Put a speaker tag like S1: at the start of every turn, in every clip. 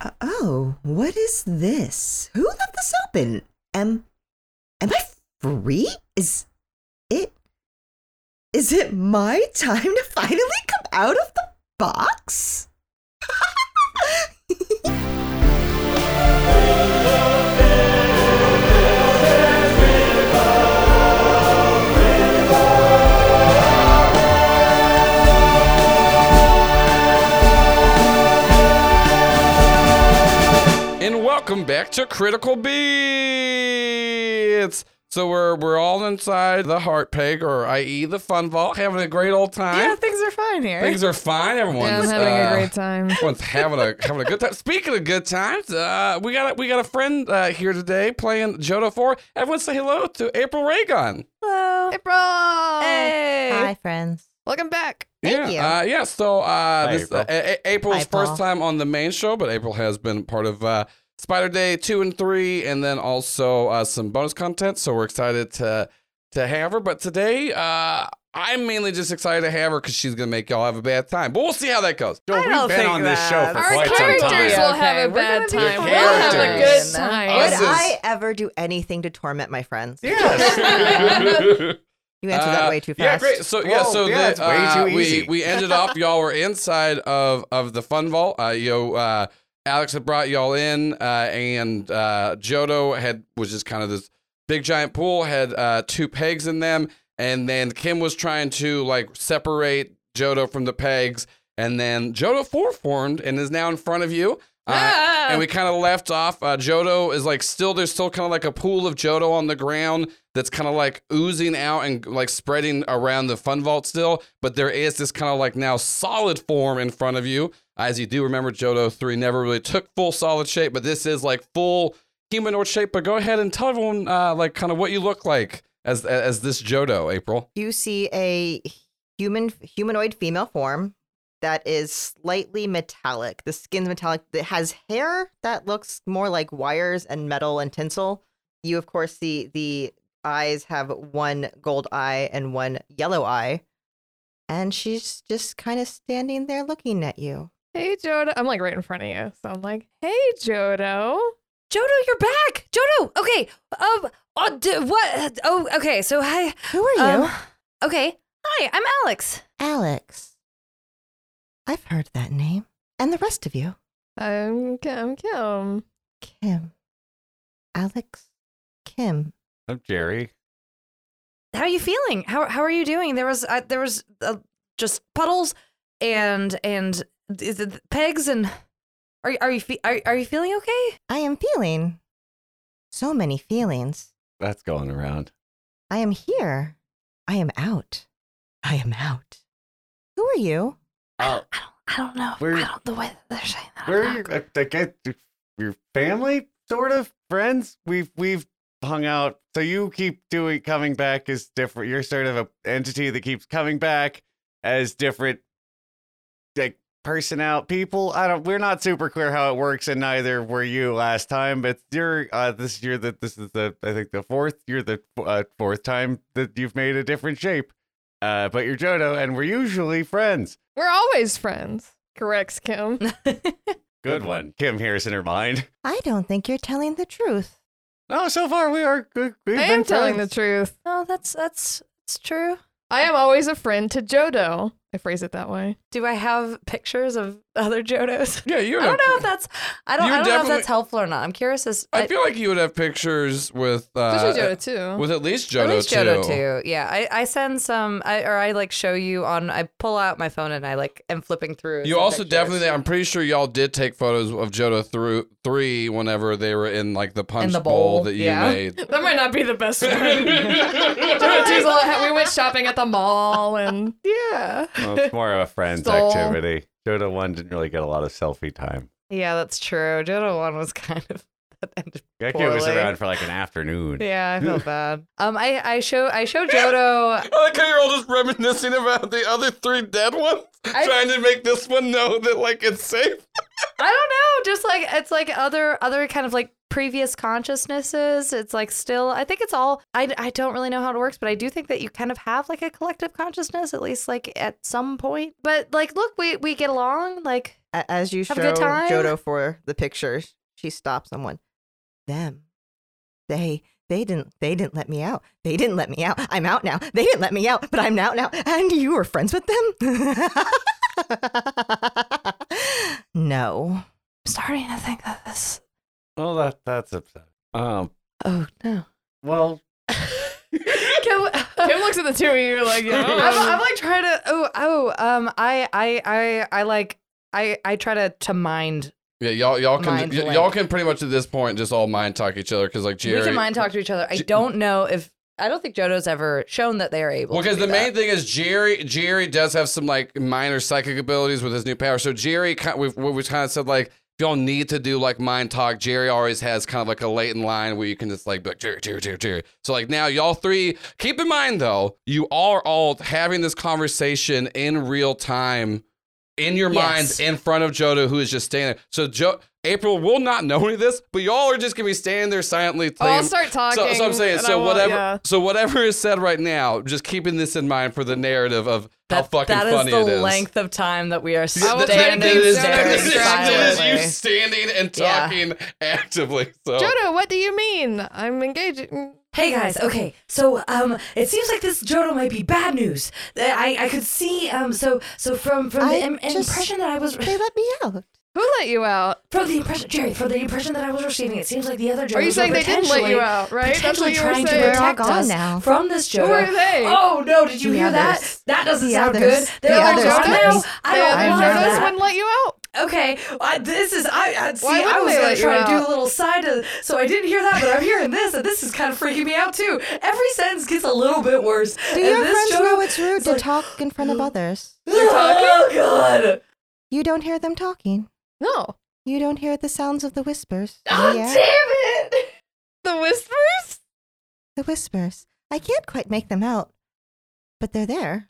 S1: Uh, oh, what is this? Who left this open? Am am I free? Is it is it my time to finally come out of the box?
S2: And welcome back to Critical Beats. So we're we're all inside the heart peg, or i.e. the fun vault, having a great old time.
S3: Yeah, things are fine here.
S2: Things are fine. Everyone's
S3: yeah, I'm having a
S2: uh,
S3: great time.
S2: Everyone's having a having a good time. Speaking of good times, uh, we got a, we got a friend uh, here today playing Jodo Four. Everyone say hello to April Raygun.
S3: Hello.
S4: April.
S3: Hey.
S4: Hi, friends.
S3: Welcome back.
S4: Thank
S2: yeah. Uh, yeah. So uh,
S5: Hi,
S2: this, uh, A- A- April's
S4: Hi,
S2: first
S4: Paul.
S2: time on the main show, but April has been part of uh, Spider Day two and three, and then also uh, some bonus content. So we're excited to to have her. But today, uh, I'm mainly just excited to have her because she's gonna make y'all have a bad time. But we'll see how that goes.
S5: Yo,
S3: I don't
S5: we've been
S3: think
S5: on this show
S3: that-
S5: for
S3: Our
S5: quite some time.
S6: characters will have a
S3: we're
S6: bad
S3: gonna be
S6: time.
S3: fine.
S5: We'll have a
S3: Characters.
S6: good time.
S3: Nice.
S4: Would
S2: This is-
S4: I ever do anything to torment my friends?
S5: Yes.
S4: You answered that
S2: Uh,
S4: way too fast.
S2: Yeah, great. So yeah,
S5: Whoa,
S2: so
S5: Oh, yeah,
S2: the-
S5: it's way too
S2: uh, we
S5: easy.
S2: we ended up. Y'all were inside of of the fun vault. Uh, yo, uh, Alex had brought y'all in, uh, and uh, Jodo had was just kind of this big giant pool had uh, two pegs in them, and then Kim was trying to like separate Jodo from the pegs, and then Jodo four formed and is now in front of you. Uh,
S6: Ah.
S2: And we kind of left off. Uh, Jodo is like still there's still kind of like a pool of Jodo on the ground that's kind of like oozing out and like spreading around the fun vault still. But there is this kind of like now solid form in front of you. As you do remember, Jodo three never really took full solid shape, but this is like full humanoid shape. But go ahead and tell everyone uh, like kind of what you look like as as this Jodo, April.
S4: You see a human humanoid female form that is slightly metallic. The skin's metallic. That has hair that looks more like wires and metal and tinsel. You of course see the eyes have one gold eye and one yellow eye. And she's just kind of standing there looking at you.
S3: Hey, Jodo. I'm like right in front of you. So I'm like, hey, Jodo.
S6: Jodo, you're back. Jodo, okay. Um, oh, d- what? Oh, okay. So hi.
S4: Who are
S6: um, okay. Hi, I'm Alex.
S4: Alex. I've heard that name. And the rest of you.
S3: I'm, Ki- I'm Kim.
S4: Kim. Alex Kim.
S5: I'm Jerry.
S6: How are you feeling? How how are you doing? There was uh, there was uh, just puddles and and is it pegs and are you- are you fe- are, are you feeling okay?
S4: I am feeling so many feelings.
S5: That's going around.
S4: I am here. I am out. I am out. Who are you?
S5: Uh,
S6: I don't know.
S5: Where-
S6: I don't the way that they're saying that.
S5: where are your, I, I guess your family, sort of friends? We've we've hung out. So you keep doing coming back as different. You're sort of a entity that keeps coming back as different, like personnel people. I don't. We're not super clear how it works, and neither were you last time. But you're uh, this year that this is the I think the fourth. You're the uh, fourth time that you've made a different shape. Uh, but you're Jodo, and we're usually friends.
S3: We're always friends. Corrects Kim.
S5: Good one. Kim hears in her mind.
S4: I don't think you're telling the truth.
S5: No, so far we are good. We've
S3: I
S5: been
S3: am telling the
S5: friends.
S3: truth.
S6: No, that's that's it's true.
S3: I am always a friend to Jodo. I phrase it that way.
S6: Do I have pictures of other Jodos?
S2: Yeah, you.
S6: I don't know if that's I don't,
S2: You
S6: I don't know if
S2: definitely-
S6: that's helpful or not. I'm curious as
S2: I feel like you would have pictures with uh,
S3: Especially Jodo, too.
S2: with at least Jodo
S6: at least
S2: too.
S6: Jodo too. Yeah, I, I send some I, or I like show you on. I pull out my phone and I like am flipping through.
S2: You
S6: some
S2: also
S6: pictures.
S2: definitely, I'm pretty sure y'all did take photos of Jodo through three whenever they were in like the punch
S6: the bowl,
S2: that you
S6: yeah.
S2: made.
S3: That might not be the best one. Jodo two's a lot- we went shopping at the mall and yeah.
S5: Well, it's more of a friends
S3: Stole.
S5: activity. Jodo one didn't really get a lot of selfie time.
S6: Yeah, that's true. Jodo one was kind of that ended
S5: That kid was
S6: Poorly.
S5: around for like an afternoon.
S3: Yeah, I felt bad.
S6: Um, I I show I show Jodo.
S2: I like how you're all just reminiscing about the other three dead ones, trying to make this one know that like it's safe.
S6: I don't know, just like it's like other other kind of like previous consciousnesses. It's like still. I think it's all. I I don't really know how it works, but I do think that you kind of have like a collective consciousness at least like at some point. But like, look, we we get along. Like
S4: a- as you
S6: Have a
S4: show
S6: good time.
S4: Jodo for the pictures, she stops someone. Them. They they didn't they didn't let me out. They didn't let me out. I'm out now. They didn't let me out, but I'm out now. And you were friends with them? no.
S6: I'm starting to think that this.
S5: Well, that that's upsetting. Um.
S6: Oh no.
S5: Well,
S6: Can we-
S3: Kim looks at the two of you like, yeah, I don't
S6: I'm,
S3: know.
S6: I'm like trying to. Oh oh. Um. I I I I like. I I try to to mind.
S2: Yeah, y'all y'all can
S6: Mind
S2: y-
S6: blank.
S2: y'all can pretty much at this point just all mind talk each other because like Jerry.
S6: We can mind talk to each other. I
S2: J-
S6: don't know if I don't think Jodo's ever shown that they are able.
S2: Well,
S6: to
S2: because the
S6: do that.
S2: main thing is Jerry. Jerry does have some like minor psychic abilities with his new power. So Jerry, ki- we've we've kind of said like if y'all need to do like mind talk, Jerry always has kind of like a latent line where you can just like be like Jerry, Jerry, Jerry, Jerry. So like now y'all three, keep in mind though, you are all having this conversation in real time. In your minds,
S6: Yes.
S2: in front of Jodo, who is just standing there. So, jo- April will not know any of this, but y'all are just gonna be standing there silently.
S3: Oh, I'll
S2: thinking-
S3: start
S2: so,
S3: talking.
S2: so I'm saying,
S3: and I
S2: so
S3: won't-
S2: whatever,
S3: yeah.
S2: so whatever is said right now, just keeping this in mind for the narrative of how
S6: That,
S2: fucking
S6: that is
S2: funny
S6: the
S2: it is.
S6: length of time that we are
S2: Th-
S3: I will
S2: th-
S3: try to
S6: standing
S2: that
S3: keep
S2: is-
S3: staring
S2: that is- that
S6: silently.
S2: is you standing and
S6: Yeah.
S2: talking actively. So
S3: Jodo, what do you mean? I'm Mm. engaging.
S7: Hey guys, okay, so um, it seems like this journal might be bad news. I I could see um, so so from from
S4: I
S7: the im-
S4: just-
S7: impression that I was
S4: They let me out.
S3: Who let you out?
S7: from the impression Jerry from the impression that I was receiving, it seems like the other
S3: Are you
S7: journals
S3: saying
S7: were
S3: they didn't let you
S7: potentially-
S3: out, right? That's
S7: potentially
S3: what you were
S7: trying to
S3: saying.
S4: They're all
S7: protect
S4: gone
S7: us
S4: now.
S7: from this
S3: Who
S7: journal.
S3: are they?
S7: Oh no! Did you
S4: The
S7: hear
S4: others.
S7: that? That doesn't
S4: The
S7: sound
S4: others.
S7: good. They're
S4: The
S7: all
S4: others.
S7: gone now. Oh, I
S3: The
S7: don't
S4: I've
S7: want
S4: heard
S3: others
S7: that.
S3: wouldn't let you out.
S7: Okay, I, this is I, I see.
S3: wouldn't
S7: I was
S3: they
S7: gonna
S3: let you
S7: try to do
S3: out?
S7: a little side to, so I didn't hear that, but I'm hearing this, and this is kind of freaking me out too. Every sentence gets a little bit worse.
S4: Do
S7: and
S4: your
S7: this
S4: friends
S7: joke-
S4: know it's rude to
S7: like-
S4: talk in front of others?
S7: Oh god!
S4: You don't hear them talking.
S3: No.
S4: You don't hear the sounds of the whispers.
S7: Oh
S4: Yeah,
S7: damn it!
S3: The whispers?
S4: the whispers. I can't quite make them out, but they're there.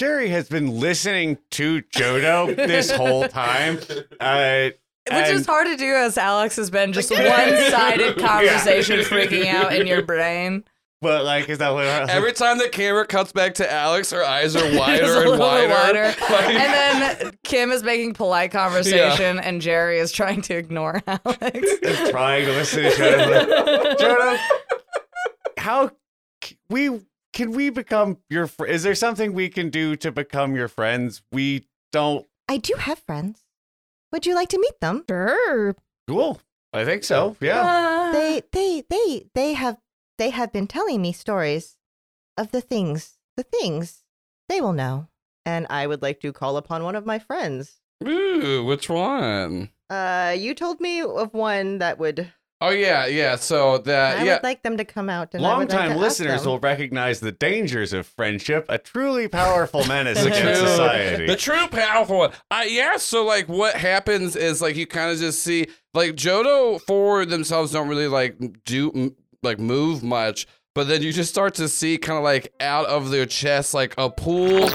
S5: Jerry has been listening to Jodo this whole time. Uh,
S6: Which
S5: and-
S6: is hard to do as Alex has been just one-sided conversation freaking out in your brain.
S5: But like, is that what?
S2: every time the camera cuts back to Alex, her eyes are
S6: It's a
S2: wider
S6: little
S2: and
S6: bit
S2: wider.
S6: wider.
S2: Like-
S6: and then Kim is making polite conversation, and Jerry is trying to ignore Alex.
S5: I'm trying to listen to Jodo. Jodo, how c- we can we become your? Fr- is there something we can do to become your friends? We don't.
S4: I do have friends. Would you like to meet them?
S3: Sure.
S5: Cool. I think so. Yeah.
S6: Uh-huh.
S4: They, they, they, they have, they have been telling me stories of the things, the things they will know. And I would like to call upon one of my friends.
S2: Ooh, which one?
S4: Uh, you told me of one that would.
S2: Oh yeah, yeah. So that
S4: I
S2: Uh, yeah.
S4: would like them to come out. And I would like
S5: Longtime
S4: to ask
S5: listeners
S4: them.
S5: will recognize the dangers of friendship, a truly powerful menace
S2: The
S5: against
S2: true-
S5: society.
S2: The true powerful one. Uh, yeah, so like what happens is like you kind of just see like Jodo for themselves don't really like do m- like move much, but then you just start to see kind of like out of their chest like a pool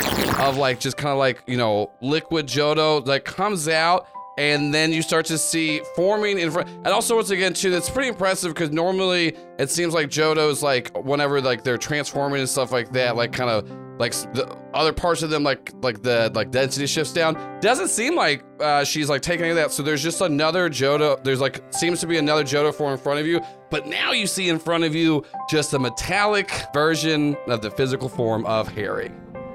S2: of like just kind of like, you know, liquid Jodo that comes out and then you start to see forming in front. And also, once again, too, that's pretty impressive because normally it seems like Jodo's like whenever like they're transforming and stuff like that, like kind of like s- the other parts of them, like like the like density shifts down. Doesn't seem like uh, she's like taking any of that. So there's just another Jodo. There's like seems to be another Jodo form in front of you, but now you see in front of you just a metallic version of the physical form of Harry.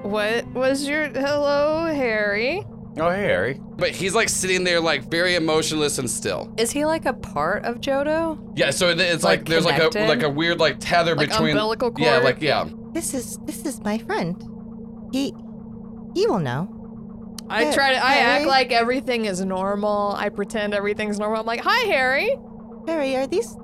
S3: What was your hello, Harry?
S5: oh, hey, Harry.
S2: But he's like sitting there, like very emotionless and still.
S6: Is he like a part of Jodo?
S2: Yeah, so it- it's like,
S6: Like,
S2: there's like a
S6: connected?
S2: like a weird like tether
S3: Like
S2: between
S3: umbilical cord?
S2: Yeah, like yeah.
S4: This is this is my friend. He, he will know.
S3: I
S4: Yeah,
S3: try to I act
S4: Harry?
S3: like everything is normal. I pretend everything's normal. I'm like, hi Harry.
S4: Harry, are these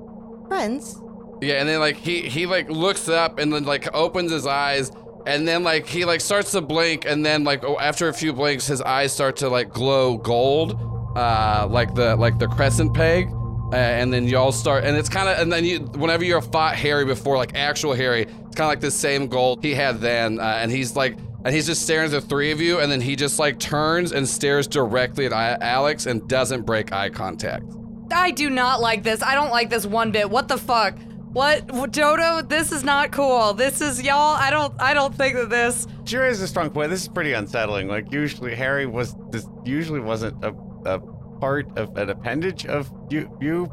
S4: friends?
S2: Yeah, and then like he he like looks up and then like opens his eyes and then like he like starts to blink and then like oh, after a few blinks his eyes start to like glow gold uh like the like the crescent peg uh, and then y'all start and it's kind of and then you whenever you're fought Harry before like actual Harry it's kind of like the same gold he had then uh, and he's like and he's just staring at the three of you and then he just like turns and stares directly at I- Alex and doesn't break eye contact.
S6: I do not like this. I don't like this one bit. What the fuck? What Jodo? This is not cool. This is y'all. I don't. I don't think that this.
S5: Sure is a strong point. This is pretty unsettling. Like usually, Harry was this usually wasn't a a part of an appendage of you. You,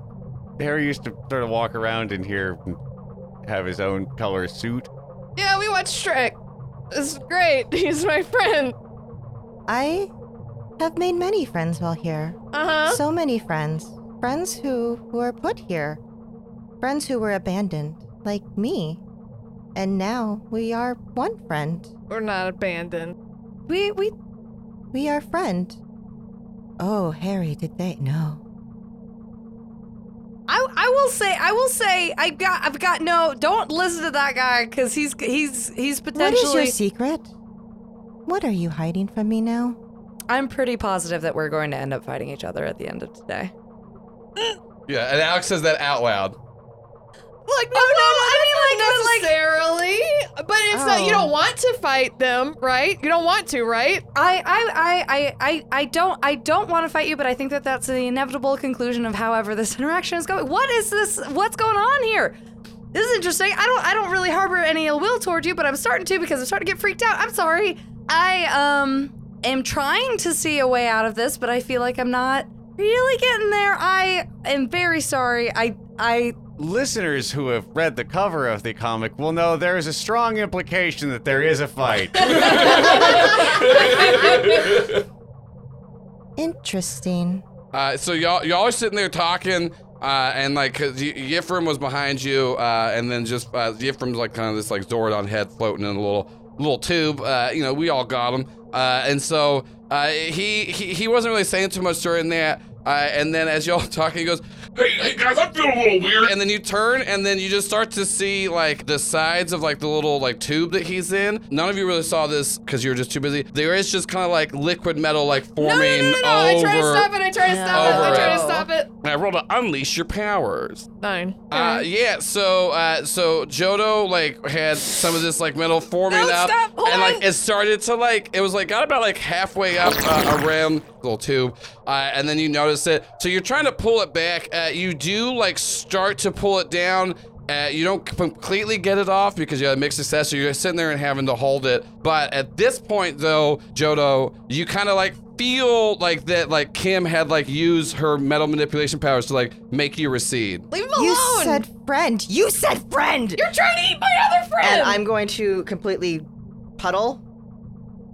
S5: Harry used to sort of walk around in here, and have his own color suit.
S3: Yeah, we watched Shrek. It's great. He's my friend.
S4: I have made many friends while here.
S3: Uh huh.
S4: So many friends. Friends who were put here. Friends who were abandoned, like me. And now we are one friend.
S3: We're not abandoned.
S6: We we
S4: We are friend. Oh, Harry, did they? No.
S6: I, I will say I will say I got I've got no don't listen to that guy because he's he's he's
S4: What is
S6: potentially
S4: your secret? What are you hiding from me now?
S6: I'm pretty positive that we're going to end up fighting each other at the end of today.
S2: Yeah, and Alex says that out loud.
S6: Like Oh, no, I mean like
S3: Necessarily, but it's not. You
S4: Oh.
S3: don't want to fight them, right? You don't want to, right?
S6: I I I I I I don't I don't want to fight you, but I think that that's the inevitable conclusion of however this interaction is going. What is this? What's going on here? This is interesting. I don't I don't really harbor any ill will toward you, but I'm starting to because I'm starting to get freaked out. I'm sorry. I um am trying to see a way out of this, but I feel like I'm not really getting there. I am very sorry. I I
S5: Listeners who have read the cover of the comic will know there is a strong implication that there is a fight.
S4: Interesting.
S2: Uh, so y'all y'all are sitting there talking, uh, and like 'cause Y- Yifrim was behind you, uh, and then just uh, Yifrim's like kind of this like Zordon head floating in a little little tube. Uh, you know, we all got him, uh, and so uh, he, he he wasn't really saying too much during that. Uh, and then as y'all talking, he goes, "Hey, hey guys, I'm feeling a little weird." And then you turn, and then you just start to see like the sides of like the little like tube that he's in. None of you really saw this because you were just too busy. There is just kind of like liquid metal like
S3: No,
S2: forming
S3: no, no, no, no. I
S2: over.
S3: try to stop it. I try to stop it. I
S2: Over
S3: try
S2: it.
S3: to stop it.
S2: And I rolled to unleash your powers.
S3: Nine.
S2: Uh, yeah, so uh, so Jodo like had some of this like metal forming
S3: No,
S2: up,
S3: stop, hold
S2: and like
S3: on.
S2: it started to like it was like got about like halfway up uh, around the little tube, uh, and then you notice it. So you're trying to pull it back. Uh, you do like start to pull it down. Uh, you don't completely get it off because you had a mixed success, so you're sitting there and having to hold it. But at this point, though, Jodo, you kind of like feel like that, like Kim had like used her metal manipulation powers to like make you recede.
S3: Leave him
S4: You
S3: alone.
S4: said friend. You said friend.
S3: You're trying to eat my other friend.
S4: and I'm going to completely puddle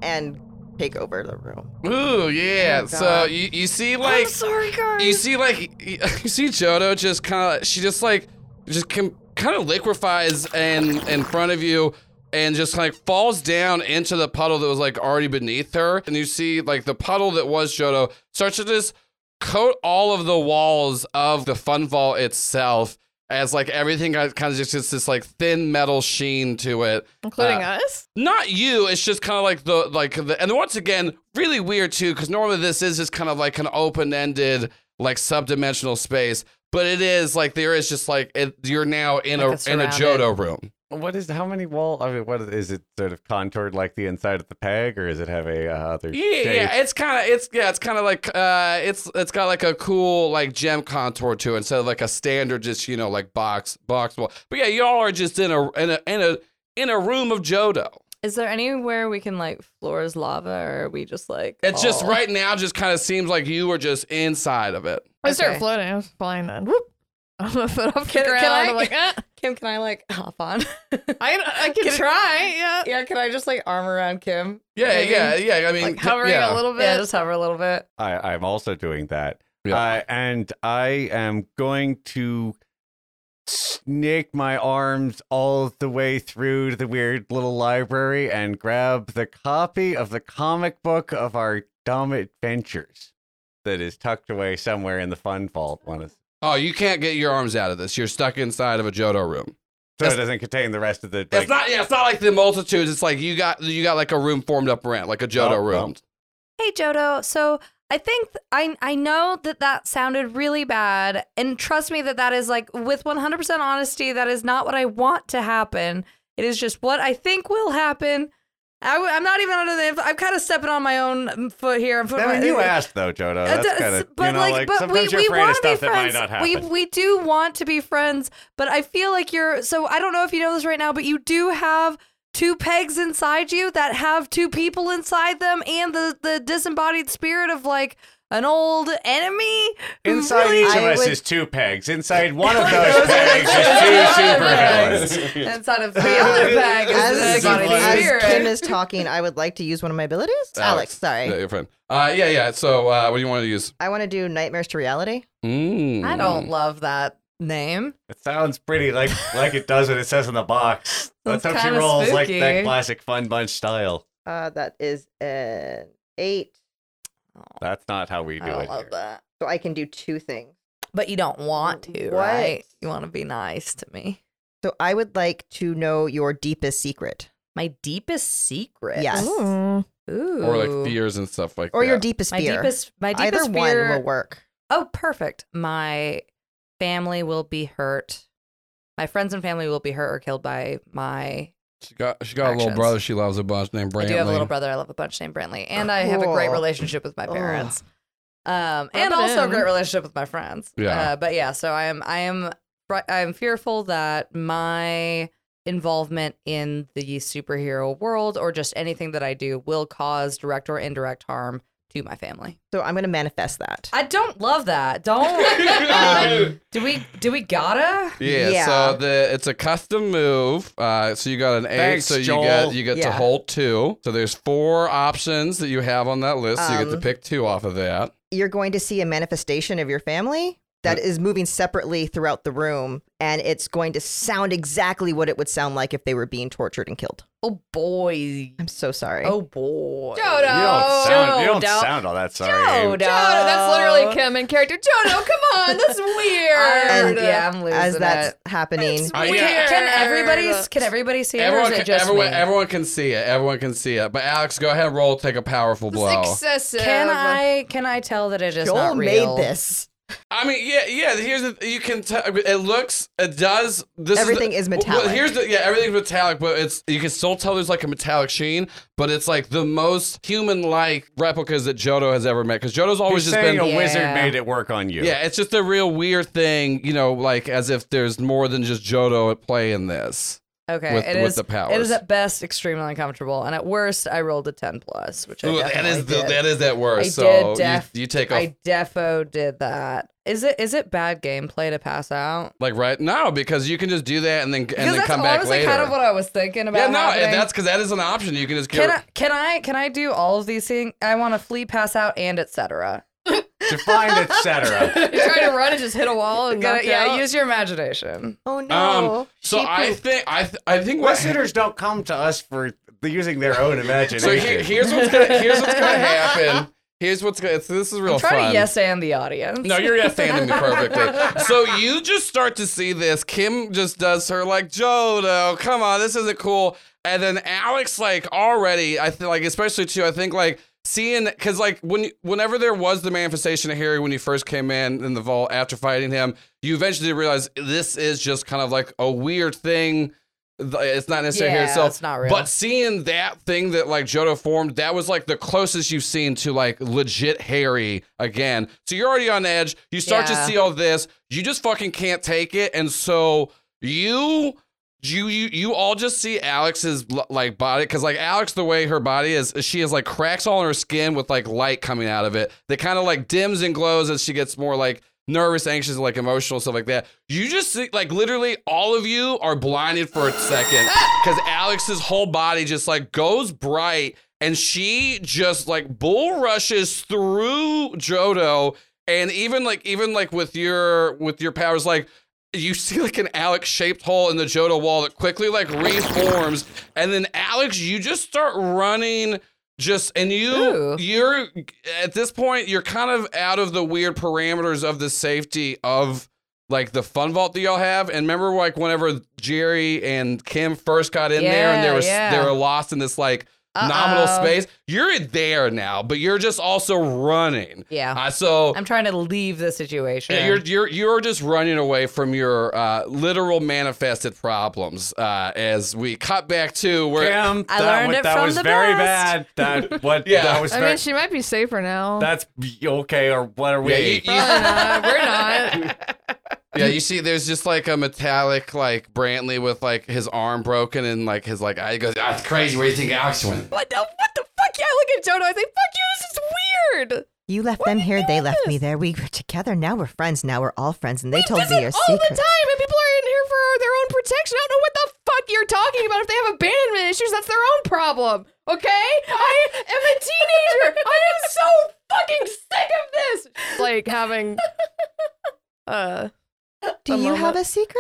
S4: and take over the room.
S2: Ooh,
S6: Oh
S2: yeah. so you, you see like
S6: sorry guys.
S2: you see like y- you see Jodo just kind of she just like just com- kind of liquefies and in front of you and just like falls down into the puddle that was like already beneath her and you see like the puddle that was Jodo starts to just coat all of the walls of the fun vault itself as like everything kind of just gets this like thin metal sheen to it
S3: Including
S2: uh,
S3: us.
S2: not you it's just kind of like the like the and once again really weird too because normally this is just kind of like an open-ended like subdimensional space but it is like there is just like it, you're now in
S6: Like
S2: a
S6: a
S2: in a
S6: surrounded-
S2: jodo room
S5: What is how many wall? I mean, what is, is it sort of contoured like the inside of the peg, or is it have a uh, other
S2: yeah
S5: shape?
S2: yeah it's kind of it's yeah it's kind of like uh it's it's got like a cool like gem contour to it instead of like a standard just you know like box box wall but yeah y'all are just in a in a in a in a room of jodo
S6: Is there anywhere we can like floor is lava, or are we just like
S2: it's just
S6: all-
S2: right now just kind of seems like you are just inside of it
S3: I start
S6: Okay.
S3: floating. I was flying then. Whoop. I'm a foot off
S6: Can-
S3: the
S6: can
S3: ground. I?
S6: I-
S3: am like, eh.
S6: Kim, can I like hop on?
S3: I, I can
S6: Can-
S3: try. Yeah.
S6: yeah, can I just like arm around Kim?
S2: yeah
S6: Maybe.
S2: yeah yeah i mean
S3: Like hovering
S2: yeah.
S3: a little bit.
S6: Yeah, just hover a little bit.
S5: I, I'm also doing that.
S2: Yeah.
S5: Uh, and I am going to snake my arms all the way through to the weird little library and grab the copy of the comic book of our dumb adventures that is tucked away somewhere in the fun vault. One is,
S2: Oh, you can't get your arms out of this. You're stuck inside of a Jodo room.
S5: so
S2: That's-
S5: it doesn't contain the rest of the.
S2: it's not. Yeah, it's not like the multitudes. It's like you got you got like a room formed up around, like a Jodo
S5: Oh,
S2: room.
S6: Hey Jodo, so I think th- I I know that that sounded really bad, and trust me that that is like with 100% honesty, that is not what I want to happen. It is just what I think will happen. I, am not even under the. inf- I'm kind of stepping on my own mm, foot here. I'm putting
S5: I mean,
S6: my,
S5: you asked though, Jodo.
S6: Uh,
S5: That's
S6: d-
S5: kind
S6: s-
S5: of, you know, like, sometimes you're afraid
S6: wanna
S5: of stuff that might not happen.
S6: We we do want to be friends, but I feel like you're. So I don't know if you know this right now, but you do have two pegs inside you that have two people inside them, and the the disembodied spirit of like an old enemy. who
S5: Inside
S6: really-
S5: each of
S4: I
S5: us
S4: would-
S5: is two pegs. Inside one of those pegs is two superheroes.
S6: Inside of the other bag
S4: As,
S6: is the
S5: Somebody
S4: as,
S6: body
S5: to
S6: spirit.
S4: Kim is talking, I would like to use one of my abilities. Alex, sorry.
S2: Yeah, your friend. Uh, yeah, yeah. So, uh, what do you want to use?
S4: I want to do nightmares to reality.
S2: Mm.
S6: I don't love that name.
S5: It sounds pretty like like it does what it says in the box. Let's
S6: Sounds
S5: hope she
S6: kinda
S5: rolls like
S6: spooky.
S5: that classic Fun Bunch style.
S4: Uh, that is an eight.
S5: That's not how we do
S6: I don't
S5: it.
S6: love
S5: here.
S6: that.
S4: So I can do two things.
S6: But you don't want to,
S4: What?
S6: right? You want to be nice to me.
S4: So I would like to know your deepest secret.
S6: My deepest secret.
S4: Yes.
S3: Mm.
S6: Ooh.
S2: Or like fears and stuff like
S4: Or
S2: that.
S4: your deepest
S6: My
S4: fear.
S6: deepest. My
S4: Either
S6: deepest
S4: one
S6: fear.
S4: will work.
S6: Oh, perfect. My family will be hurt. My friends and family will be hurt or killed by my.
S2: She got she got a little
S6: Actions.
S2: brother she loves a bunch named Brantley.
S6: I do have a little brother I love a bunch named Brantley, and I have a great
S4: Cool.
S6: relationship with my
S4: Oh.
S6: parents, um,
S3: Rub
S6: and
S3: it
S6: also a
S3: in.
S6: great relationship with my friends.
S2: Yeah.
S6: Uh, but yeah, so I am. I am. fr- I'm fearful that my involvement in the superhero world or just anything that I do will cause direct or indirect harm to my family.
S4: So I'm going to manifest that.
S6: I don't love that. Don't. um, do we? Do we gotta?
S2: Yeah,
S4: Yeah.
S2: so the it's a custom move. Uh, so you got an eight,
S5: Thanks,
S2: so you
S5: Joel.
S2: get you get to
S4: Yeah.
S2: hold two. So there's four options that you have on that list. so you get to
S4: Um,
S2: pick two off of that.
S4: You're going to see a manifestation of your family that is moving separately throughout the room, and it's going to sound exactly what it would sound like if they were being tortured and killed.
S6: Oh boy.
S4: I'm so sorry.
S6: Oh boy.
S5: You
S3: Jodo.
S5: don't sound, you don't
S6: Jodo.
S5: sound all that sorry.
S6: Jodo.
S3: Jodo, that's literally Kim in character. Jodo, come on, that's weird.
S4: And-
S6: yeah, I'm losing
S4: As that's
S6: it.
S4: happening,
S3: I-
S6: Wait,
S2: yeah.
S6: Can, can everybody
S3: Weird.
S6: can everybody see it? Or
S2: Everyone
S6: is
S2: can,
S6: it just
S2: everyone,
S6: me?
S2: everyone can see it. Everyone can see it. But Alex, go ahead and roll. Take a powerful blow.
S3: That's excessive.
S6: Can I can I tell that it is
S4: Joel
S6: not real?
S4: made this.
S2: I mean, yeah, yeah. Here's the you can tell it looks, it does. This
S4: Everything
S2: is,
S4: is
S2: the-
S4: metallic.
S2: here's the yeah, everything's metallic, but it's you can still tell there's like a metallic sheen, but it's like the most human-like replicas that Jodo has ever met because Jodo's always
S5: He's
S2: just
S5: saying
S2: been.
S5: a wizard
S6: Yeah.
S5: made it work on you.
S2: yeah, it's just a real weird thing, you know, like as if there's more than just Jodo at play in this.
S6: Okay,
S2: With-
S6: it
S2: with
S6: is-
S2: the powers.
S6: It is at best extremely uncomfortable, and at worst, I rolled a ten plus, which I
S2: Ooh, that
S6: definitely
S2: is the,
S6: did.
S2: that is that
S6: I
S2: worst.
S6: did
S2: so
S6: def-
S2: you, you take off
S6: I defo did that. Is it is it bad gameplay to pass out?
S2: like right now because you can just do that and then and
S6: Because
S2: then
S6: that's
S2: come back
S6: honestly
S2: later.
S6: kind of what I was thinking about.
S2: yeah, no,
S6: happening.
S2: and that's because that is an option. You can just get
S6: Can I, can I can I do all of these things? I want to flee, pass out, and etc.
S5: Defined, etc.
S3: You're trying to run and just hit a wall and
S6: Yeah,
S3: knock out?
S6: use your imagination.
S4: Oh no!
S2: Um, so
S4: She
S2: I
S4: pooped.
S2: think I th- I think what
S5: Listeners don't come to us for using their own imagination.
S2: so he- here's what's gonna here's what's gonna happen. Here's what's gonna so this is real
S6: Try
S2: Oh, fun.
S6: to yes and the audience.
S2: No, you're yes standing me perfectly. So you just start to see this. Kim just does her like Jodo, come on, this isn't cool. And then Alex like already, I think like especially too, I think like seeing because like when you- whenever there was the manifestation of Harry when you first came in in the vault after fighting him, you eventually realize this is just kind of like a weird thing. Th- It's not necessarily
S6: Yeah,
S2: here itself.
S6: it's not real.
S2: But seeing that thing that like Jodo formed, that was like the closest you've seen to like legit Harry again. So you're already on edge. You start
S6: Yeah.
S2: to see all this. You just fucking can't take it, and so you. You, you you all just see Alex's l- like body because like Alex the way her body is she has like cracks all in her skin with like light coming out of it that kind of like dims and glows as she gets more like nervous anxious like emotional stuff like that you just see like literally all of you are blinded for a second because Alex's whole body just like goes bright and she just like bull rushes through Jodo and even like even like with your with your powers like you see like an Alex shaped hole in the Jodo wall that quickly like reforms and then Alex you just start running just and you
S6: Ooh.
S2: you're at this point you're kind of out of the weird parameters of the safety of like the fun vault that y'all have and remember like whenever Jerry and Kim first got in there and they
S6: Yeah,
S2: were
S6: yeah.
S2: they were lost in this like nominal
S6: Uh-oh.
S2: space you're there now but you're just also running
S6: Yeah.
S2: uh, so
S6: I'm trying to leave the situation.
S2: yeah, you're you're you're just running away from your uh, literal manifested problems. Uh, as we cut back to where
S5: Damn,
S6: I
S5: that,
S6: learned
S5: wa-
S6: it
S5: that
S6: from
S5: was
S6: the
S5: very
S6: best.
S5: bad. That what
S2: Yeah.
S5: that was
S3: I
S5: ver-
S3: mean, she might be safer now.
S5: that's okay or what are we?
S2: yeah, you, you-
S3: Probably not. We're not.
S2: yeah, you see, there's just like a metallic like Brantley with like his arm broken and like his like eye goes. That's crazy. Where do you think Alex went?
S3: What the, what the fuck? Yeah, I look at Jodo. I say, fuck you, this is weird.
S4: You left them here, they left me there. We were together, now we're friends, now we're all friends, and they told
S3: This
S4: me
S3: is
S4: your
S3: all the
S4: secrets.
S3: time, and people are in here for their own protection. I don't know what the fuck you're talking about. If they have abandonment issues, that's their own problem. Okay? I am a teenager. I am so fucking sick of this. Like having. Uh,
S4: Do you have a secret?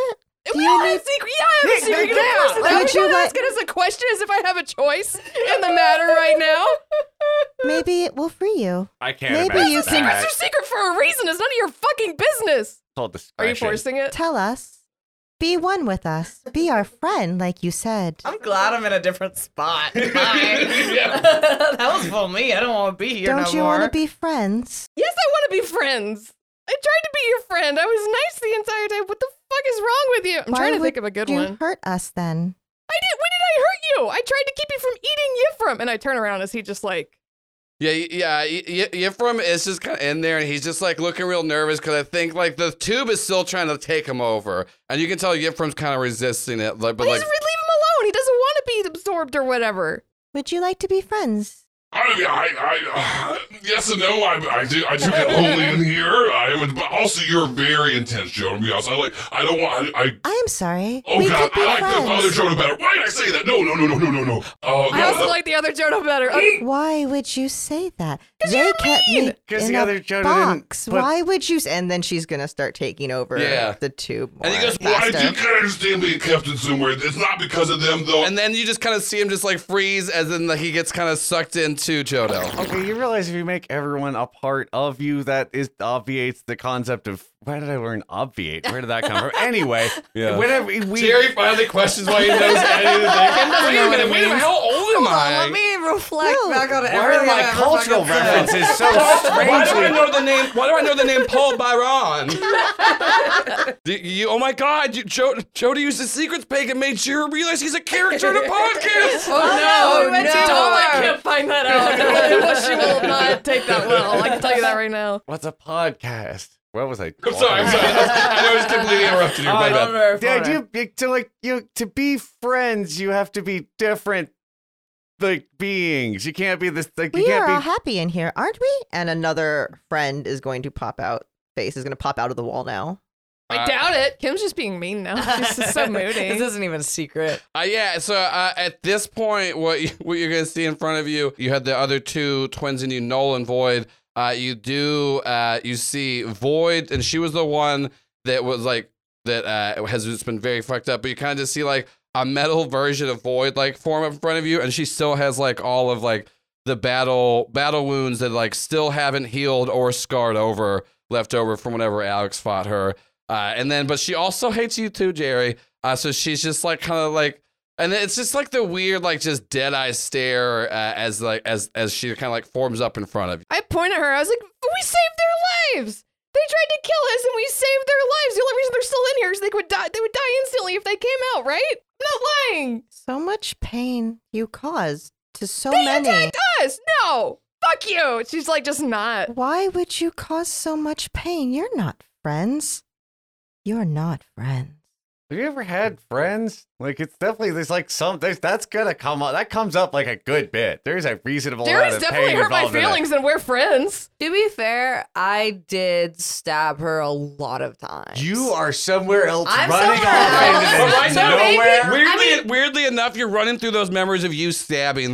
S3: do you have a secret? Yeah, I have a secret. Of course. And
S4: Would
S3: Every
S4: you
S3: time I
S4: let-
S3: ask it as a question is if I have a choice in the matter right now.
S4: Maybe it will free you.
S5: I can't.
S4: Maybe
S5: imagine
S4: you can-
S3: It's
S5: that.
S3: your secret for a reason. It's none of your fucking business.
S5: Called
S3: Are you
S5: discretion.
S3: forcing it?
S4: Tell us. Be one with us. Be our friend, like you said.
S8: I'm glad I'm in a different spot. Bye. that was for me. I don't want to be here
S4: Don't
S8: no
S4: you
S8: more.
S4: want to be friends?
S3: Yes, I want to be friends. I tried to be your friend. I was nice the entire time. What the fuck is wrong with you? I'm
S4: Why
S3: trying to
S4: would
S3: think of a good
S4: you
S3: one.
S4: hurt us then?
S3: I did. When did I hurt you? I tried to keep you from eating Yifrim, and I turn around as he just like.
S2: Yeah, y- yeah. Y- y- Yifrim is just kind of in there, and he's just like looking real nervous because I think like the tube is still trying to take him over, and you can tell Yifrim's kind of resisting it. Like, but
S3: Please
S2: like,
S3: leave him alone. He doesn't want to be absorbed or whatever.
S4: Would you like to be friends?
S9: I, I, I, yes and no. I, I do, I do get lonely in here. I would, but also you're very intense, Joe. To be honest, I like, I don't want, I, I
S4: I am sorry.
S9: oh
S4: we
S9: god,
S4: could be
S9: I like
S4: friends.
S9: the other Jonah better. Why did I say that? No, no, no, no, no, no, no. Oh,
S3: I also like the other Jonah better. Uh,
S4: Why would you say that? They kept me
S5: 'Cause
S4: in
S5: the
S4: a
S5: other Jonah didn't
S4: box.
S5: put-
S4: Why would you? s- And then she's gonna start taking over
S2: Yeah.
S4: the tube. More
S2: And he goes,
S9: well, I do
S4: faster.
S9: kind of understand being kept in somewhere. It's not because of them though.
S2: and then you just kind of see him just like freeze, as in like he gets kind of sucked into Jodo.
S5: Okay, you realize if you make everyone a part of you, that is obviates the concept of where did I learn obviate? Where did that come from? Anyway,
S2: Yeah.
S5: whenever we
S2: Jerry finally questions why he knows anything. wait a minute, wait a minute, how old am I?
S8: Let me reflect
S4: No.
S8: back on
S5: why are
S8: everything.
S5: my
S8: I've ever
S5: cultural
S8: fucking said.
S5: references so
S2: Why do I
S5: strangely?
S2: know the name? Why do I know the name Paul Byron? Do you, oh my God! You, jo, Jody used his secrets peg and made Jira realize he's a character in a podcast.
S3: Oh,
S8: no, no.
S3: Tom, I can't find that out. Well, she will not take that well. I can tell you that right now.
S5: What's a podcast? What was I?
S9: I'm sorry, I'm sorry. I know I just completely interrupted you.
S8: Oh,
S9: My
S8: I
S9: bad.
S8: don't know if
S5: The
S8: I-
S5: idea it- to like you know, to be friends, you have to be different like beings. You can't be this like you
S4: We are all
S5: can't be
S4: happy in here, aren't we? And another friend is going to pop out. Face is going to pop out of the wall now.
S3: I
S2: Uh,
S3: doubt it. Kim's just being mean now. She's just so moody.
S8: This isn't even a secret.
S2: Uh, yeah. So uh, at this point, what you, what you're gonna see in front of you, you had the other two twins in you, Null and Void. Uh, you do. Uh, you see Void, and she was the one that was like that uh, has just been very fucked up. But you kind of just see like a metal version of Void like form up in front of you, and she still has like all of like the battle battle wounds that like still haven't healed or scarred over left over from whenever Alex fought her. Uh, and then, but she also hates you too, Jerry. Uh, so she's just like kind of like, and it's just like the weird like just dead eye stare uh, as like as as she kind of like forms up in front of you.
S3: I point at her. I was like, "We saved their lives. They tried to kill us, and we saved their lives. The only reason they're still in here is they would die. They would die instantly if they came out, right? I'm not lying.
S4: So much pain you caused to so
S3: They
S4: many.
S3: attacked us. No, fuck you." She's like, just not.
S4: Why would you cause so much pain? You're not friends. You're not friends.
S5: Have you ever had friends? Like it's definitely there's like some there's that's gonna come up that comes up like a good bit. There's a reasonable amount
S3: Jerry's
S5: of
S3: definitely
S5: pain
S3: hurt my
S5: involved in that.
S3: feelings, and we're friends.
S8: To be fair, I did stab her a lot of times.
S5: You are somewhere else
S8: I'm
S5: running
S8: somewhere else.
S5: off into the
S8: But right now,
S5: nowhere.
S8: maybe-
S2: Weirdly,
S8: I
S2: weirdly enough, you're running through those memories of you stabbing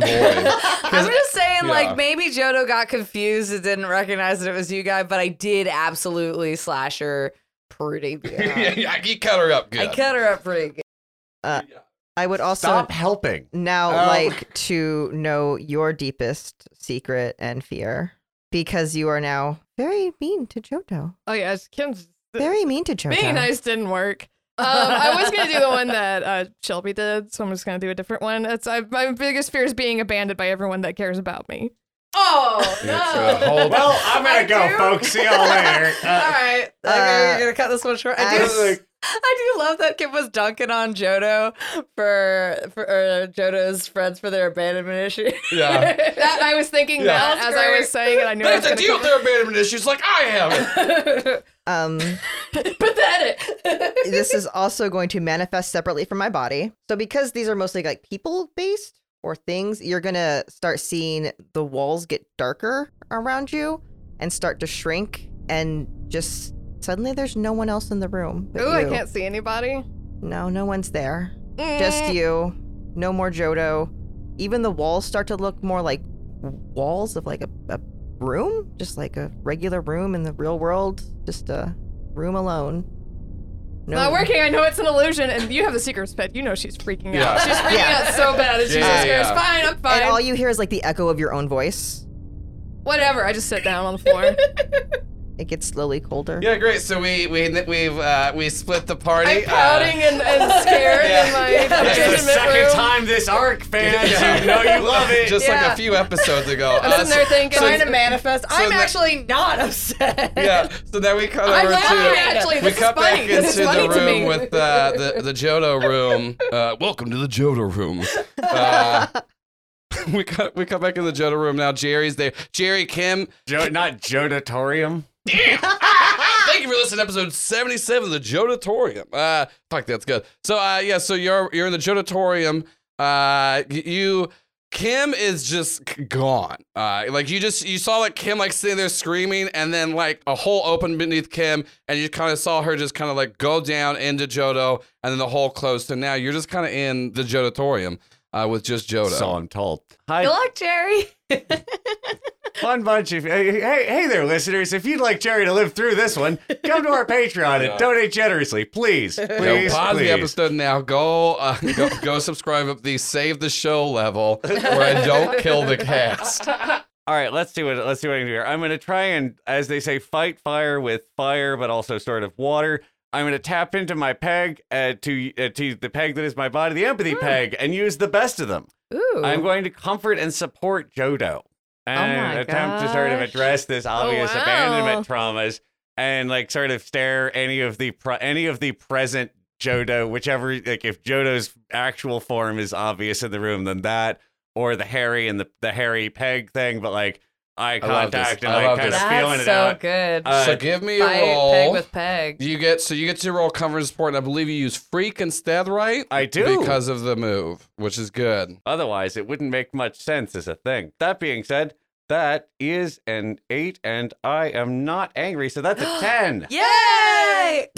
S2: Void.
S8: I'm just saying,
S2: yeah.
S8: like, maybe Jodo got confused and didn't recognize that it was you guys, but I did absolutely slash her pretty good.
S2: yeah, yeah, you cut her up good.
S8: I cut her up pretty good.
S4: I would also
S5: Stop helping.
S4: now
S5: Oh.
S4: like to know your deepest secret and fear because you are now very mean to Jodo.
S3: Oh yeah, it's Kim's
S4: Very mean to Jodo.
S3: being nice didn't work. Um, I was gonna do the one that uh, Shelby did, so I'm just gonna do a different one. It's I, my biggest fear is being abandoned by everyone that cares about me.
S8: Oh, no.
S5: Well, I'm gonna
S8: I
S5: go,
S8: do.
S5: folks. See y'all later.
S8: All
S5: Uh,
S8: right. Okay,
S4: Uh,
S8: we're gonna cut this one short. I
S4: as-
S8: do, I do love that Kim was dunking on Jodo for for uh, Jodo's friends for their abandonment issue.
S2: Yeah.
S3: That I was thinking that
S8: That's
S3: as I
S8: great.
S3: was saying it, I knew
S2: They
S3: I
S2: have
S3: was
S2: to
S3: gonna
S2: deal with their abandonment issues like I have.
S4: Um
S8: Pathetic.
S4: this is also going to manifest separately from my body. So because these are mostly like people based or things, you're going to start seeing the walls get darker around you and start to shrink and just suddenly there's no one else in the room. but
S3: Ooh, I
S4: you.
S3: can't see anybody.
S4: No, no one's there.
S8: Eh.
S4: Just you. No more Jodo. Even the walls start to look more like walls of like a, a room, just like a regular room in the real world, just a room alone. No,
S3: Not working. I know it's an illusion, and you have the secret pet. You know she's freaking
S2: Yeah.
S3: out. She's freaking
S4: Yeah.
S3: out so bad. And she's
S2: Yeah,
S3: just
S2: yeah,
S3: goes,
S2: yeah.
S3: fine, I'm
S4: And all
S3: fine.
S4: you hear is like the echo of your own voice.
S3: Whatever. I just sit down on the floor.
S4: It gets slowly colder.
S2: Yeah, great. So we we we've uh, we split the party.
S3: I'm pouting and, and scared in my
S5: That's the
S3: legitimate
S5: second
S3: room.
S5: time this arc, fans.
S2: Yeah.
S5: You know you love it.
S2: Just like
S3: Yeah.
S2: a few episodes ago.
S3: I'm sitting there thinking,
S8: Trying
S3: I'm
S8: to manifest. I'm
S2: that-
S8: actually not upset.
S2: yeah. So then we cut
S3: I'm
S2: over
S3: laughing,
S2: to
S3: actually.
S2: we
S3: This is
S2: cut
S3: funny.
S2: back
S3: This is
S2: into the
S3: funny to
S2: room
S3: me.
S2: with uh, the the Jodo room. Uh, welcome to the Jodo room. Uh, we cut we cut back in the Jodo room now. Jerry's there. Jerry Kim.
S5: Jo- not Jodatorium.
S2: Thank you for listening to episode 77 of the Jodatorium. Uh fuck that's good. So uh yeah, so you're you're in the Jodatorium. Uh y- you Kim is just c- gone. Uh like you just you saw like Kim like sitting there screaming and then like a hole opened beneath Kim and you kind of saw her just kind of like go down into Jodo and then the hole closed. So now you're just kind of in the Jodatorium uh with just Jodo.
S5: So I'm told. Hi,
S8: Good luck, Jerry.
S5: fun bunch of hey, hey hey there, listeners. If you'd like Jerry to live through this one, come to our Patreon
S2: Yeah.
S5: and donate generously, please, please,
S2: Go pause
S5: please.
S2: the episode now. Go, uh, go go subscribe at the save the show level where I don't kill the cast.
S5: All right, let's see what let's see what I can do here. I'm gonna try and, as they say, fight fire with fire, but also sort of water. I'm gonna tap into my peg uh, to uh, to the peg that is my body, the empathy peg, and use the best of them.
S8: Ooh. Oh
S5: I'm going to comfort and support Jodo and
S8: my
S5: attempt to sort of
S8: gosh. Oh,
S5: address this obvious
S3: wow.
S5: abandonment traumas and like sort of stare any of the pre- any of the present Jodo, whichever like if Jodo's actual form is obvious in the room, then that or the Harry and the the Harry Peg thing, but like eye
S2: I love this.
S5: contact and
S2: I
S5: like
S2: love
S5: kind
S2: this.
S5: of feeling
S8: That's
S5: it
S8: so
S5: out.
S8: good.
S5: Uh,
S2: so give me
S8: Fight
S2: a roll.
S8: peg with peg.
S2: you get so you get to roll comfort and support, and I believe you use freak instead, right?
S5: I do.
S2: because of the move, which is good.
S5: Otherwise, it wouldn't make much sense as a thing. That being said, that is an eight, and I am not angry, so that's a ten.
S8: Yay!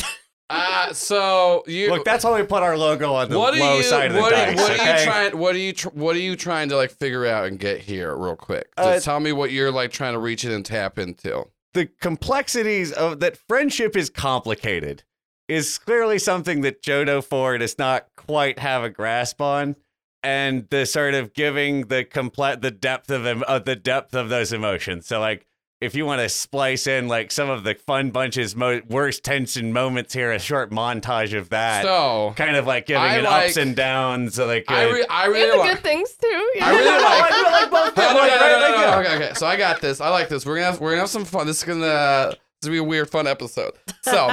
S2: Uh, so you
S5: Look, that's why we put our logo on the
S2: what are
S5: low
S2: you
S5: side of the
S2: what, are-
S5: dice.
S2: what are
S5: okay?
S2: you trying what are you tr- what are you trying to like figure out and get here real quick?
S5: Uh,
S2: Just tell me what you're like trying to reach in and tap into.
S5: the complexities of that friendship is complicated is clearly something that Jodo Ford does not quite have a grasp on. And the sort of giving the complete the depth of em- of the depth of those emotions. So like if you want to splice in like some of the fun bunches mo- worst tension moments here, a short montage of that,
S2: So
S5: kind of like giving
S2: I
S5: it ups
S2: like-
S5: and downs. So like
S2: I,
S5: uh,
S2: re- I
S3: You
S2: really
S3: have the
S2: like-
S3: good things too. Yeah.
S2: I really like
S5: I like both
S2: No,
S5: of
S2: no,
S5: them,
S2: no,
S5: like,
S2: no,
S5: right,
S2: no,
S5: like,
S2: no,
S5: yeah.
S2: no. Okay, okay. So I got this. I like this. We're gonna have, we're gonna have some fun. This is gonna this is gonna be a weird fun episode. So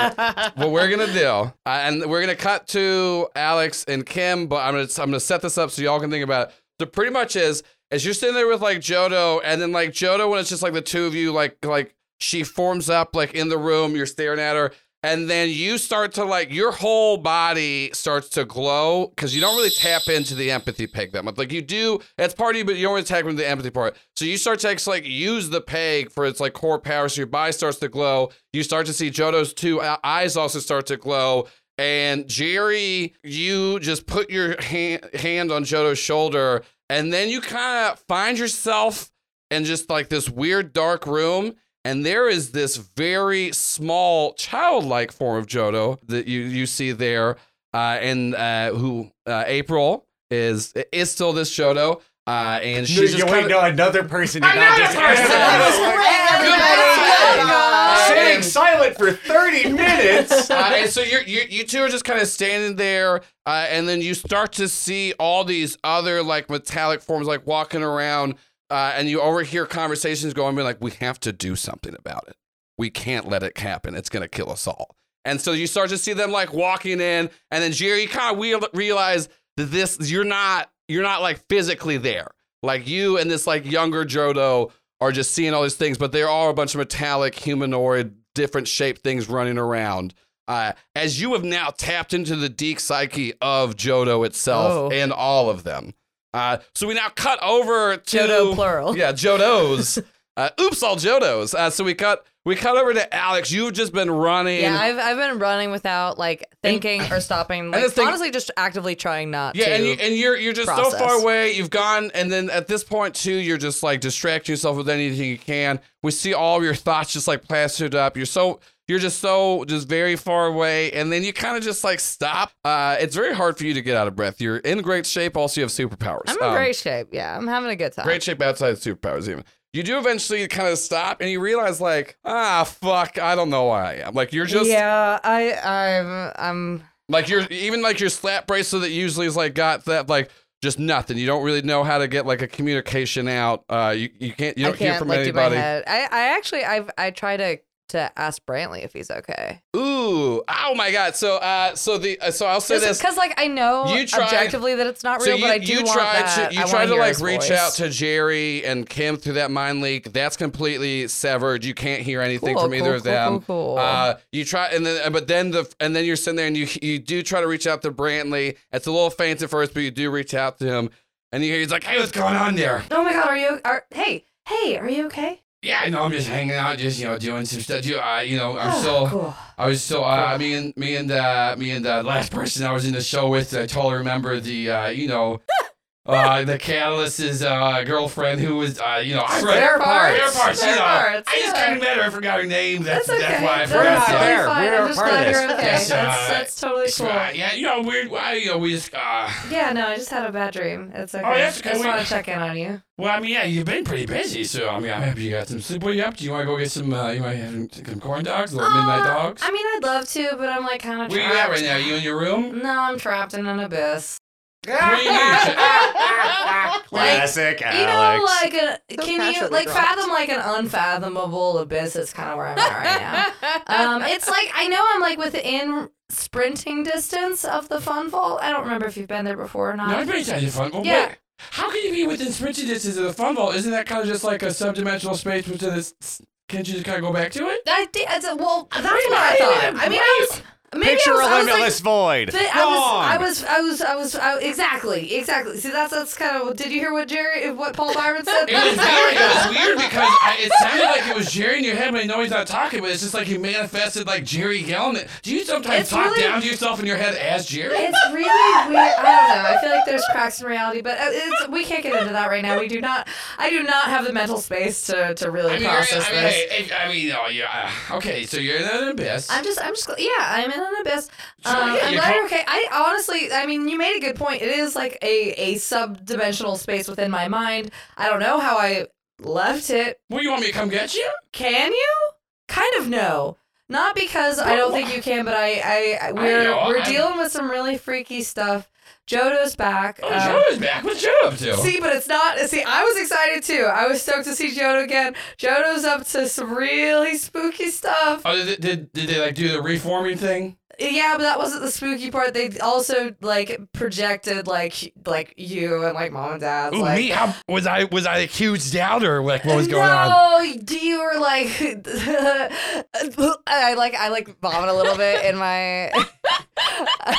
S2: what we're gonna do, uh, and we're gonna cut to Alex and Kim, but I'm gonna I'm gonna set this up so y'all can think about it. So pretty much is as you're sitting there with like Jodo, and then like Jodo when it's just like the two of you, like like she forms up like in the room, you're staring at her. And then you start to like your whole body starts to glow because you don't really tap into the empathy peg that much. Like you do, it's part of you, but you don't really tap into the empathy part. So you start to actually, like use the peg for its like core power. So your body starts to glow. You start to see Jodo's two e- eyes also start to glow. And Jerry, you just put your hand, hand on Jodo's shoulder, and then you kind of find yourself in just like this weird dark room. And there is this very small, childlike form of Jodo that you, you see there, uh, and uh, who uh, April is is still this Jodo, uh, and
S5: You,
S2: she's
S5: you
S2: just
S5: wait,
S2: kinda-
S5: no, another person. Did not
S2: Another
S5: just
S2: person!
S5: Everybody-
S2: Uh,
S5: Sitting
S2: and-
S5: silent for 30 minutes.
S2: uh, and so you're, you you two are just kind of standing there, uh, and then you start to see all these other like metallic forms like walking around, uh, and you overhear conversations going, being like, "We have to do something about it. We can't let it happen. It's gonna kill us all." And so you start to see them like walking in, and then Jerry, you kind of wheel- realize that this you're not you're not like physically there. Like you and this like younger Jodo are just seeing all these things, but there are a bunch of metallic humanoid, different shaped things running around. Uh, as you have now tapped into the deep psyche of Jodo itself
S8: Oh.
S2: and all of them. Uh, so we now cut over to
S8: Jodo plural.
S2: yeah, Jodos. Uh, oops, all Jodos. Uh, so we cut we cut over to Alex. You've just been running.
S8: Yeah, I've, I've been running without like thinking or stopping.
S2: the
S8: Like,
S2: thing-
S8: honestly, just actively trying not
S2: Yeah,
S8: to.
S2: and you and you're you're just so far
S8: process.
S2: away. You've gone, and then at this point too, you're just like distracting yourself with anything you can. We see all of your thoughts just like plastered up. You're so you're just so just very far away, and then you kind of just like stop. Uh, it's very hard for you to get out of breath. You're in great shape. Also, you have superpowers.
S8: I'm in
S2: Um,
S8: great shape. Yeah, I'm having a good time.
S2: Great shape outside of superpowers, even. You do eventually kind of stop and you realize, like, ah, fuck, I don't know why I am. Like, you're just,
S8: yeah, I I'm I'm
S2: like, you're, even like your slap bracelet that usually is like got that, like, just nothing. You don't really know how to get like a communication out. Uh, you, you can't, you
S8: I
S2: don't hear
S8: can't
S2: from
S8: like do
S2: anybody.
S8: my head. I I actually I've I try to to ask Brantley if he's okay.
S2: Ooh, oh my God. So, uh, so the, uh, so I'll say this.
S8: Because like I know
S2: You tried-
S8: objectively that it's not real, but I do want
S2: tried
S8: that.
S2: to you
S8: I
S2: tried
S8: wanna
S2: to
S8: hear
S2: like
S8: his
S2: reach
S8: voice.
S2: out to Jerry and Kim through that mind leak. That's completely severed. You can't hear anything
S8: Cool,
S2: from either
S8: cool,
S2: of
S8: cool,
S2: them.
S8: cool, cool.
S2: Uh, you try and then but then the and then you're sitting there and you you do try to reach out to Brantley. It's a little faint at first, but you do reach out to him. And you hear he's like, "Hey, what's going on there?"
S7: Oh my god, are you? Are hey, hey, are you okay?
S2: Yeah, I know. I'm just hanging out, just you know, doing some stuff. You, uh, you know, I'm
S7: Oh,
S2: still,
S7: cool.
S2: I was still, uh, me and me and uh, me and the last person I was in the show with. I totally remember the, uh, you know, uh, the catalyst's uh, girlfriend who was, uh, you know, I
S8: Spare parts.
S2: Spare parts. you
S8: Spare
S2: know,
S8: parts,
S2: I just
S8: yeah.
S2: kind of met her. I forgot her name. That's that's,
S6: okay.
S2: why I
S6: That's
S5: We're
S2: forgot.
S5: not
S2: that.
S6: fine.
S5: there.
S6: Fine,
S5: We're
S6: I'm
S5: a
S6: just
S5: part of
S6: glad
S5: this.
S6: you're okay.
S2: Yes,
S6: that's,
S2: uh,
S6: that's totally
S2: It's
S6: cool.
S2: fine. Yeah, you know, weird. Why you know we just. Uh,
S6: Yeah, no, I just had a bad dream. It's
S9: Oh,
S6: okay.
S2: that's okay.
S6: I just
S2: We-
S6: want to check in on you.
S2: well, I mean, yeah, you've been pretty busy, so I mean, I'm happy you got some sleep. What are you up to? You want to go get some? Uh, you want to have some corn dogs, little midnight
S6: Uh,
S2: dogs?
S6: I mean, I'd love to, but I'm like kind of
S2: Where
S6: trapped.
S2: you at right now? You in your room?
S6: No, I'm trapped in an abyss.
S2: What do you mean?
S5: Classic
S6: You know,
S5: Alex.
S6: like a can you
S4: naturally
S6: like
S4: dropped.
S6: fathom like an unfathomable abyss is kind of where I'm at right now. um, it's like I know I'm like within sprinting distance of the fun vault. I don't remember if you've been there before or not.
S2: Not very tiny fun. Well,
S6: Yeah.
S2: wait. How can you be within sprinting distance of the fun vault? Isn't that kind of just like a subdimensional space within this? Can't you just kind of go back to it?
S6: I think it's a, well, that's
S2: Wait,
S6: what I
S2: wait,
S6: thought.
S2: wait,
S6: I mean, I was maybe
S5: Picture
S6: I
S5: a
S6: was, I was, like,
S5: limitless void.
S6: But I
S5: Wrong.
S6: was, I was, I was, I was, I, exactly, exactly. See, that's that's kind of. Did you hear what Jerry, what Paul Byron said?
S2: It was weird. It was weird because I, it sounded like it was Jerry in your head, but I know he's not talking. But it's just like he manifested like Jerry yelling. At, do you sometimes
S6: It's
S2: talk
S6: really-
S2: down to yourself in your head as Jerry?
S6: It's really weird. I don't know. I feel like there's cracks in reality, but uh, it's, we can't get into that right now. We do not. I do not have the mental space to to really
S2: I mean, you're-
S6: process
S2: I mean,
S6: this.
S2: hey, I mean, oh, yeah. Okay, so you're in an abyss.
S6: I'm just, I'm just, yeah, I'm in an abyss. Um,
S2: yeah,
S6: I'm
S2: you
S6: glad
S2: call-
S6: you're okay. I honestly, I mean, you made a good point. It is like a, a subdimensional space within my mind. I don't know how I left it.
S2: well, you want me to come get you?
S6: Can you? Kind of no. Not because I don't think you can, but I, I, I we're,
S2: know,
S6: we're
S2: I'm-
S6: dealing with some really freaky stuff. Jodo's back.
S2: Oh,
S6: um,
S2: Joe's back. What's Joe up to?
S6: See, but it's not. See, I was excited too. I was stoked to see Jodo again. Jodo's up to some really spooky stuff.
S2: oh, did, did did they like do the reforming thing?
S6: Yeah, but that wasn't the spooky part. They also like projected like like you and like mom and dad.
S2: Ooh,
S6: like,
S2: me? How was I? Was I a huge doubter? Like, what was
S6: no,
S2: going on?
S6: do you were like
S8: I like I like vomit a little bit in my.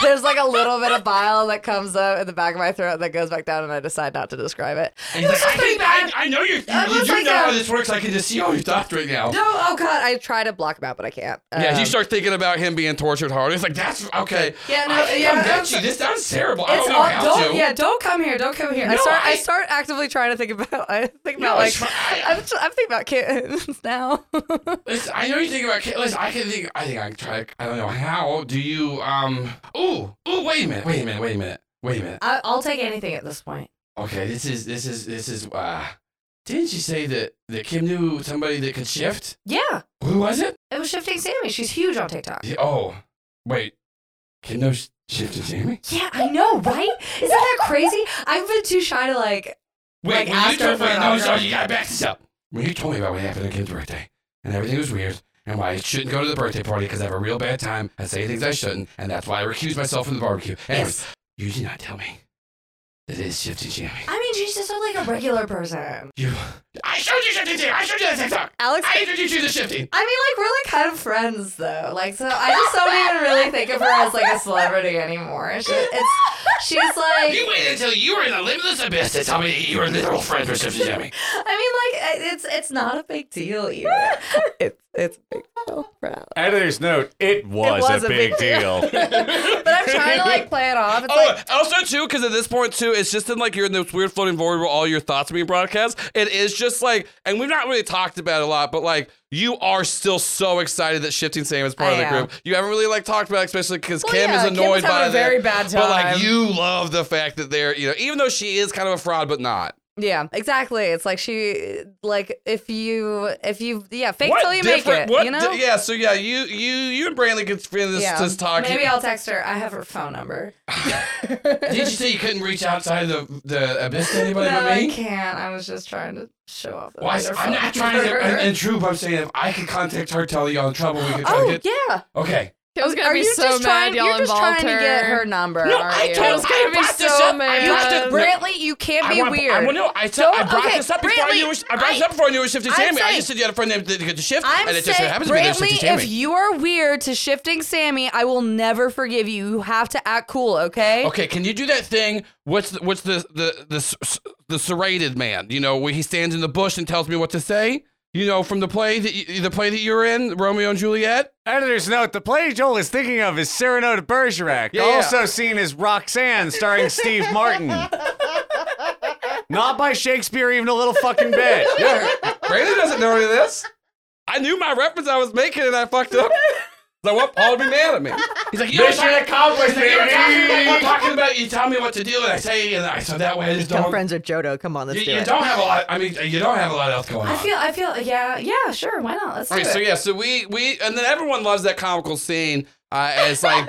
S8: There's like a little bit of bile that comes up in the back of my throat that goes back down, and I decide not to describe it.
S2: And he's like, I, think, I, I know you. You,
S6: It was
S2: do
S6: like
S2: know
S6: a-
S2: how this works. I can just see all your thoughts right now.
S6: no. Oh god, I
S8: I try to block him out, but I can't.
S2: Yeah, you
S8: Um,
S2: start thinking about him being tortured hard. It's like that's okay.
S6: Yeah, no,
S2: I think
S6: yeah,
S2: I bet
S6: that's-
S2: you. This sounds terrible. I
S6: it's
S2: don't know
S6: all-
S2: how
S6: don't
S2: to.
S6: yeah don't come here don't come here.
S8: I
S6: I
S8: start. I,
S2: I-
S8: start actively trying to think about. I think
S2: No,
S8: about like.
S2: it's fine.
S8: I'm, tr- I'm thinking about kittens now.
S2: Listen, I know you think about. Listen, I can think. I think I can try. I don't know how. Do you? Um. Ooh. Ooh. Wait a minute. Wait a minute. Wait a minute. Wait a minute.
S6: I, I'll take anything at this point.
S2: Okay. This is. This is. This is. Uh. Didn't you say that that Kim knew somebody that could shift?
S6: Yeah,
S2: Who was it?
S6: it was shifting Sammy. She's huge on TikTok.
S2: Yeah, Oh, wait. Can those shift to Jamie?
S6: Yeah, I know, right? Isn't that crazy? I've been too shy to like. Like,
S2: Wait, when you
S6: ask her
S2: told
S6: for
S2: me,
S6: an
S2: no,
S6: autograph.
S2: sorry, you gotta back this up. When you told me about what happened on Kim's birthday, and everything was weird, and why I shouldn't go to the birthday party because I have a real bad time and say things I shouldn't, and that's why I recused myself from the barbecue. Anyways, you did not tell me It is Shifty Jimmy.
S7: I mean, she's just like a regular person.
S2: You. I showed you Shifty Jimmy. I showed you the TikTok.
S8: Alex,
S2: I introduced you to Shifty.
S8: I mean, like we're like kind of friends though. Like, so I just don't even really think of her as like a celebrity anymore. She, it's she's like
S2: You waited until you were in the limitless abyss to tell me that you were literal friends with Shifty Jimmy.
S8: I mean, like it's it's not a big deal even. It's it's a big deal for Alex.
S5: Editor's note: It was,
S8: was
S5: a,
S8: a
S5: big,
S8: big
S5: deal.
S8: But I'm trying to like play it off. It's
S2: Oh,
S8: like
S2: also too, because at this point too, it's just in like you're in this weird floating void where all your thoughts are being broadcast. It is just like, and we've not really talked about it a lot, but like you are still so excited that Shifting Sam is part
S8: I
S2: of the
S8: am.
S2: group. You haven't really like talked about, it, especially because
S8: Well,
S2: Kim
S8: yeah,
S2: is
S8: Kim was
S2: annoyed
S8: having
S2: by
S8: a
S2: that.
S8: very bad
S2: But like
S8: time.
S2: you love the fact that they're you know even though she is kind of a fraud, but not.
S8: yeah, exactly. It's like she like if you if you yeah fake till you make
S2: different-
S8: it.
S2: what
S8: you know.
S2: di- yeah. So yeah, you you you and Brantley could spend this,
S8: Yeah.
S2: this talk.
S7: Maybe I'll text her. I have her phone number.
S2: Did you say you couldn't reach outside the the abyss to anybody
S8: no,
S2: but me?
S8: I can't. I was just trying to show off. that
S2: Well, I,
S8: they're
S2: am not
S8: friends.
S2: trying to uh, in- intrude, but I'm saying if I could contact her, tell you all the trouble we could try to
S8: Oh
S2: get.
S8: yeah.
S2: Okay.
S3: Kim's gonna
S8: Are
S3: be
S8: you
S3: so
S8: just
S3: mad
S8: trying?
S3: y'all
S8: You're just
S3: involved
S8: trying to get her
S3: her.
S8: number.
S2: No,
S8: are
S2: I
S8: you?
S2: told-
S3: Kim's gonna
S2: I
S3: be
S2: brought this
S3: so
S2: up. I brought
S3: mad.
S2: this- Brit-
S8: Brantley, you can't be
S2: wanna-
S8: weird.
S2: I, well, no, I, said,
S8: Don't-
S2: I brought
S8: okay,
S2: this up before
S8: Brantley,
S2: you were. I brought this
S8: I-
S2: up before you were shifting
S8: I'm
S2: Sammy. I
S8: saying-
S2: just said you had a friend named that could shift,
S8: I'm
S2: and it just so
S8: saying,
S2: happens to be named
S8: Brantley,
S2: shifting
S8: if
S2: Sammy.
S8: you are weird to shifting Sammy, I will never forgive you. You have to act cool, okay?
S2: Okay, can you do that thing? What's the, what's the the the s- s- the serrated man? You know, where he stands in the bush and tells me what to say. You know, from the play that you, the play that you're in, Romeo and Juliet.
S5: Editor's note: The play Joel is thinking of is Cyrano de Bergerac,
S2: Yeah, yeah.
S5: also seen as Roxanne, starring Steve Martin. Not by Shakespeare, even a little fucking bit.
S2: Brandon doesn't know any of this. I knew my reference I was making and I fucked up. So what? Paul would be mad at me. He's like, you were talking,
S5: accomplished,
S2: you talking about you tell me what to do and I say and I so that way I just
S4: Become
S2: don't.
S4: friends with Jodo. Come on, let's
S2: Um, you,
S4: do
S2: you
S4: it.
S2: don't have a lot. I mean, you don't have a lot else going
S7: I
S2: on.
S7: feel. I feel. Yeah. Yeah. Sure. Why not? Let's do
S2: Okay, so
S7: it.
S2: yeah, so we we and then everyone loves that comical scene uh, as like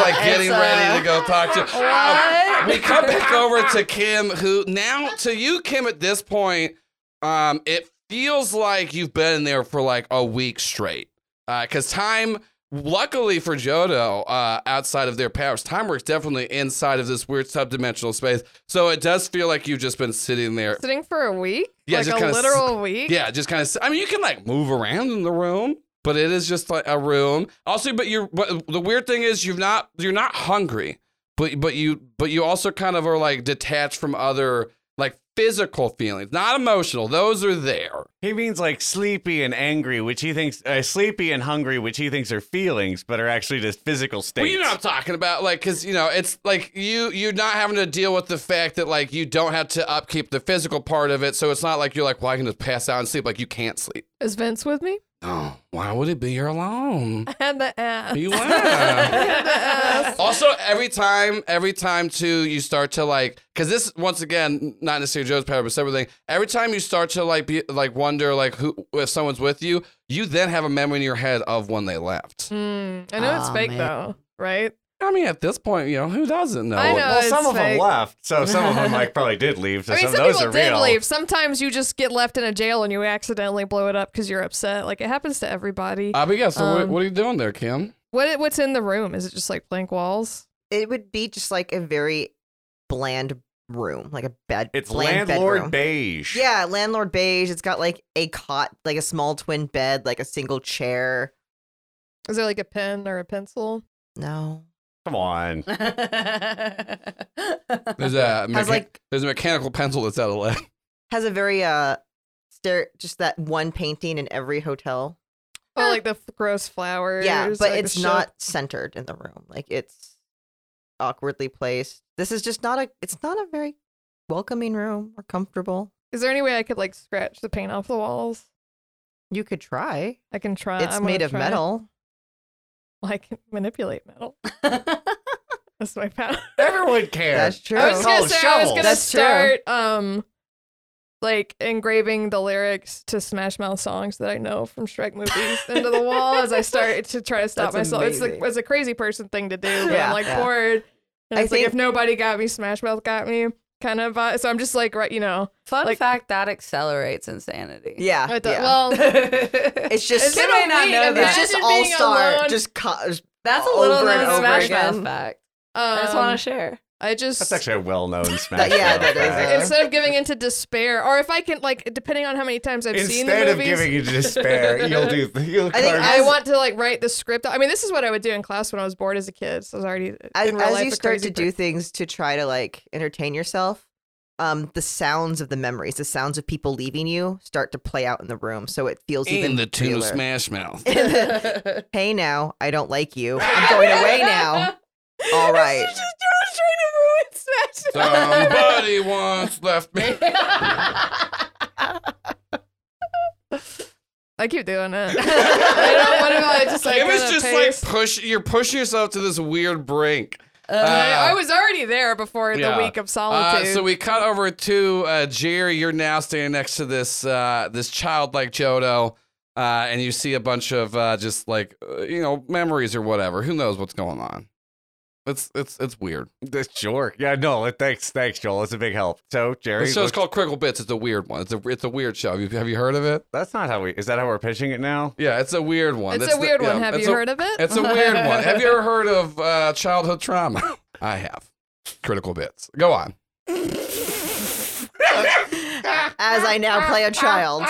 S2: like getting
S8: It's, uh,
S2: ready to go talk to. Um, we come back over to Kim, who now to you, Kim. At this point, um, it feels like you've been in there for like a week straight, because time. Luckily for Jodo, uh, outside of their powers, time works definitely inside of this weird subdimensional space. So it does feel like you've just been sitting there
S3: Sitting for a week?
S2: Yeah,
S3: like
S2: just
S3: a
S2: kinda s-
S3: literal week?
S2: yeah, just kind of. I mean, you can like move around in the room, but it is just like a room. Also, but you're. But the weird thing is, you've not. You're not hungry, but but you but you also kind of are like detached from other like physical feelings, not emotional. Those are there.
S5: He means like sleepy and angry, which he thinks uh, sleepy and hungry, which he thinks are feelings, but are actually just physical states.
S2: Well, you know what I'm talking about, like, because you know, it's like you you're not having to deal with the fact that like you don't have to upkeep the physical part of it, so it's not like you're like, well, I can just pass out and sleep. Like, you can't sleep.
S3: Is Vince with me?
S2: Oh, why would it be? You're alone.
S3: And the ass.
S2: You are. also, every time, every time too, you start to like, because this once again, not necessarily Joe's power, but everything. Every time you start to like, be like, wonder like who if someone's with you, you then have a memory in your head of when they left.
S3: Mm, I know it's
S4: Aw,
S3: fake
S4: man.
S3: though, right?
S2: I mean, at this point, you know who doesn't know?
S3: I
S2: what-
S3: know
S5: Well,
S3: it's
S5: some of them
S3: fake.
S5: left, so some of them like probably did leave. So
S3: I mean,
S5: some,
S3: some
S5: of those
S3: people
S5: are
S3: did
S5: real.
S3: leave. Sometimes you just get left in a jail and you accidentally blow it up because you're upset. Like it happens to everybody.
S2: Uh, but yeah, so what,
S3: Um,
S2: what are you doing there, Kim?
S3: what what's in the room? Is it just like blank walls?
S4: It would be just like a very bland room, like a bed.
S5: It's
S4: bland
S5: landlord
S4: bedroom.
S5: beige.
S4: Yeah, landlord beige. It's got like a cot, like a small twin bed, like a single chair.
S3: Is there like a pen or a pencil?
S4: No,
S5: Come on.
S2: There's a mecha-
S4: has like
S2: there's a mechanical pencil that's out of leg.
S4: has a very uh, stare just that one painting in every hotel.
S3: Oh, like the f- gross flowers.
S4: Yeah, but
S3: like the
S4: it's
S3: shit.
S4: not centered in the room. Like it's awkwardly placed. This is just not a. It's not a very welcoming room or comfortable.
S3: Is there any way I could like scratch the paint off the walls?
S4: You could try.
S3: I can try.
S4: It's
S3: I'm gonna
S4: made of
S3: try.
S4: metal.
S3: I can manipulate metal. That's my power.
S5: Everyone cares.
S4: That's true.
S3: I was
S5: It's
S3: gonna
S5: called
S3: say I was gonna
S4: That's true.
S3: start um like engraving the lyrics to Smash Mouth songs that I know from Shrek movies into the wall as I start to try to stop
S4: That's
S3: myself. It's
S4: amazing.
S3: like it's a crazy person thing to do, but
S4: Yeah,
S3: I'm like
S4: yeah.
S3: bored. And
S4: I
S3: it's like
S4: think-
S3: if nobody got me, Smash Mouth got me. Kind of, uh, so I'm just like, right, you know,
S8: Fun
S3: Like-
S8: fact that accelerates insanity.
S4: Yeah.
S3: I thought,
S4: Ah, yeah.
S3: well,
S4: it's just.
S3: It's Kim may not know
S4: It's
S3: that.
S4: just
S3: Imagine
S4: all
S3: being
S4: star.
S3: alone.
S4: Just co-
S8: That's a little
S4: Over and
S8: known
S4: over
S8: Smash
S4: again.
S8: Mouth fact.
S3: um,
S8: I just want to share.
S3: I just
S5: That's actually a well-known smash.
S4: That- yeah,
S5: mouth
S4: that is,
S5: fact.
S4: uh,
S3: instead of giving into despair, or if I can like, depending on how many times I've seen the
S5: Instead
S3: movies,
S5: of giving you despair, you'll do. You'll
S4: I think
S5: carve-
S3: I
S4: As-
S3: want to like write the script. I mean, this is what I would do in class when I was bored as a kid. So I was already
S4: as,
S3: in real
S4: as
S3: life
S4: you
S3: a
S4: start
S3: crazy
S4: to do things to try to like entertain yourself um the sounds of the memories the sounds of people leaving you start to play out in the room so it feels even
S2: In the tune of
S4: realer.
S2: Smash Mouth.
S4: hey now i don't like you i'm going away now all right
S2: Somebody once left me.
S3: I keep doing it. I don't want to like just like.
S2: it was
S3: kinda
S2: just
S3: pace.
S2: like push. You're pushing yourself to this weird brink.
S3: I, I
S2: Uh,
S3: was already there before
S2: yeah.
S3: the week of
S2: Uh,
S3: solitude.
S2: so we cut over to uh, Jerry. You're now standing next to this uh, this childlike Jodo, uh, and you see a bunch of uh, just like uh, you know memories or whatever. Who knows what's going on? It's it's it's weird.
S5: This sure. Yeah, no. Thanks, thanks, Joel. It's a big help. So Jerry,
S2: The show's
S5: looks-
S2: called Crickle Bits. It's a weird one. It's a it's a weird show. Have you, have you heard of it?
S5: that's not how we. Is that how we're pitching it now?
S2: Yeah, it's a weird one.
S3: it's
S2: That's
S3: a weird
S2: the,
S3: one.
S2: yeah,
S3: Have
S2: it's
S3: you
S2: a-
S3: heard of it? Uh-huh.
S2: It's a weird one. Have you ever heard of uh, childhood trauma? I have. Critical Bits. Go on.
S4: as i now play a child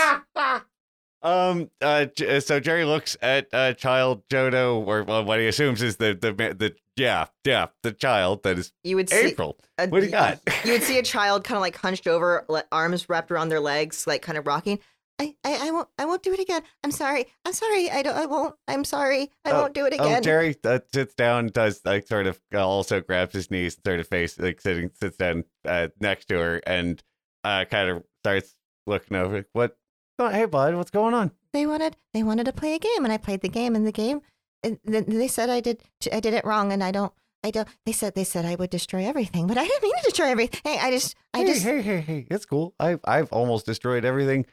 S5: Um. Uh. J- So Jerry looks at uh, child Jodo, or well, what he assumes is the the ma- the yeah yeah the child that is
S4: you would see
S5: April.
S4: a-
S5: What do you got?
S4: you would see a child kind of like hunched over like, arms wrapped around their legs like kind of rocking I, I, I won't I won't do it again. I'm sorry. I'm sorry. I don't I won't. I'm sorry. I
S5: Oh,
S4: won't do it
S5: Oh,
S4: again.
S5: Jerry uh, sits down, does like sort of uh, also grabs his knees, sort of face like sitting sits down uh, next to her, and uh, kind of starts looking over. What? Oh, hey, bud, what's going on?
S4: they wanted they wanted to play a game and I played the game and the game and th- they said I did I did it wrong and I don't I don't they said they said I would destroy everything but I didn't mean to destroy everything I just I
S5: hey,
S4: just
S5: hey, hey, hey, it's cool. I've I've almost destroyed everything.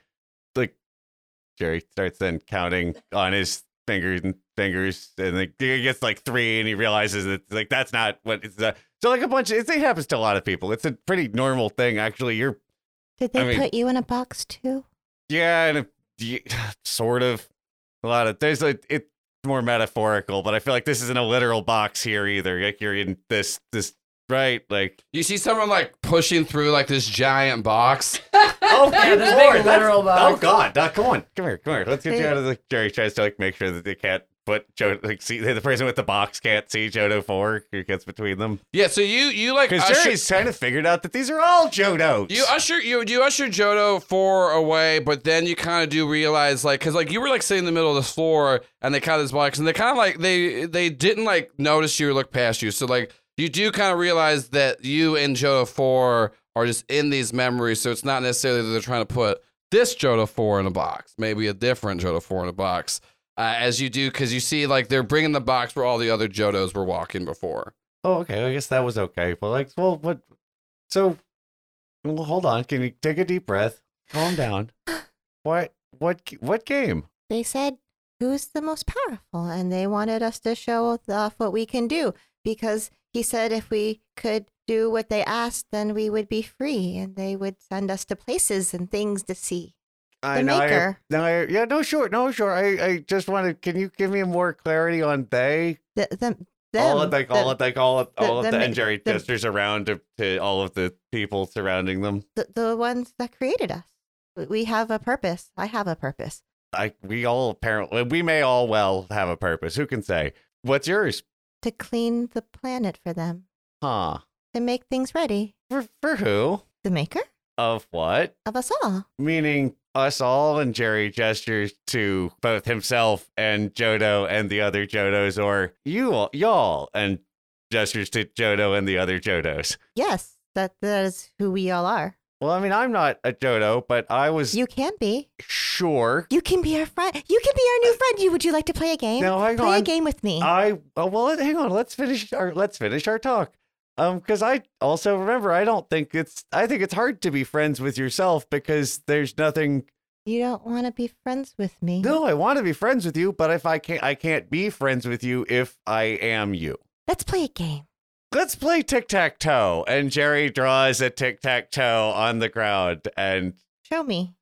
S5: Like Jerry starts then counting on his fingers and fingers, and like he gets like three, and he realizes that like that's not what it's. Uh, so like a bunch, of, it happens to a lot of people. It's a pretty normal thing, actually. You're
S4: did
S5: I
S4: they
S5: mean-
S4: put you in a box too
S5: yeah, and it- y- sort of a lot of there's like it's more metaphorical, but I feel like this isn't a literal box here either. Like you're in this this right like
S2: You see someone like pushing through like this giant box.
S5: Oh, good
S8: there's a
S5: lord,
S8: big
S5: that's-
S8: literal
S5: Oh
S8: box.
S5: god, Doc, come on, come here, come here. Let's get you
S4: Hey.
S5: out of the. Jerry tries to like make sure that they can't put Joe like see the person with the box can't see Jodo four who gets between them
S2: Yeah, so you you like
S5: because
S2: usher,
S5: Jerry's kind of figured out that these are all Jodos.
S2: you usher you you usher Jodo four away, but then you kind of do realize like because like you were like sitting in the middle of the floor and they caught this box and they kind of like they they didn't like notice you or look past you, so like you do kind of realize that you and Jodo four are just in these memories, so it's not necessarily that they're trying to put this Jodo four in a box, maybe a different Jodo four in a box. Uh, as you do, because you see, like they're bringing the box where all the other Jodos were walking before.
S5: oh, okay. I guess that was okay. But like, well, what? So, well, hold on. Can you take a deep breath? Calm down. what? What? What game?
S4: they said who's the most powerful and they wanted us to show off what we can do because he said if we could do what they asked then we would be free and they would send us to places and things to see
S5: I
S4: The
S5: know. I,
S4: maker.
S5: no, I, yeah, no, sure, no, sure. I, I just wanted. Can you give me more clarity on they?
S4: the, them,
S5: all of
S4: them,
S5: like all
S4: the-
S5: of like all of
S4: the-
S5: all of
S4: the
S5: the,
S4: ma-
S5: and Jerry
S4: the-
S5: gestures E around to, to all of the people surrounding them.
S4: the, the ones that created us. We- We have a purpose. I have a purpose.
S5: I we all apparently we may all well have a purpose. Who can say? What's yours?
S4: To clean the planet for them,
S5: Huh?
S4: to make things ready.
S5: For for who?
S4: The maker
S5: Of what?
S4: of us all.
S5: Meaning us all and Jerry gestures to both himself and Jodo and the other Jodos, or you all, y'all and gestures to Jodo and the other Jodos.
S4: Yes, that, that is who we all are.
S5: Well, I mean, I'm not a Jodo, but I was
S4: You can be.
S5: sure.
S4: You can be our friend. You can be our new friend. You would you like to play a game?
S5: Now, hang
S4: play
S5: on.
S4: a game with me.
S5: I oh, well, hang on. Let's finish our let's finish our talk. Um, because I also remember I don't think it's I think it's hard to be friends with yourself because there's nothing.
S4: you don't want to be friends with me.
S5: No, I want to be friends with you, but if I can't, I can't be friends with you if I am you.
S4: Let's play a game.
S5: Let's play tic tac toe. And Jerry draws a tic tac toe on the ground, and
S4: Show me.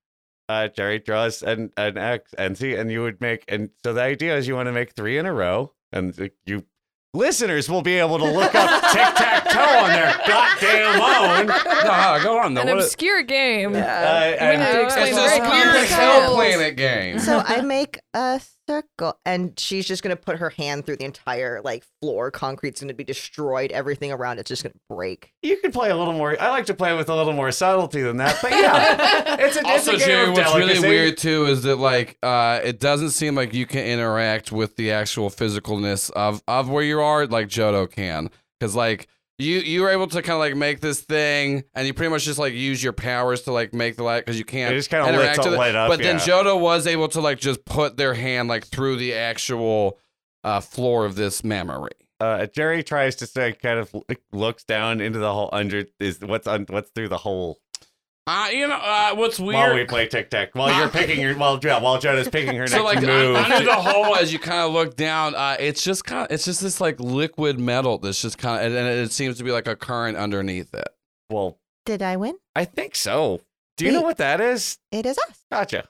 S5: uh, Jerry draws an an X, and see, and you would make, and so the idea is you want to make three in a row, and like, you listeners will be able to look up tic tac toe on their goddamn own.
S2: Nah, go on though.
S3: An
S2: What-
S3: obscure game.
S5: Uh,
S3: We need
S5: and-
S3: to
S2: it's
S3: explain
S2: this
S3: very
S2: weird
S3: complex
S2: hell
S3: rules.
S2: planet game.
S4: So I make a circle, and she's just gonna put her hand through the entire like floor. Concrete's gonna be destroyed. Everything around it's just gonna break.
S5: you can play a little more. I like to play with a little more subtlety than that, but yeah, it's a, it's
S2: also,
S5: a game
S2: Jerry,
S5: of
S2: what's really
S5: delicacy.
S2: weird too is that like uh, it doesn't seem like you can interact with the actual physicalness of of where you are, like Jodo can, because like you you were able to kind of like make this thing, and you pretty much just like use your powers to like make the light because you can't
S5: It just kinda lifts
S2: interact
S5: up-
S2: with it.
S5: light up,
S2: but then
S5: yeah.
S2: Jodo was able to like just put their hand like through the actual uh, floor of this memory.
S5: Uh, Jerry tries to say, kind of like, looks down into the hole under is what's on what's through the hole
S2: Uh, you know uh, what's weird?
S5: while we play tic tac. While you're picking your while yeah, while Jonah's picking her next
S2: so like
S5: move.
S2: uh, under the hole as you kind of look down uh, it's just kind of it's just this like liquid metal that's just kind of and, and it seems to be like a current underneath it
S5: well,
S4: Did I win?
S5: I think so. Do you know
S4: Wait.
S5: what that is?
S4: It is us.
S5: Gotcha.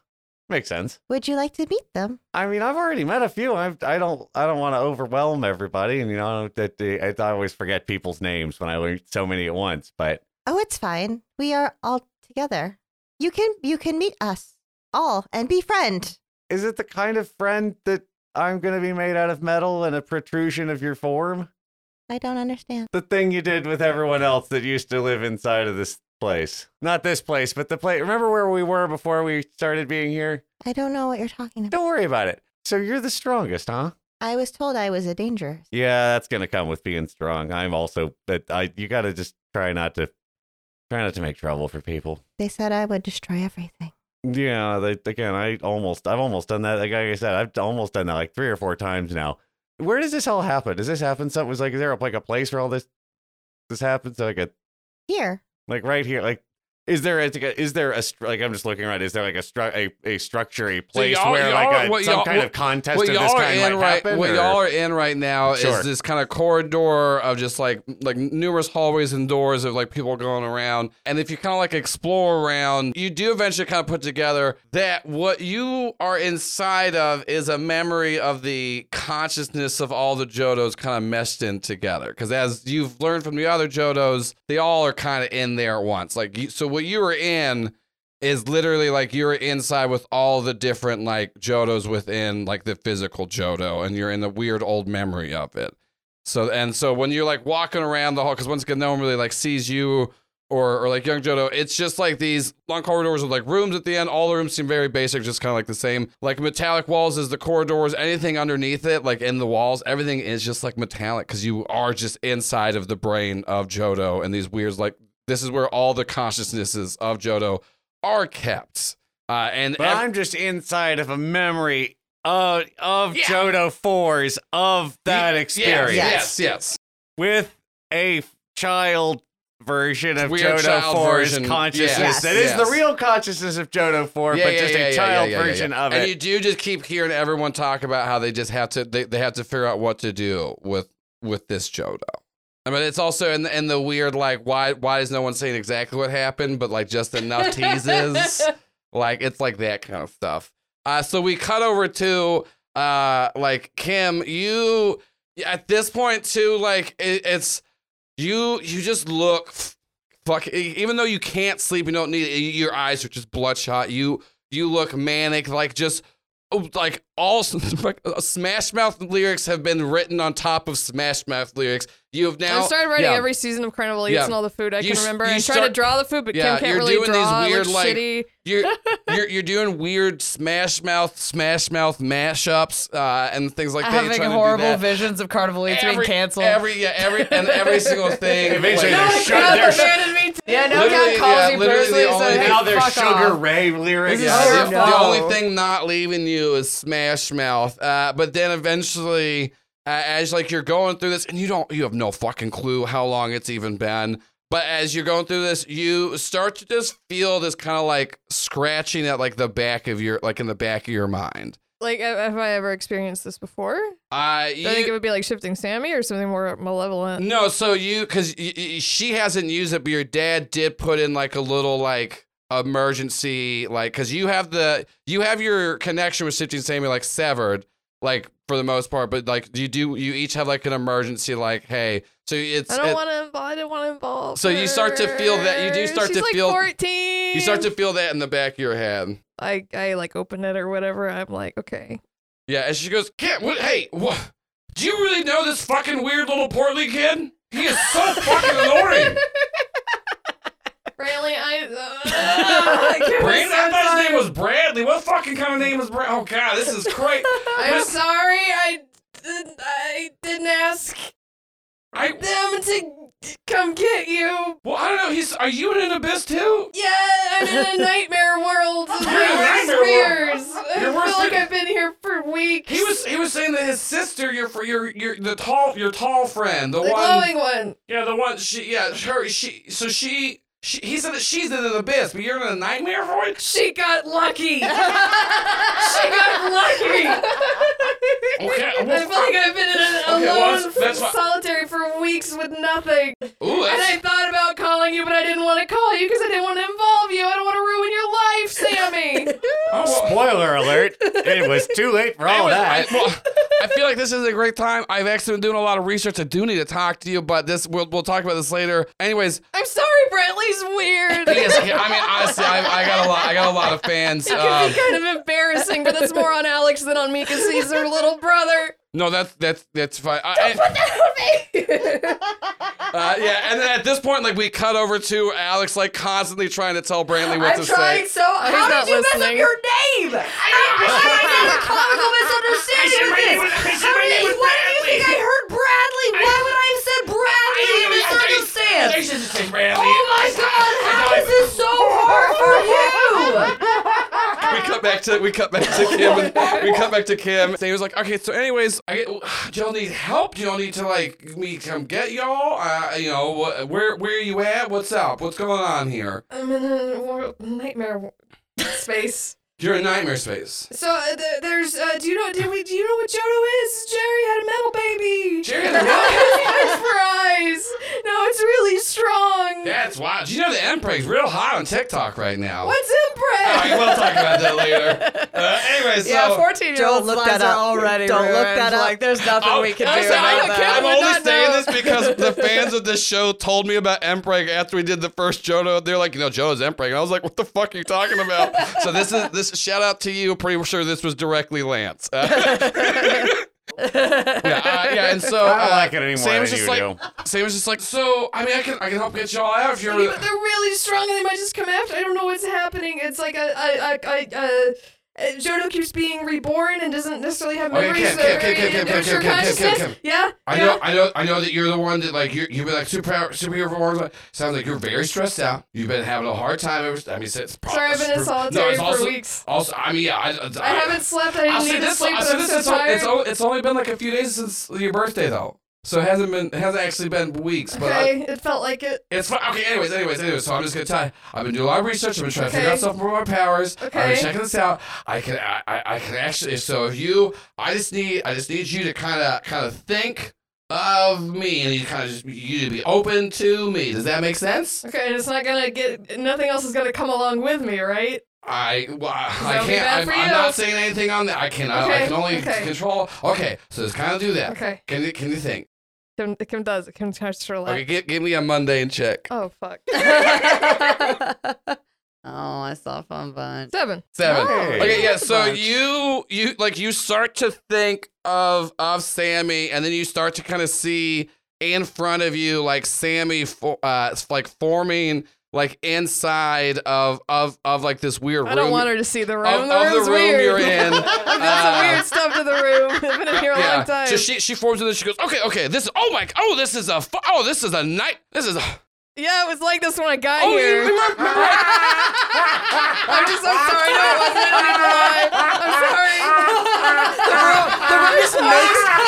S5: Makes sense.
S4: Would you like to meet them?
S5: I mean, I've already met a few. I I don't I don't want to overwhelm everybody, and you know that they, I, I always forget people's names when I learn so many at once. But
S4: Oh, it's fine. We are all together. You can you can meet us all and befriend.
S5: is it the kind of friend that I'm going to be made out of metal and a protrusion of your form?
S4: I don't understand.
S5: The thing you did with everyone else that used to live inside of this place. Not this place, but the place. Remember where we were before we started being here?
S4: I don't know what you're talking about.
S5: Don't worry about it. So you're the strongest, huh?
S4: I was told I was a danger.
S5: Yeah, that's going to come with being strong. I'm also but I you got to just try not to try not to make trouble for people.
S4: They said I would destroy everything.
S5: Yeah, they, again, I almost, I've almost done that. Like, I said, I've almost done that like three or four times now. Where does this all happen? Does this happen? Something was like, is there like a place where all this this happens? Like a
S4: Here,
S5: like right here, like is there a, is there a str- like I'm just looking around. Is there like a stru- a, a structure, a place
S2: y'all-
S5: where
S2: y'all-
S5: like a,
S2: what
S5: some
S2: y'all-
S5: kind
S2: what-
S5: of contest
S2: what
S5: of this
S2: y'all are
S5: kind might
S2: in right
S5: happen?
S2: what
S5: or-
S2: y'all are in right now
S5: Sure.
S2: is this kind of corridor of just like like numerous hallways and doors of like people going around and if you kind of like explore around you do eventually kind of put together that what you are inside of is a memory of the consciousness of all the jodos kind of meshed in together because as you've learned from the other jodos they all are kind of in there at once like you, so what you were in is literally like you're inside with all the different like Jodos within like the physical Jodo, and you're in the weird old memory of it. So and so when you're like walking around the hall, because once again no one really like sees you or or like young Jodo, it's just like these long corridors with like rooms at the end. All the rooms seem very basic, just kind of like the same. Like metallic walls is the corridors. Anything underneath it, like in the walls, everything is just like metallic because you are just inside of the brain of Jodo and these weirds like. This is where all the consciousnesses of Jodo are kept. Uh, and
S5: But
S2: ev-
S5: I'm just inside of a memory of of
S2: Yeah.
S5: Jodo fours of that
S2: Ye-
S5: experience.
S2: Yes, yes, yes.
S5: with a f- child version of
S2: Weird
S5: Jodo
S2: child
S5: 4's
S2: version.
S5: consciousness.
S2: Yes.
S5: That is
S2: Yes.
S5: the real consciousness of Jodo 4,
S2: Yeah,
S5: but
S2: yeah,
S5: just
S2: yeah,
S5: a
S2: yeah,
S5: child
S2: yeah, yeah, yeah.
S5: version of
S2: and
S5: it.
S2: you do just keep hearing everyone talk about how they just have to they, they have to figure out what to do with with this Jodo. I mean, it's also in the, in the weird like why why is no one saying exactly what happened, but like just enough teases. like it's like that kind of stuff. Uh, so we cut over to uh, like Kim. You at this point too, like it, it's you. You just look f- fuck. e- Even though you can't sleep, you don't need. it, y- Your eyes are just bloodshot. You you look manic, like just. oh, Like all like, uh, Smash Mouth lyrics have been written on top of Smash Mouth lyrics. You have now
S3: I started writing
S2: yeah.
S3: every season of Carnival Eats
S2: Yeah.
S3: and all the food I
S2: You
S3: can
S2: s-
S3: remember.
S2: you
S3: and tried to
S2: start-
S3: draw the food, but
S2: Yeah,
S3: Kim can't
S2: you're
S3: really
S2: doing these
S3: draw. it
S2: weird,
S3: looks
S2: like-
S3: shitty.
S2: you're you're you're doing weird smash mouth smash mouth mashups uh, and things like that. You're
S8: Having
S2: trying to do
S8: horrible
S2: that.
S8: visions of Carnival Eats being
S2: Every-
S8: canceled.
S2: Every yeah, every and every single thing.
S5: Eventually
S2: like-
S5: they're shut. They're sh-
S8: yeah, no
S2: Literally,
S8: God calls
S2: yeah,
S8: you
S2: literally the
S8: Bruce Lee, so
S2: only-
S8: hey,
S5: now there's
S8: fuck
S5: Sugar
S8: off.
S5: Ray lyrics.
S8: This is
S2: yeah,
S8: your
S2: the,
S8: fault.
S2: the only thing not leaving you is Smash Mouth. Uh, but then eventually, uh, as like you're going through this, and you don't, you have no fucking clue how long it's even been. But as you're going through this, you start to just feel this kind of like scratching at like the back of your, like in the back of your mind.
S3: Like, have have I ever experienced this before?
S2: Uh,
S3: I think
S2: you-
S3: it would be like shifting Sammy or something more malevolent.
S2: No, so you because y- y- she hasn't used it, but your dad did put in like a little like emergency like because you have the you have your connection with Shifting Sammy like severed like for the most part, but like you do, you each have like an emergency, like, hey, so it's.
S3: I don't
S2: it-
S3: want to involve. I don't want to involve.
S2: So you start to feel that- you do
S3: her.
S2: start
S3: She's
S2: to
S3: like
S2: feel-
S3: 14.
S2: you start to feel that in the back of your head.
S3: I I like open it or whatever. I'm like, okay.
S2: Yeah, and she goes, "Kid, what? Hey, what? Do you really know this fucking weird little portly kid? He is so fucking annoying.
S3: Really, I.
S2: Brand- I thought his name was Bradley. What fucking kind of name is Brad? Oh god, this is great.
S3: I'm sorry. I didn't, I didn't ask
S2: I
S3: them to come get you.
S2: well, I don't know. He's are you in an abyss too?
S3: Yeah, I'm in a nightmare world of
S2: You're in a
S3: worst
S2: nightmare world.
S3: fears.
S2: Your
S3: I
S2: worst
S3: feel like
S2: fear-
S3: I've been here for weeks.
S2: He was he was saying that his sister, your fr- your your the tall your tall friend, the,
S3: the
S2: one,
S3: glowing one.
S2: yeah, the one she yeah her she so she. She, he said that she's in an abyss, but you're in a nightmare void?
S3: She got lucky. she got lucky.
S2: Okay,
S3: I feel like I've been in a, alone,
S2: Okay, well, that's- that's fi-
S3: solitary for weeks with nothing.
S2: Ooh,
S3: And
S2: that's,
S3: I thought about calling you, but I didn't want to call you because I didn't want to involve you. I don't want to ruin your life, Sammy.
S2: oh, well,
S5: Spoiler alert! It was too late for all
S2: I,
S5: that.
S2: well, I feel like this is a great time. I've actually been doing a lot of research. I do need to talk to you, but this we'll, we'll talk about this later. Anyways,
S3: I'm sorry, Brantley's weird.
S2: yes, I mean honestly, I, I got a lot. I got a lot of fans. Um,
S3: Kind of embarrassing, but that's more on Alex than on me because he's her little brother.
S2: no, that's that's that's fine. I, I- uh, yeah, and then at this point, like we cut over to Alex, like constantly trying to tell Brantley what
S7: I'm
S2: to
S7: trying
S2: say.
S7: so. How
S3: not
S7: did you mess up
S3: listening.
S7: your name? I didn't realize there's a comical misunderstanding of this. How did you, why do you think I heard Bradley? Why would I have said Bradley in this circumstance? Oh my God! How is this so hard for you?
S2: We cut back to we cut back to Kim. And we cut back to Kim. And he was like, okay, so anyways, I get, do y'all need help? Do y'all need to like me come get y'all? Uh, you know, wh- where where you at? What's up? What's going on here?
S3: I'm in a world, nightmare wo- space.
S2: You're in nightmare space.
S3: So uh, th- there's, uh, do you know? Do we? Do you know what Jodo is? Jerry had a metal baby.
S2: Jerry had a metal-
S3: His fries. No, it's really strong.
S2: That's why. Do you know the Empress real hot on TikTok right now?
S3: What's
S2: All right,
S3: impressed?
S2: we'll talk about that later. Uh, anyway, so.
S8: yeah, 14 year
S4: Don't
S8: olds
S4: look
S8: lives
S4: that
S8: are
S4: up.
S8: already
S4: Don't look
S8: ruined.
S4: that up.
S8: Like there's nothing
S2: Oh,
S8: we can
S2: I'm
S8: do
S2: sorry,
S8: about
S3: okay,
S8: that.
S2: I'm
S3: would
S2: only
S3: not
S2: saying
S3: know.
S2: this because the fans of this show told me about Empreg after we did the first Jodo. They're like, you know, Jodo's Empreg. And I was like, what the fuck are you talking about? so this is this shout out to you. Pretty sure this was directly Lance. Uh, yeah, uh, yeah, and so
S5: I don't
S2: uh,
S5: like it anymore
S2: Sam was
S5: than
S2: just
S5: you
S2: like, Sam was just like, so I mean, I can I can help get y'all out if you're.
S3: But they're really strong, and they might just come after. I don't know what's happening. It's like a, a, a, a, a Jodo keeps being reborn and doesn't necessarily have
S2: Okay,
S3: memories.
S2: Oh, Kim,
S3: that
S2: Kim,
S3: are
S2: Kim, Kim,
S3: in-
S2: Kim,
S3: in
S2: Kim,
S3: your
S2: Kim, Kim,
S3: consciousness.
S2: Kim.
S3: Yeah.
S2: I
S3: yeah.
S2: know, I know, I know that you're the one that like you're, you be like super superhero performers. Sounds like you're very stressed out. You've been having a hard time ever. I mean, it's probably
S3: Sorry, I've been in solitary for
S2: also,
S3: weeks.
S2: Also, I mean, yeah, I, I,
S3: I haven't slept. I
S2: I'll
S3: didn't
S2: say
S3: need to
S2: this.
S3: sleep,
S2: I'll
S3: but
S2: say
S3: I'm
S2: this,
S3: so
S2: it's, o-
S3: tired.
S2: it's, o- it's only been like a few days since your birthday though, so it hasn't been it hasn't actually been weeks. But I-
S3: Okay, it felt like it.
S2: it's fine. Okay, anyways, anyways, anyways. So I'm just gonna tell you, I've been doing a lot of research. I've been trying to figure
S3: Okay.
S2: out something for my powers. I've
S3: Okay.
S2: been checking this out. I can, I, I, I can actually. So if you, I just need, I just need you to kind of, kind of think of me, and you kind of just, you to be open to me. Does that make sense?
S3: Okay, and it's not gonna get. Nothing else is gonna come along with me, right?
S2: I, well, I
S3: That
S2: I
S3: would be
S2: can't.
S3: bad
S2: I'm,
S3: for
S2: I'm
S3: you.
S2: not saying anything on that. I can, I- I
S3: Okay,
S2: can only
S3: okay.
S2: control. Okay, so just kind of do that.
S3: Okay.
S2: Can you, can you think?
S3: Kim, Kim does. Kim tries to relax.
S2: Okay, give, give me a mundane check.
S3: Oh fuck.
S8: oh, I saw fun bunch.
S3: Seven.
S2: Seven.
S3: Oh,
S5: Hey.
S2: Okay, yeah. So
S8: Bunch.
S2: you you like you start to think of of Sammy, and then you start to kind of see in front of you like Sammy for, uh it's like forming like inside of of of like this weird
S3: I
S2: room.
S3: don't want her to see the room.
S2: Of,
S3: the
S2: of
S3: room's
S2: the room
S3: weird.
S2: you're in.
S3: I've done
S2: Uh,
S3: some weird stuff to the room. I've been in here a long time.
S2: So she she forms and then she goes, okay, okay, this oh my oh this is a fu- oh this is a night this is a
S3: yeah, it was like this when I got
S2: oh you
S3: here.
S2: remember- remember-
S3: I'm just. I'm sorry. No, it wasn't meant to be dry. I'm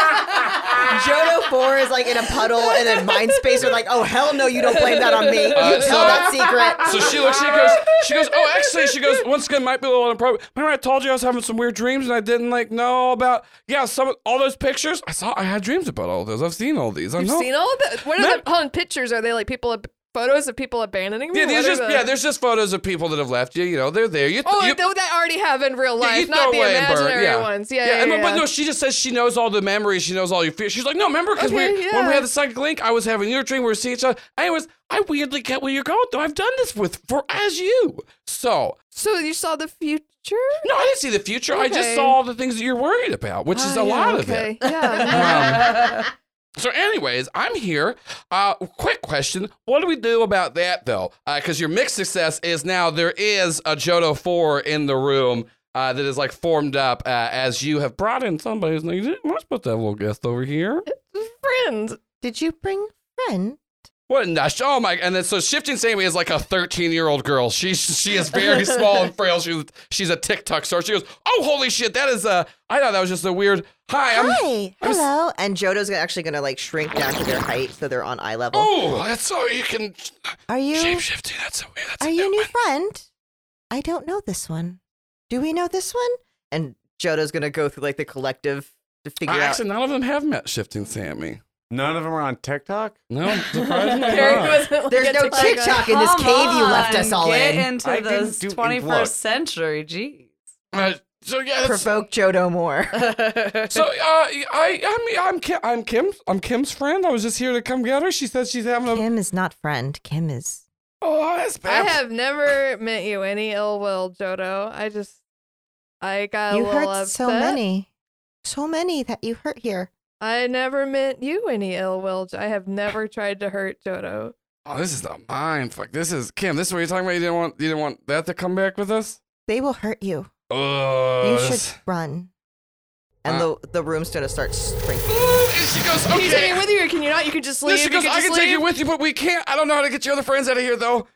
S3: sorry.
S4: Jodo 4 is like in a puddle and then mind space are like, oh hell no, you don't blame that on me. You
S2: Uh,
S4: tell
S2: so-
S4: that secret.
S2: So she looks, she goes, she goes, oh, actually, she goes, once again, might be a little inappropriate. Remember, I told you I was having some weird dreams and I didn't like know about, yeah, some all those pictures. I saw, I had dreams about all those. I've seen all these. I
S3: You've
S2: know.
S3: seen all of that. What are
S2: No.
S3: the hold on, pictures? Are they like people at photos of people abandoning me?
S2: Yeah,
S3: What
S2: there's
S3: are
S2: just
S3: the-
S2: yeah, there's just photos of people that have left you. You know, they're there. You,
S3: Oh,
S2: you,
S3: th- that already have in real
S2: yeah, you
S3: life, not the
S2: throw away and burn,
S3: imaginary
S2: yeah.
S3: ones. Yeah, yeah,
S2: and-
S3: yeah.
S2: But no, she just says she knows all the memories. She knows all your fears. She's like, no, remember because we
S3: Okay,
S2: when we
S3: yeah.
S2: had the psychic link, I was having your dream. We were seeing each other. I was I weirdly get where you're going though. I've done this with for as you. So
S3: So you saw the future?
S2: no, I didn't see the future. I just
S3: Okay. Ah,
S2: saw all the things that you're worried about, which is a lot of it.
S3: Oh, okay. Yeah.
S2: Um, so, anyways, I'm here. Uh, quick question: What do we do about that though? Because your mixed success is now there is a Jodo four in the room. Uh, that is like formed up uh, as you have brought in somebody who's like, we're supposed to have a little guest over here.
S3: Friends.
S4: Did you bring friend?
S2: What? in the sh- Oh my! And then so shifting Sammy is like a 13 year old girl. She's she is very small and frail. She's she's a TikTok star. She goes, oh holy shit, that is a. I thought that was just a weird. Hi, I'm.
S4: Hi, hello. Um, And Jodo's gonna- actually gonna like shrink down to their height so they're on eye level.
S2: Oh, that's so you can
S4: are you
S2: shape shifting. That's so weird. That's
S4: are
S2: a
S4: you
S2: new
S4: new
S2: one.
S4: friend? I don't know this one. Do we know this one? And Jodo's gonna go through like the collective to figure
S2: Uh,
S4: out.
S2: actually, none of them have met Shifting Sammy.
S5: None of them are on TikTok.
S2: No, surprisingly
S6: Eric
S2: not.
S6: wasn't like
S4: There's
S6: a
S4: no
S6: TikTok guy.
S4: TikTok in this
S8: Come
S4: cave you left
S8: on,
S4: us all
S8: get
S4: in.
S8: into
S5: I didn't
S8: this
S5: do- look.
S8: 21st century. Jeez.
S2: Uh, so yeah, that's,
S4: Provoke Jodo more.
S2: so uh, I I mean I'm Kim, I'm Kim I'm Kim's friend. I was just here to come get her. She said she's having a
S4: Kim is not friend. Kim is.
S2: oh that's
S3: I
S2: bad.
S3: have never meant you any ill will, Jodo. I just, I got a
S4: You
S3: little
S4: hurt
S3: upset.
S4: so many, so many that you hurt here.
S3: I never meant you any ill will. Jo- I have never tried to hurt Jodo.
S2: oh, this is not mine. Fuck, this is Kim. This is what you're talking about. You didn't want you didn't want that to come back with us.
S4: They will hurt you.
S5: Uh,
S2: Oh,
S4: You
S2: this-
S4: should run. And the the room's gonna start shrinking.
S2: Ooh, and she goes
S3: Can you take
S2: okay.
S3: it with you, or can you not? You can just
S2: No,
S3: leave.
S2: she
S3: you
S2: goes,
S3: can
S2: I
S3: just
S2: can take
S3: leave.
S2: you with you, but we can't. I don't know how to get your other friends out of here, though.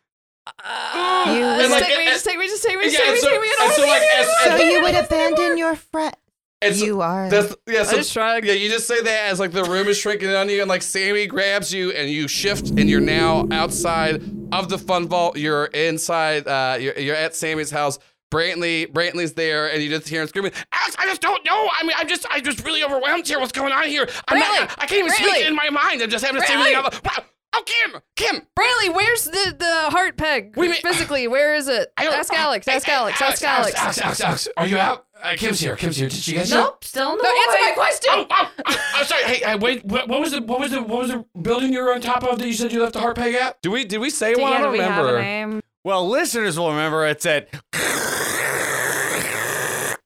S3: Uh,
S4: You
S3: just,
S4: would-
S2: like,
S3: take me,
S2: uh,
S3: just take me, just take me,
S2: yeah,
S3: just take me,
S2: and so-
S3: take me. I don't
S2: and so,
S3: wanna
S2: like,
S3: be
S2: as-
S3: here.
S4: So you would abandon your friend.
S2: And so-
S4: You are.
S2: That's yeah. So,
S3: I just tried.
S2: Yeah, you just say that as like the room is shrinking on you, and like Sammy grabs you, and you shift, and you're now outside of the fun vault. You're inside. Uh, you're, you're at Sammy's house. Brantley, Brantley's there, and you just hear him screaming, "Alex, I just don't know. I mean, I'm just, I'm just really overwhelmed here. What's going on here? I'm not, I can't even speak
S3: Brantley!
S2: in my mind. I'm just having to say everything out loud. Wow. Oh, Kim, Kim,
S3: Brantley, where's the, the heart peg?
S2: What do you mean?
S3: Physically, where is it?
S2: I don't,
S3: Ask Alex.
S2: Hey,
S3: Ask
S2: hey,
S3: Alex. Ask Alex.
S2: Alex, Alex, Alex, are you out? Uh, Kim's here. Kim's here. Did you guys? hear?
S7: Nope, still no.
S3: No, answer my
S7: way.
S3: question.
S2: Oh, oh, I, am sorry. Hey, I, wait. What, what was the what was the what was the building you were on top of that you said you left the heart peg at? Do we did we say one?
S8: Yeah,
S2: I
S8: do
S2: don't
S8: we have a
S2: remember.
S8: name?
S5: Well, listeners will remember it's at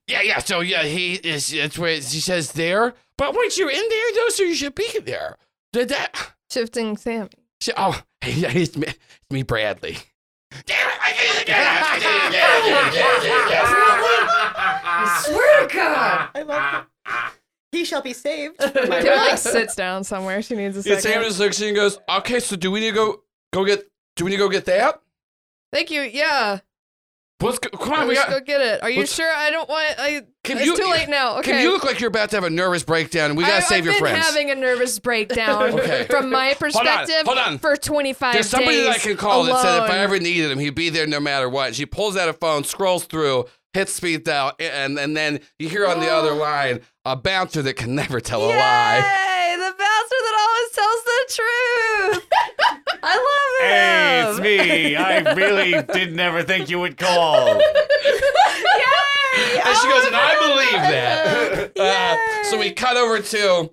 S2: Yeah, yeah. So yeah, he is. That's where she says there. But once you're in there, though, so you should be there. Did that?
S3: Shifting Sammy.
S2: She, oh, yeah, it's me, it's me, Bradley. Damn it! I can't get it. I can't get it. I can't get it. I
S7: I
S2: can't get it.
S7: swear to God.
S4: I love He shall be saved.
S3: Kim like sits down somewhere. She needs a
S2: Yeah,
S3: second.
S2: Sam just looks at you and goes, "Okay, so do we need to go go get? Do we need to go get that?
S3: Thank you. Yeah.
S2: What's go, come on? We
S3: Let's
S2: got
S3: go get it. Are you
S2: Oh, Let's-
S3: sure? I don't want. I.
S2: Kim,
S3: it's
S2: you-
S3: too late now. Okay.
S2: Kim, you look like you're about to have a nervous breakdown. and We gotta
S3: I,
S2: save
S3: I've
S2: your
S3: been
S2: friends.
S3: having a nervous breakdown
S2: Okay.
S3: from my
S2: on,
S3: perspective
S2: hold on.
S3: for 25
S2: There's somebody
S3: days
S2: that I can call
S3: alone.
S2: that said if I ever needed him, he'd be there no matter what. She pulls out a phone, scrolls through, hits speed dial, and and then you hear on the other line a bouncer that can never tell a lie.
S8: Yay! The bastard that always tells the truth.
S5: Hey,
S8: I love
S5: it's
S8: him.
S5: me. I really didn't ever think you would call.
S2: And she goes,
S5: Oh,
S2: and I believe that. Uh, so we cut over to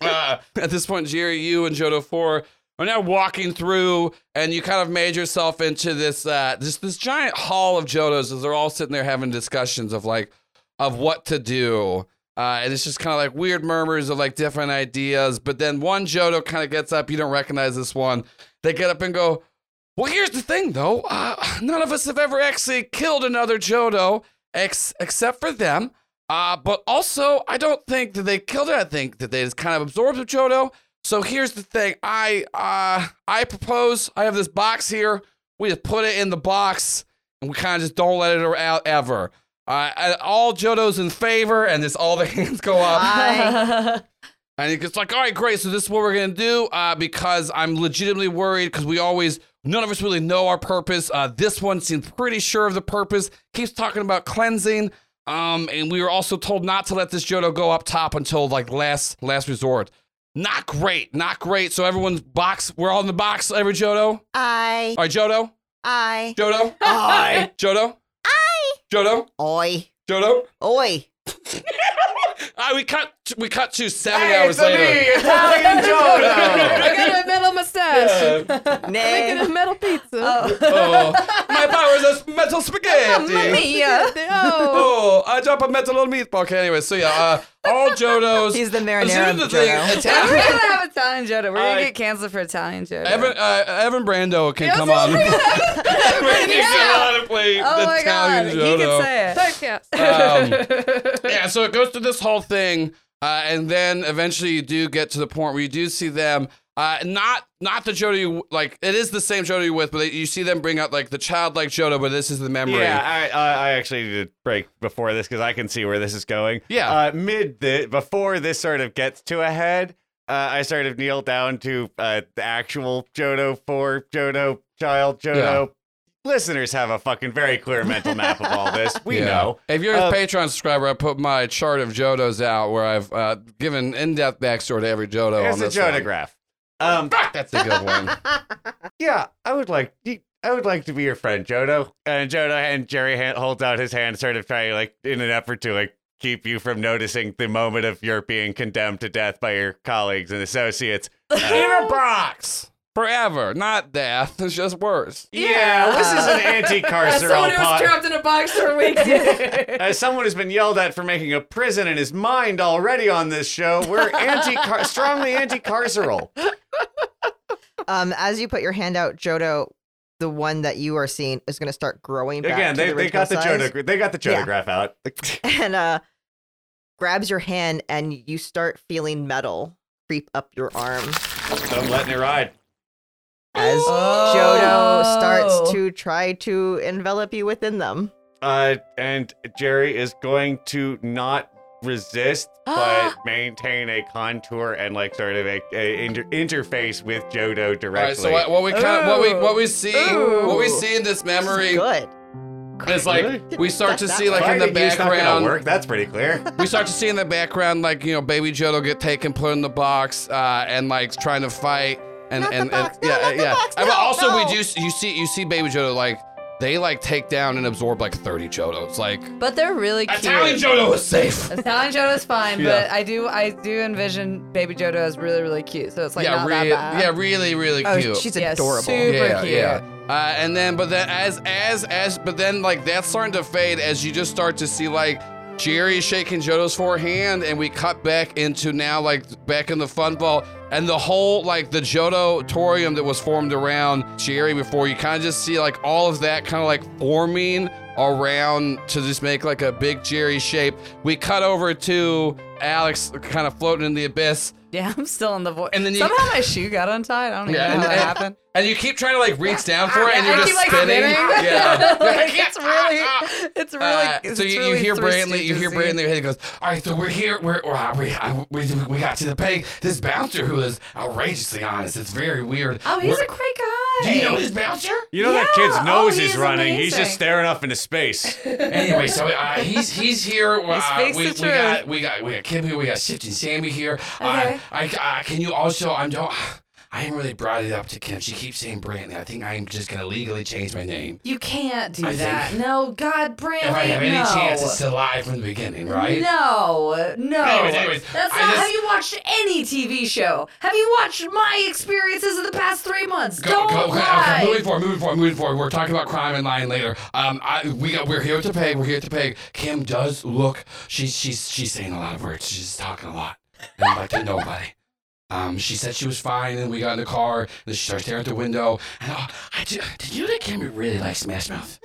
S2: uh, at this point, Jerry, you and Jodo Four are now walking through, and you kind of made yourself into this uh, this this giant hall of Jodos as they're all sitting there having discussions of like of what to do. Uh, and it's just kind of like weird murmurs of like different ideas. But then one Jodo kind of gets up. You don't recognize this one. They get up and go, Well, here's the thing, though. Uh, none of us have ever actually killed another Jodo ex- except for them. Uh, but also, I don't think that they killed it. I think that they just kind of absorbed the Jodo. So here's the thing. I uh, I propose I have this box here. We just put it in the box and we kind of just don't let it out ever. Uh, and all Jodo's in favor, and just all the hands go up. And it's like, all right, great. So this is what we're gonna do uh, because I'm legitimately worried because we always, none of us really know our purpose. Uh, this one seems pretty sure of the purpose. Keeps talking about cleansing. Um, and we were also told not to let this Jodo go up top until like last last resort. Not great. Not great. So everyone's box. We're all in the box. Every Jodo.
S4: I,
S2: All right, Jodo.
S4: I,
S2: Jodo. Hi. Jodo. Hi. Jodo.
S4: oi,
S2: Jodo.
S4: oi.
S2: Ah, we cut. We cut to seven
S5: Hey,
S2: hours
S5: it's a me,
S2: later.
S5: Italian Jodo.
S3: I got a metal mustache.
S4: Nay.
S3: Making a metal pizza.
S2: Oh, my powers are metal spaghetti.
S8: Mia.
S3: Oh.
S2: Oh, I drop a metal on meatball. Okay, anyway, so yeah, uh, all Jodos.
S4: He's the
S2: Is there
S4: marinara of
S2: the thing,
S4: Jodo.
S2: Italian-
S6: We're gonna have Italian Jodo. We're gonna
S5: I-
S6: get canceled for Italian Jodo.
S2: Evan, uh, Evan Brando can come on. Evan can come on and play
S6: oh my god,
S2: Italian
S6: he
S2: Jodo.
S6: can say it.
S2: Um, yeah, so it goes through this whole thing, uh, and then eventually you do get to the point where you do see them. Uh, not not the Jodo you like. It is the same Jodo you with, but you see them bring out like the childlike Jodo, but this is the memory.
S5: Yeah, I, I, I actually need a break before this because I can see where this is going.
S2: Yeah.
S5: Uh, mid the before this sort of gets to a head, uh, I sort of kneel down to uh, the actual Jodo for Jodo child Jodo. Listeners have a fucking very clear mental map of all this. We
S2: Yeah.
S5: know.
S2: If you're a
S5: Uh,
S2: Patreon subscriber, I put my chart of Jodos out where I've uh, given in-depth backstory to every Jodo.
S5: It's
S2: Oh, on
S5: a
S2: this one.
S5: Jodograph. Um,
S2: That's a good one.
S5: yeah, I would like. I would like to be your friend, Jodo. And Jodo and Jerry hand, holds out his hand, sort of trying, like, in an effort to like keep you from noticing the moment of your being condemned to death by your colleagues and associates. Uh,
S2: Inner Brox forever, not death. It's just worse.
S5: yeah, this is an anti-carceral pod.
S3: in a box for weeks. That's
S5: As someone who's been yelled at for making a prison in his mind already on this show, we're anti, strongly anti-carceral.
S4: Um, as you put your hand out, Jodo, the one that you are seeing is going to start growing back.
S5: Again,
S4: to
S5: they,
S4: the
S5: they got the
S4: original size.
S5: Jodo, they got the
S4: Yeah.
S5: Jodograph out.
S4: and uh grabs your hand and you start feeling metal creep up your arm
S5: I'm letting it ride.
S4: as
S8: Oh.
S4: Jodo starts to try to envelop you within them.
S5: Uh, and Jerry is going to not resist, but maintain a contour and like sort of a, a inter- interface with Jodo directly.
S2: All right. So what, what we kind of, what we what we see what we see in this memory
S4: Good.
S2: is like we start to see like in the
S5: Fighting you's not gonna
S2: background
S5: work. That's pretty clear.
S2: we start to see in the background like you know baby Jodo get taken put in the box uh, and like trying to fight and
S4: Not the
S2: and,
S4: box,
S2: and
S4: no,
S2: yeah
S4: not the
S2: yeah
S4: box,
S2: And
S4: no,
S2: also
S4: no.
S2: we do s- you see you see baby Jodo like they like take down and absorb like 30 Jodos like
S8: But they're really cute.
S2: Italian Jodo is safe
S8: Italian Jodo's fine,
S2: Yeah.
S8: but I do I do envision baby Jodo as really really cute. So it's like
S2: yeah
S8: not
S2: rea-
S8: that bad.
S2: yeah really really
S4: Oh,
S2: cute
S4: she's
S8: Yeah,
S4: adorable.
S8: Super
S2: yeah,
S8: cute.
S2: Yeah. Uh, and then, but then as as as, but then like that's starting to fade as you just start to see like Jerry shaking Jodo's forehand, and we cut back into now like back in the fun ball, and the whole like the Jodo torium that was formed around Jerry before. You kind of just see like all of that kind of like forming around to just make like a big Jerry shape. We cut over to Alex kind of floating in the abyss.
S8: Yeah, I'm still in the voice.
S2: And then you-
S8: somehow my shoe got untied. I don't even
S2: Yeah,
S8: know
S2: and,
S8: how
S2: and-
S8: that happened.
S2: and you keep trying to like reach down for it, and
S8: Yeah,
S2: you're
S8: I
S2: just
S8: keep, like,
S2: spinning.
S8: spinning.
S2: Yeah,
S8: like it's really, it's really.
S2: Uh,
S8: it's
S2: so you, you
S8: really
S2: hear
S8: Three
S2: Brantley, you hear
S8: Stooges-y.
S2: Brantley, and he goes, "All right, so we're here. We're, we're uh, we, uh, we we got to the peg. This bouncer who is outrageously honest. It's very weird.
S8: Oh, he's
S2: We're-
S8: a great guy.
S2: do you know this bouncer?
S5: You know that kid's
S8: Yeah.
S5: nose
S8: Oh, he
S5: is
S8: is
S5: running. He's just
S8: amazing.
S5: staring off into space.
S2: anyway, so uh, he's he's here. Uh,
S8: speaks
S2: we,
S8: the
S2: we
S8: truth.
S2: got we got we got Kim here. We got Shifting Sammy here. Uh,
S8: Okay.
S2: I, uh, can you also? I'm don't. I haven't really brought it up to Kim. She keeps saying Brantley. I think I'm just gonna legally change my name.
S8: You can't do
S2: I think-
S8: that. No, God, Brantley,
S2: If I have any
S8: no.
S2: chance, it's to lie from the beginning, right?
S8: No, no.
S2: Anyways, anyways,
S8: That's
S2: I
S8: not.
S2: just-
S8: Have you watched any TV show? Have you watched my experiences of the past three months? Don't
S2: okay,
S8: lie.
S2: Okay, moving forward, moving forward, moving forward. We're talking about crime and lying later. Um, I, we got, we're here at the peg. We're here at the peg. Kim does look. She's she's she's saying a lot of words. She's talking a lot. And I'd like to nobody. Um, she said she was fine, and we got in the car. And then she started staring at the window. And oh, I ju- did you know that Kim really likes Smash Mouth?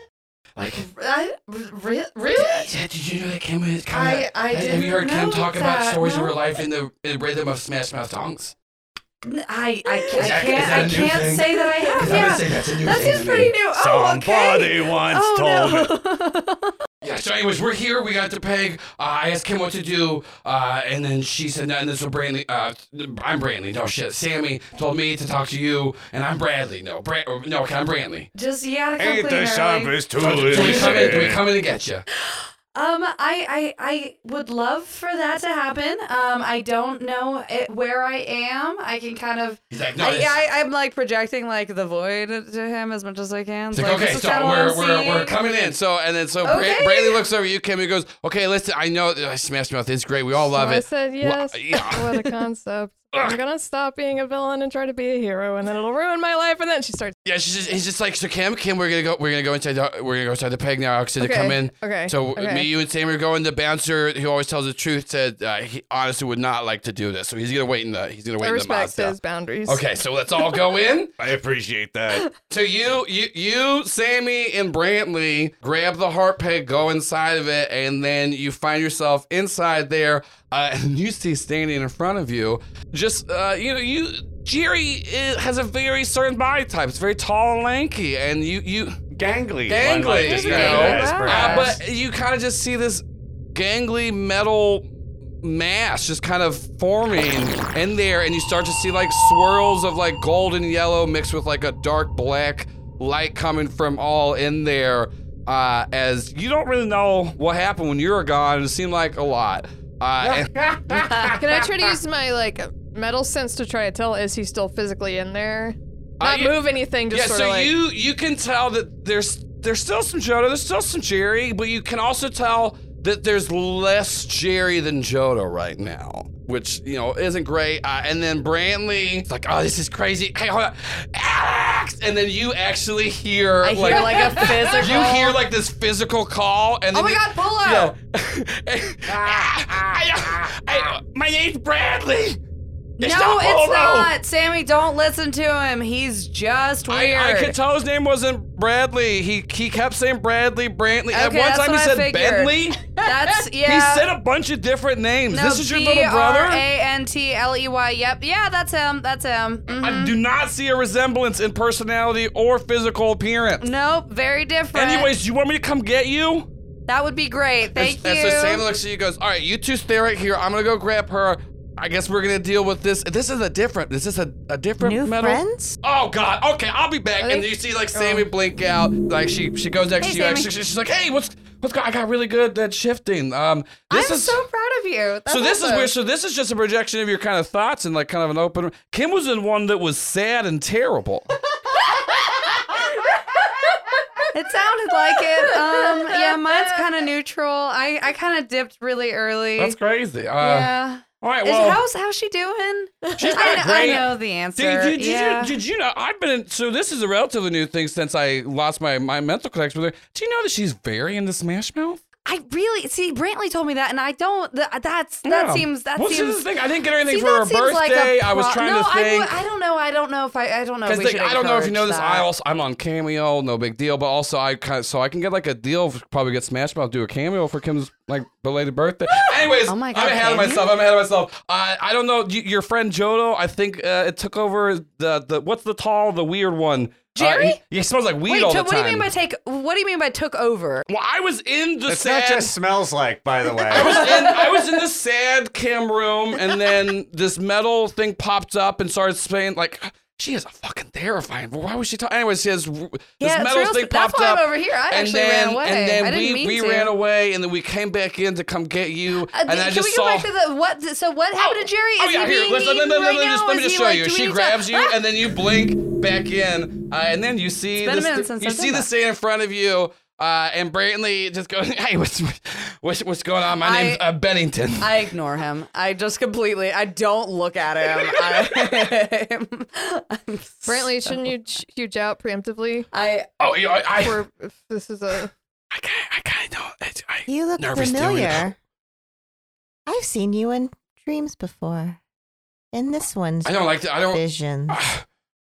S2: Like,
S8: I, re- really?
S2: yeah, did you know that Kim is kind
S8: I,
S2: of?
S8: I
S2: Have
S8: didn't
S2: you heard
S8: know
S2: Kim talk about
S8: that,
S2: stories
S8: no.
S2: of her life in the in rhythm of Smash Mouth songs?
S8: I, I,
S2: Is
S8: I
S2: that- is that a
S8: can't, I
S2: new
S8: can't
S2: thing?
S8: say that I
S2: 'Cause
S8: have.
S2: I'm gonna
S8: Yeah.
S2: say that's a new
S8: That
S2: thing to
S8: seems
S2: me.
S8: pretty new. Oh, okay.
S5: Somebody once
S8: Oh,
S5: told me.
S8: no.
S2: Yeah, so anyways, we're here. We got the peg. Uh, I asked Kim what to do, uh, and then she said, no, and this is Brantley. Uh, I'm Brantley. No, shit. Sammy told me to talk to you, and I'm Bradley. No, Brad, no, okay, I'm Brantley.
S8: Just, yeah, the
S5: Ain't
S8: company,
S5: the
S8: Marilyn.
S5: sharpest tool
S2: So
S5: in
S2: we
S5: the
S2: come in, we
S5: shed.
S2: come in to get you.
S6: Um, I, I, I would love for that to happen. Um, I don't know it, where I am. I can kind of.
S9: He's like, no,
S6: I,
S9: this-
S6: I, I'm like projecting like the void to him as much as I can.
S2: It's like, Oh.
S6: Like,
S2: okay,
S6: this is
S2: so
S6: kinda what
S2: we're,
S6: I'm
S2: we're, we're
S6: seeing.
S2: coming in. So, and then so Bra-
S6: Okay.
S2: Braley looks over at you, Kim, and goes, okay, listen, I know I smashed mouth. It's great. We all love
S3: I
S2: it.
S3: said
S2: Wha-
S3: yes.
S2: yeah.
S3: What a concept. I'm gonna stop being a villain and try to be a hero, and then it'll ruin my life. And then she starts.
S2: Yeah, she's just, he's just like, so Kim, Kim, we're gonna go, we're gonna go inside, the, we're gonna go inside the peg now. Alex said to come in.
S3: Okay.
S2: So
S3: okay.
S2: me, you, and Sam are going. The bouncer, who always tells the truth, said uh, he honestly would not like to do this. So he's gonna wait in the, he's gonna wait
S3: I
S2: in the
S3: respect
S2: Mazda.
S3: those boundaries.
S2: Okay, so let's all go in.
S5: I appreciate that.
S2: So you, you, you, Sammy, and Brantley grab the heart peg, go inside of it, and then you find yourself inside there. Uh, and you see standing in front of you, just uh, you know, you Jerry uh has a very certain body type. It's very tall and lanky, and you, you, Gangly,
S5: Gangly. one might
S2: you
S5: describe
S2: know.
S5: it as,
S3: Wow.
S2: uh,
S5: perhaps.
S2: but you kind of just see this gangly metal mass just kind of forming in there, and you start to see like swirls of like gold and yellow mixed with like a dark black light coming from all in there. Uh, as you don't really know what happened when you were gone, and it seemed like a lot. Uh, and-
S3: Can I try to use my like metal sense to try to tell is he still physically in there?
S2: Uh,
S3: Not
S2: yeah-
S3: move anything. Just
S2: yeah,
S3: sort
S2: so
S3: of like.
S2: you you can tell that there's there's still some Jodo, there's still some Jerry, but you can also tell that there's less Jerry than Jodo right now, which you know isn't great. Uh, and then Brantley, it's like, oh, this is crazy. Hey, hold on, Alex! And then you actually hear,
S8: I hear like, a physical.
S2: you hear like this physical call, and
S8: oh
S2: then
S8: my
S2: you-
S8: god, pull out!
S2: yeah.
S8: ah,
S2: I- I- my name's Bradley. It's
S6: no,
S2: not
S6: it's
S2: Polo.
S6: not. Sammy, don't listen to him. He's just weird.
S2: I, I could tell his name wasn't Bradley. He he kept saying Bradley, Brantley. At
S6: Okay,
S2: one
S6: that's
S2: time he
S6: what I
S2: said
S6: figured.
S2: Bentley.
S6: That's
S2: He
S6: yeah.
S2: said a bunch of different names.
S6: no,
S2: this is your little brother. I
S6: B-R-A-N-T-L-E-Y. E Yep. Yeah, that's him. That's him. Mhm.
S2: do not see a resemblance in personality or physical appearance.
S6: Nope. Very different.
S2: Anyways, you want me to come get you?
S6: that would be great. Thank
S2: and,
S6: you.
S2: And so Sam looks at you and goes, All right, you two stay right here. I'm going to go grab her. I guess we're going to deal with this. This is a different. This is a, a different
S4: New
S2: metal.
S4: friends?
S2: Oh God! Okay, I'll be back. And you see like Sammy blink out. Like she she goes next
S6: oh. Hey,
S2: to you. and
S6: Sammy.
S2: she- she's like, "Hey, what's what's going? I got really good at shifting. Um, this
S6: I'm
S2: is
S6: so proud of you. That's
S2: so this
S6: awesome.
S2: is weird. So this is just a projection of your kind of thoughts and like kind of an open. Kim was in one that was sad and terrible.
S6: It sounded like it. Um, yeah, mine's kind of neutral. I, I kind of dipped really early.
S2: That's crazy. Uh,
S6: yeah.
S2: All right.
S6: Is,
S2: Well,
S6: how's how's she doing?
S2: she's
S6: I,
S2: not
S6: kn-
S2: great.
S6: I know the answer.
S2: Did, did, did,
S6: yeah.
S2: you, did you know? I've been in, so this is a relatively new thing since I lost my, my mental connection with her. Do you know that she's very into Smash Mouth?
S6: I really see. Brantley told me that, and I don't. Th- that's that
S2: Yeah.
S6: seems that
S2: well, see, this
S6: seems.
S2: is the thing. I didn't get her anything
S6: see,
S2: for
S6: that
S2: her
S6: seems
S2: birthday.
S6: like a
S2: I was
S6: pro-
S2: trying
S6: no,
S2: to
S6: I,
S2: think.
S6: would- I don't know. I don't know if I. I don't know.
S2: Because
S6: we
S2: like,
S6: should
S2: I don't know if you know
S6: encourage
S2: this.
S6: that.
S2: I also I'm on Cameo, no big deal. But also I kind of, so I can get like a deal, probably get Smash Mouth, do a cameo for Kim's like belated birthday. Anyways,
S4: Oh my
S2: I'm
S4: God,
S2: ahead of
S4: can
S2: myself. I'm ahead of myself. I I don't know y- your friend Jodo. I think uh, it took over the the what's the tall the weird one.
S6: Jerry?
S2: Uh, he, he smells like weed
S6: Wait,
S2: all
S6: so
S2: the
S6: what
S2: time.
S6: do you mean by take? What do you mean by took over? Uh,
S2: well, I was in the
S5: It's
S2: sad.
S5: not just smells like, by the way.
S2: I was in- I was in the sad cam room, and then this metal thing popped up and started saying like. She is a fucking terrifying. Why was she talking? Anyways, she has this
S6: Yeah, it's
S2: metal
S6: real,
S2: thing
S6: that's
S2: popped
S6: why
S2: up.
S6: I'm over here. I
S2: and
S6: actually
S2: then,
S6: ran away.
S2: And then
S6: I didn't
S2: we,
S6: mean
S2: we
S6: to.
S2: ran away, and then we came back in to come get you.
S6: Uh,
S2: and
S6: th-
S2: I
S6: can
S2: just
S6: we go
S2: saw.
S6: back to the what? th- So what happened to Jerry? Is
S2: Oh yeah,
S6: he
S2: here.
S6: being
S2: Let's, let,
S6: eaten
S2: let, let,
S6: right
S2: let me
S6: now?
S2: just, let me
S6: Is
S2: just
S6: he,
S2: show
S6: like,
S2: you.
S6: do we
S2: She
S6: need to-
S2: grabs you,
S6: Ah!
S2: and then you blink back in, uh, and then you see
S6: been a
S2: this,
S6: minute
S2: th-
S6: since
S2: you
S6: I've
S2: see
S6: done
S2: this thing in front of you, uh, and Brantley just goes, "Hey, what's what's, what's going on? My
S8: I-
S2: name's uh, Bennington."
S8: I ignore him. I just completely. I don't look at him. I, I'm,
S3: Brantley, shouldn't you ch- huge out preemptively?
S8: I
S2: oh, yeah, I, I,
S3: Or if this is a
S2: I, kinda- I kind of I,
S4: You look
S2: Nervous doing
S4: familiar. I've seen you in dreams before. And this one's
S2: I don't like that. I don't.
S4: vision.
S2: Why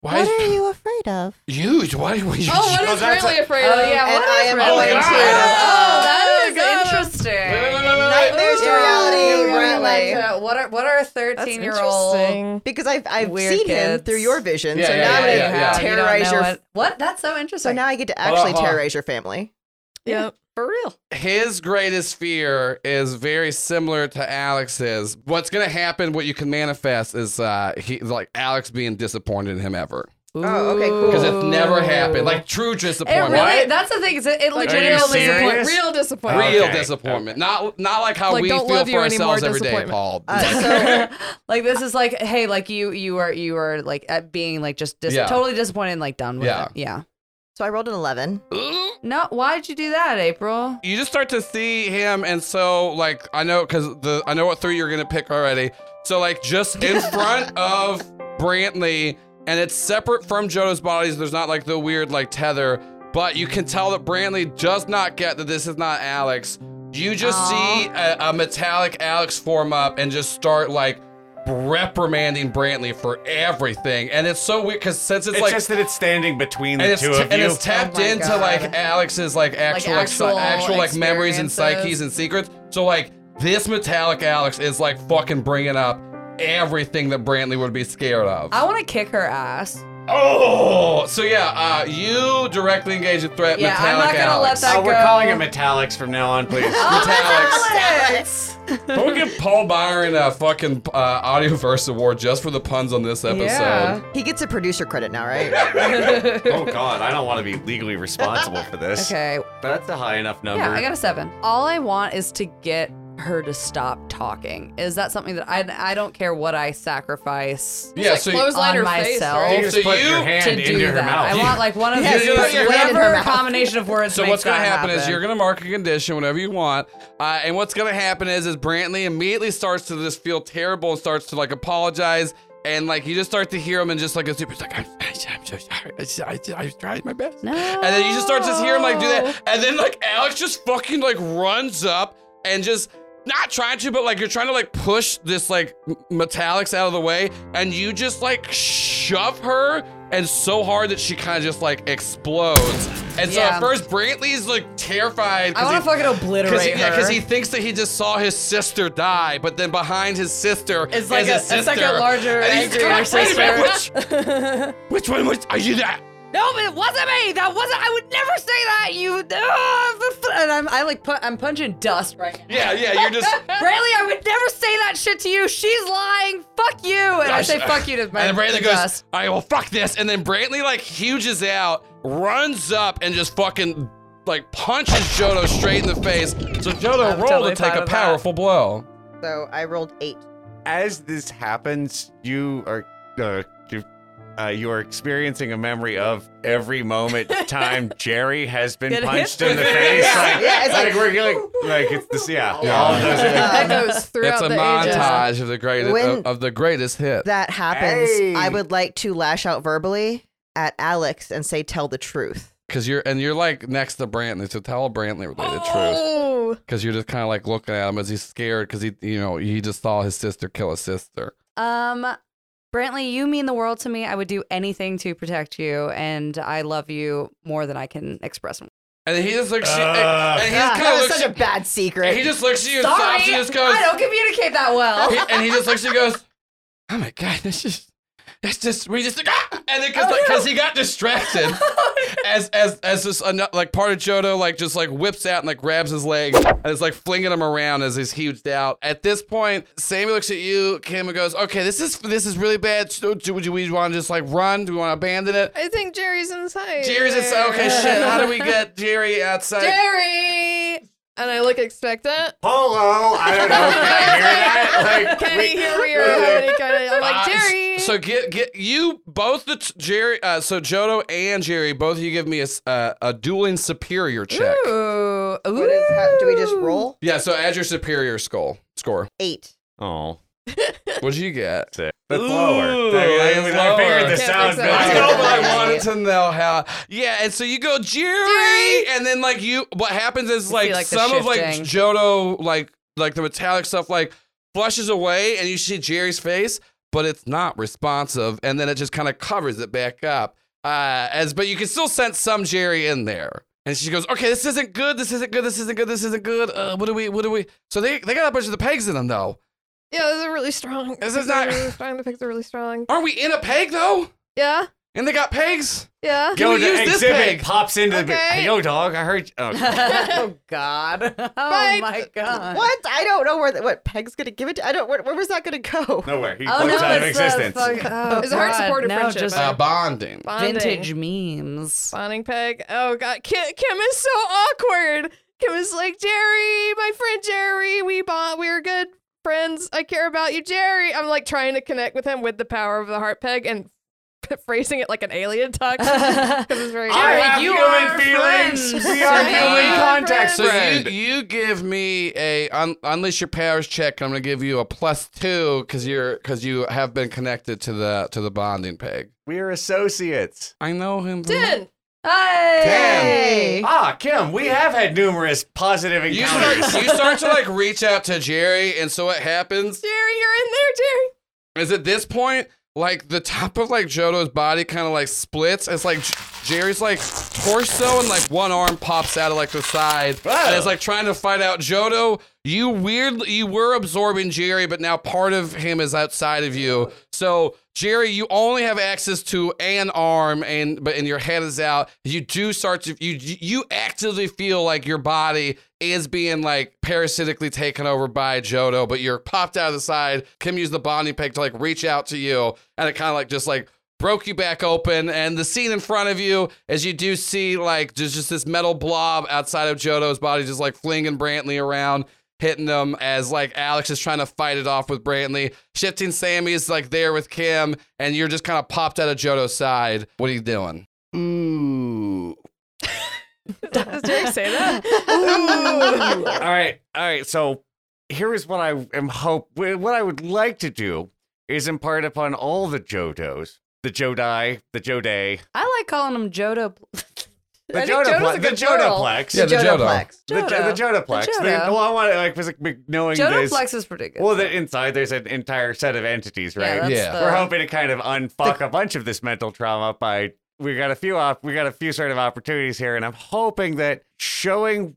S4: What are
S2: is
S4: you afraid of?
S2: huge? Why were you?
S3: Oh, what is
S5: that's
S3: Brantley afraid
S8: Oh,
S3: of? Yeah,
S4: and
S3: what
S4: I
S3: is
S4: am
S2: Oh,
S3: Brantley
S4: awake
S2: God.
S4: too.
S8: Oh,
S6: that
S8: God.
S2: Wait, wait,
S6: is
S2: wait,
S8: interesting.
S2: wait, wait, wait.
S4: Nightmares to reality, Brantley.
S8: Like, uh, what are what are
S3: That's
S8: thirteen year old?
S3: interesting.
S4: Because I've I've
S8: Weird
S4: seen him
S8: kids.
S4: through your vision,
S2: Yeah,
S4: so
S2: yeah,
S4: now I'm
S2: yeah,
S4: gonna
S2: yeah, yeah.
S4: terrorize your.
S8: What? what? That's so
S4: So
S8: interesting.
S4: now I get to actually
S2: Hold on, hold on.
S4: terrorize your family.
S3: Yeah.
S8: for real.
S2: his greatest fear is very similar to Alex's. What's gonna happen? What you can manifest is uh, he like Alex being disappointed in him ever.
S1: Oh, okay, cool.
S2: because it's never happened. Like true
S6: It
S2: disappointment.
S6: really,
S5: What?
S6: that's the thing. Is it, it legitimately is
S5: serious? Yes.
S6: important.
S3: Real disappointment.
S5: Really?
S2: Real
S5: Okay.
S2: disappointment. Not not like how
S3: Like,
S2: we
S3: don't
S2: feel
S3: love
S2: for
S3: you anymore
S2: ourselves every day,
S3: disappointment. Uh,
S2: Paul.
S4: Uh,
S8: so like this is like hey like you you are you are like at being like just dis-
S2: Yeah.
S8: totally disappointed and like done with
S2: Yeah.
S8: it yeah
S4: So I rolled an 11.
S8: no why'd you do that april
S2: you just start to see him, and so like I know because the I know what three you're gonna pick already. So like just in front of Brantley, and it's separate from Jodo's bodies. There's not like the weird like tether, but you can tell that Brantley does not get that this is not Alex. You just see a, a metallic Alex form up and just start like reprimanding Brantley for everything, and it's so weird because since it's,
S5: It's
S2: like
S5: just that it's standing between
S2: and
S5: the
S2: it's,
S5: two
S2: ta-
S5: of
S2: and
S5: you.
S2: it's tapped
S8: Oh my
S2: into
S8: God.
S2: like Alex's like actual like, si-
S8: actual
S2: actual like memories and
S8: experiences.
S2: psyches and secrets. So like this metallic Alex is like fucking bringing up everything that Brantley would be scared of.
S8: i want to kick her ass
S2: oh, so yeah, uh, you directly engage in threat.
S8: Yeah, I'm
S2: metallic
S8: not gonna let
S2: Alex.
S8: that
S5: oh, we're
S8: go.
S5: calling it metallics from now on, please.
S2: Metallics.
S8: Alex!
S2: Can we give Paul Byron a fucking uh, Audioverse award just for the puns on this episode?
S8: Yeah.
S4: He gets a producer credit now, right?
S5: oh God, I don't want to be legally responsible for this.
S8: okay
S5: That's a high enough number.
S8: yeah i got a seven all i want is to get her to stop talking is that something that i, I don't care what i sacrifice
S2: Yeah, so you,
S3: Clothesline
S8: on
S3: her face,
S8: myself.
S5: you
S2: Oh,
S3: right?
S5: just
S2: so
S5: put
S2: you-
S5: your hand
S8: to
S5: into
S8: do
S5: her
S8: that.
S5: mouth.
S8: I want like one of
S2: Yeah,
S8: these
S2: you put your hand in
S4: her
S8: whatever
S4: mouth.
S8: combination of words
S2: So what's
S8: going
S2: gonna
S8: to
S2: happen, is you're gonna mark a condition whenever you want, uh, and what's gonna happen is is Brantley immediately starts to just feel terrible and starts to like apologize, and like you just start to hear him and just like a super he's like I'm, I'm so sorry, I, I, I tried my best,
S8: No.
S2: and then you just start to hear him like do that, and then like Alex just fucking like runs up and just. Not trying to, but like you're trying to like push this like m- metallics out of the way, and you just like shove her, and so hard that she kind of just like explodes. And so
S8: Yeah.
S2: at first Brantley's like terrified.
S8: I want to fucking obliterate
S2: Because he,
S8: her.
S2: yeah, 'cause he thinks that he just saw his sister die, but then behind his sister
S8: It's like
S2: is
S8: a-
S2: his
S8: it's
S2: sister.
S8: like a larger,
S2: and he's
S8: angrier
S2: like, "Wait a minute, Which, which one was? Are you that?
S8: No, but it wasn't me. That wasn't. I would never say that. You. Uh, and I'm. I like. Pu- I'm punching dust right now.
S2: Yeah, yeah. You're just.
S8: Rayleigh, I would never say that shit to you. She's lying. Fuck you. And I say fuck you to my
S2: And then Brantley
S8: to
S2: goes,
S8: dust.
S2: all right, well, fuck this. And then Brantley, like, huges out, runs up, and just fucking, like, punches Jodo straight in the face. So Jodo
S8: I'm
S2: rolled
S8: totally
S2: to take
S8: proud
S2: a
S8: of that.
S2: powerful blow.
S4: so I rolled 8.
S5: As this happens, you are uh, you, uh, you are experiencing a memory of every moment time Jerry has been
S8: Get hit
S5: punched in
S8: with
S5: the
S8: it.
S5: face. Like,
S4: Yeah, it's
S5: like,
S4: like-
S5: we're like, like it's this. Yeah,
S2: Yeah.
S5: all of those.
S3: That goes throughout
S2: It's a
S3: the ages.
S2: montage of the greatest
S4: When-
S2: of, of the greatest hit.
S4: That happens.
S5: Hey.
S4: I would like to lash out verbally at Alex and say, tell the truth.
S2: Cause you're and you're like next to Brantley, so tell Brantley related truth.
S3: Oh,
S2: Cause you're just kind of like looking at him as he's scared, cause he, you know, he just saw his sister kill his sister.
S8: Um, Brantley, you mean the world to me. I would do anything to protect you, and I love you more than I can express.
S2: And he just looks,
S5: Ugh.
S2: and he
S4: Ah,
S2: just
S4: that
S2: kind of
S4: was
S2: looks,
S4: such a bad
S2: and
S4: secret.
S2: he just looks at you and stops and just goes,
S8: I don't communicate that well.
S2: he- and he just looks at you and goes, oh my god, that's just, that's just, we just, ah! and then cause, like, cause he got distracted, as as as this ano- like part of Jodo like just like whips out and like grabs his leg and is like flinging him around as he's huged out. At this point, Sammy looks at you, Kim, and goes, "Okay, this is this is really bad. So do, do we want to just like run? Do we want to abandon it?"
S3: I think Jerry's inside.
S2: Jerry's just okay. Shit, how do we get Jerry outside?
S3: Jerry. And I look expectant.
S5: Hello, I don't know if you can hear that. Like,
S3: Can
S5: we-
S3: you hear me or any kind of? I'm like
S2: Uh, s-
S3: Jerry.
S2: So get get you both the t- Jerry. Uh, so Jodo and Jerry, both of you give me a s- uh, a dueling superior check.
S8: Ooh.
S4: What is, how, do we just roll?
S2: Yeah. So add your superior skull score.
S4: 8.
S5: Oh,
S2: What'd you get?
S5: sick. That's
S2: Ooh,
S5: lower. I,
S2: that's
S5: I
S2: lower.
S5: figured the
S3: Can't
S5: sound.
S3: fix it.
S2: I
S3: I
S2: know, but
S5: bill-
S2: I wanted to know how. Yeah, and so you go Jerry, and then like you, what happens is like,
S8: like, the
S2: some of like
S8: shifting.
S2: Jodo, like like the metallic stuff, like flushes away, and you see Jerry's face, but it's not responsive, and then it just kind of covers it back up. Uh, as but you can still sense some Jerry in there. And she goes, okay, this isn't good. This isn't good. This isn't good. This isn't good. Uh, what do we? What do we? So they they got a bunch of the pegs in them though.
S3: yeah, this is really strong.
S2: This is not-
S3: Really strong. The pigs are really strong.
S2: Aren't we in a peg though?
S3: Yeah.
S2: and they got pegs.
S6: Yeah.
S2: Can
S5: Yo,
S2: we
S5: the
S2: use this
S5: exhibit
S2: peg?
S5: pops into the.
S3: Okay.
S5: Yo, dog, I heard you. Oh,
S8: oh God. Oh
S3: Right.
S8: my God.
S4: What? I don't know where the, what Peg's gonna give it. To. I don't. Where, where was that gonna go?
S5: nowhere. He
S8: Oh
S5: floats out of
S8: it's the
S5: existence.
S8: fuck- oh,
S3: It's a hard
S8: God.
S3: supportive
S8: Now
S3: friendship.
S8: just
S2: Uh, bonding.
S3: Bonding.
S8: vintage memes.
S3: Bonding peg. Oh god, Kim, Kim is so awkward. Kim is like Jerry, my friend Jerry. We bond. We are good friends. I care about you, Jerry. I'm like trying to connect with him with the power of the heart peg and phrasing it like an alien talks. 'Cause it's very
S5: I have
S8: you
S5: human
S8: are
S5: feelings.
S8: friends.
S5: We are
S3: So you
S5: human
S3: are
S5: contacts,
S2: So
S5: friend.
S2: you, you give me a un- unleash your powers check. I'm gonna give you a plus two because you're because you have been connected to the to the bonding peg.
S5: we are associates.
S2: I know him. from-
S3: Ten.
S5: Hey. Ah, Kim, we have had numerous positive
S2: You start,
S5: encounters.
S2: you start to like reach out to Jerry, and so what happens
S3: Jerry, you're in there, Jerry.
S2: is at this point, like the top of like Jodo's body kind of like splits. It's like J- Jerry's like torso and like one arm pops out of like the side, and it's like trying to fight out Jodo. You weirdly you were absorbing Jerry, but now part of him is outside of you. So Jerry, you only have access to an arm, and but and your head is out. You do start to you you actively feel like your body is being like parasitically taken over by Jodo, but you're popped out of the side. Kim used the bonding peg to like reach out to you, and it kind of like just like broke you back open. And the scene in front of you, as you do see like there's just this metal blob outside of Jodo's body, just like flinging Brantley around hitting them as like Alex is trying to fight it off with Brantley. Shifting Sammy is like there with Kim, and you're just kind of popped out of Jodo's side. What are you doing?
S5: Ooh.
S3: Does Jerry say that?
S5: all right, all right. So here is what I am hope. What I would like to do is impart upon all the Jodos, the Jodai, the Joday,
S6: I like calling him Jodo.
S5: the
S6: I think Jodo's
S5: Jodaplex, the
S6: a good girl.
S5: Jodaplex,
S2: Yeah, the Jodo.
S5: the, Jo- the Jodaplex.
S6: The
S5: The-
S6: Jodo.
S5: well, I want to like was like, knowing this.
S6: Jodoplex is pretty good.
S5: Well, the, inside there's an entire set of entities, right?
S6: that's
S2: Yeah.
S6: the-
S5: We're hoping to kind of unfuck a bunch of this mental trauma by we got a few op- we got a few sort of opportunities here, and I'm hoping that showing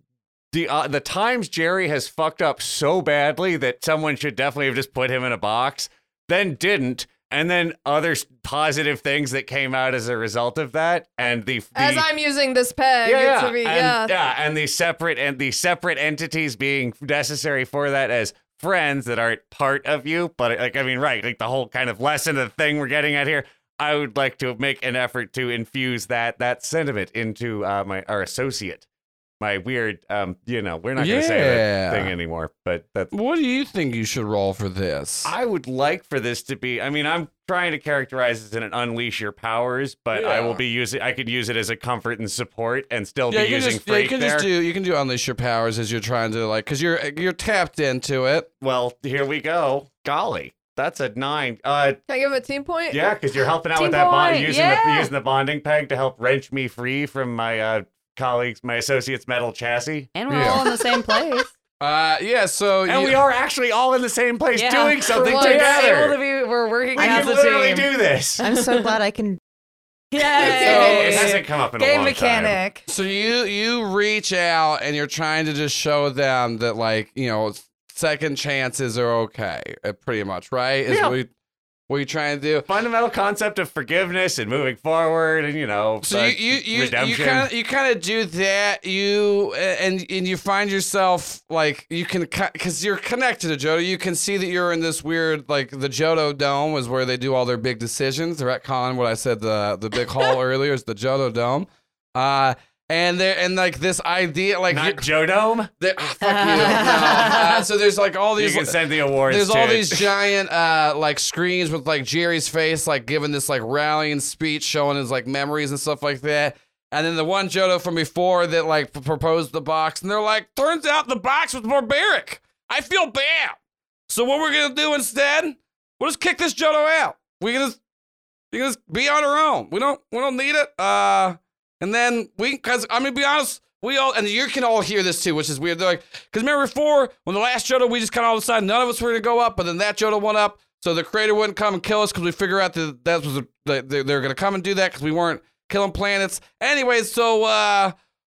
S5: the uh, the times Jerry has fucked up so badly that someone should definitely have just put him in a box, then didn't. And then other s- positive things that came out as a result of that, and the, the
S3: As I'm using this peg,
S5: yeah,
S3: it's
S5: yeah.
S3: to be,
S5: and,
S3: yeah.
S5: and the separate and the separate entities being necessary for that as friends that aren't part of you, but like I mean, right, like the whole kind of lesson of the thing we're getting at here. I would like to make an effort to infuse that that sentiment into uh, my our associate, my weird, um, you know, we're not gonna say
S2: Yeah.
S5: that thing anymore, but that's.
S2: What do you think you should roll for this?
S5: I would like for this to be. I mean, I'm trying to characterize this in an unleash your powers, but I will
S2: Yeah.
S5: be using. I could use it as a comfort and support, and still
S2: yeah,
S5: be
S2: you can
S5: using
S2: just, yeah,
S5: freak
S2: you can
S5: there.
S2: just do you can do unleash your powers as you're trying to like because you're you're tapped into it.
S5: Well, here we go. Golly, that's a nine. Uh,
S3: Can I give him a team point?
S5: yeah, because you're helping out
S6: Team
S5: with that bond,
S6: point,
S5: using the
S6: yeah.
S5: using the bonding peg to help wrench me free from my uh colleagues, my associates' metal chassis.
S6: and we're
S2: Yeah.
S6: all in the same place.
S2: Uh, yeah. So
S5: And
S2: you,
S5: we are actually all in the same place
S6: Yeah.
S5: doing something
S6: We're able to
S5: together.
S6: be, we're working
S5: I
S6: as
S5: can
S6: a
S5: literally
S6: team.
S5: do this.
S4: I'm so glad I can.
S5: It
S6: Yay!
S5: hasn't come up in a
S8: Game
S5: long time.
S8: mechanic.
S2: So you you reach out and you're trying to just show them that like you know second chances are okay, uh, pretty much, right? Is
S5: Yeah.
S2: what you, what you trying to do?
S5: Fundamental concept of forgiveness and moving forward, and you know,
S2: So
S5: uh,
S2: you you you you
S5: redemption.
S2: kind of you kind of do that you and and you find yourself like you can because you're connected to Jodo you can see that you're in this weird like the Jodo Dome is where they do all their big decisions they're at Con what I said the the big hall earlier is the Jodo Dome, uh and there and like this idea like
S5: not
S2: you're-
S5: Jodome.
S2: there- ah, fuck you. No. Uh, so there's like all
S5: You
S2: these
S5: can send the awards.
S2: there's
S5: to
S2: all
S5: it.
S2: these giant uh, like screens with like Jerry's face, like giving this like rallying speech, showing his like memories and stuff like that. And then the one Jodo from before that like p- proposed the box, and they're like, turns out the box was barbaric. I feel bad. So what we're gonna do instead? We'll just kick this Jodo out. We can just you can just be on our own. We don't we don't need it. Uh, and then we, cause I'm gonna be honest, we all, and you can all hear this too, which is weird. They're like, cause remember before when the last Jodo, we just kind of all decided none of us were gonna go up, but then that Jodo went up, so the creator wouldn't come and kill us, cause we figure out that that was that they, they were gonna come and do that, cause we weren't killing planets. Anyways, so uh.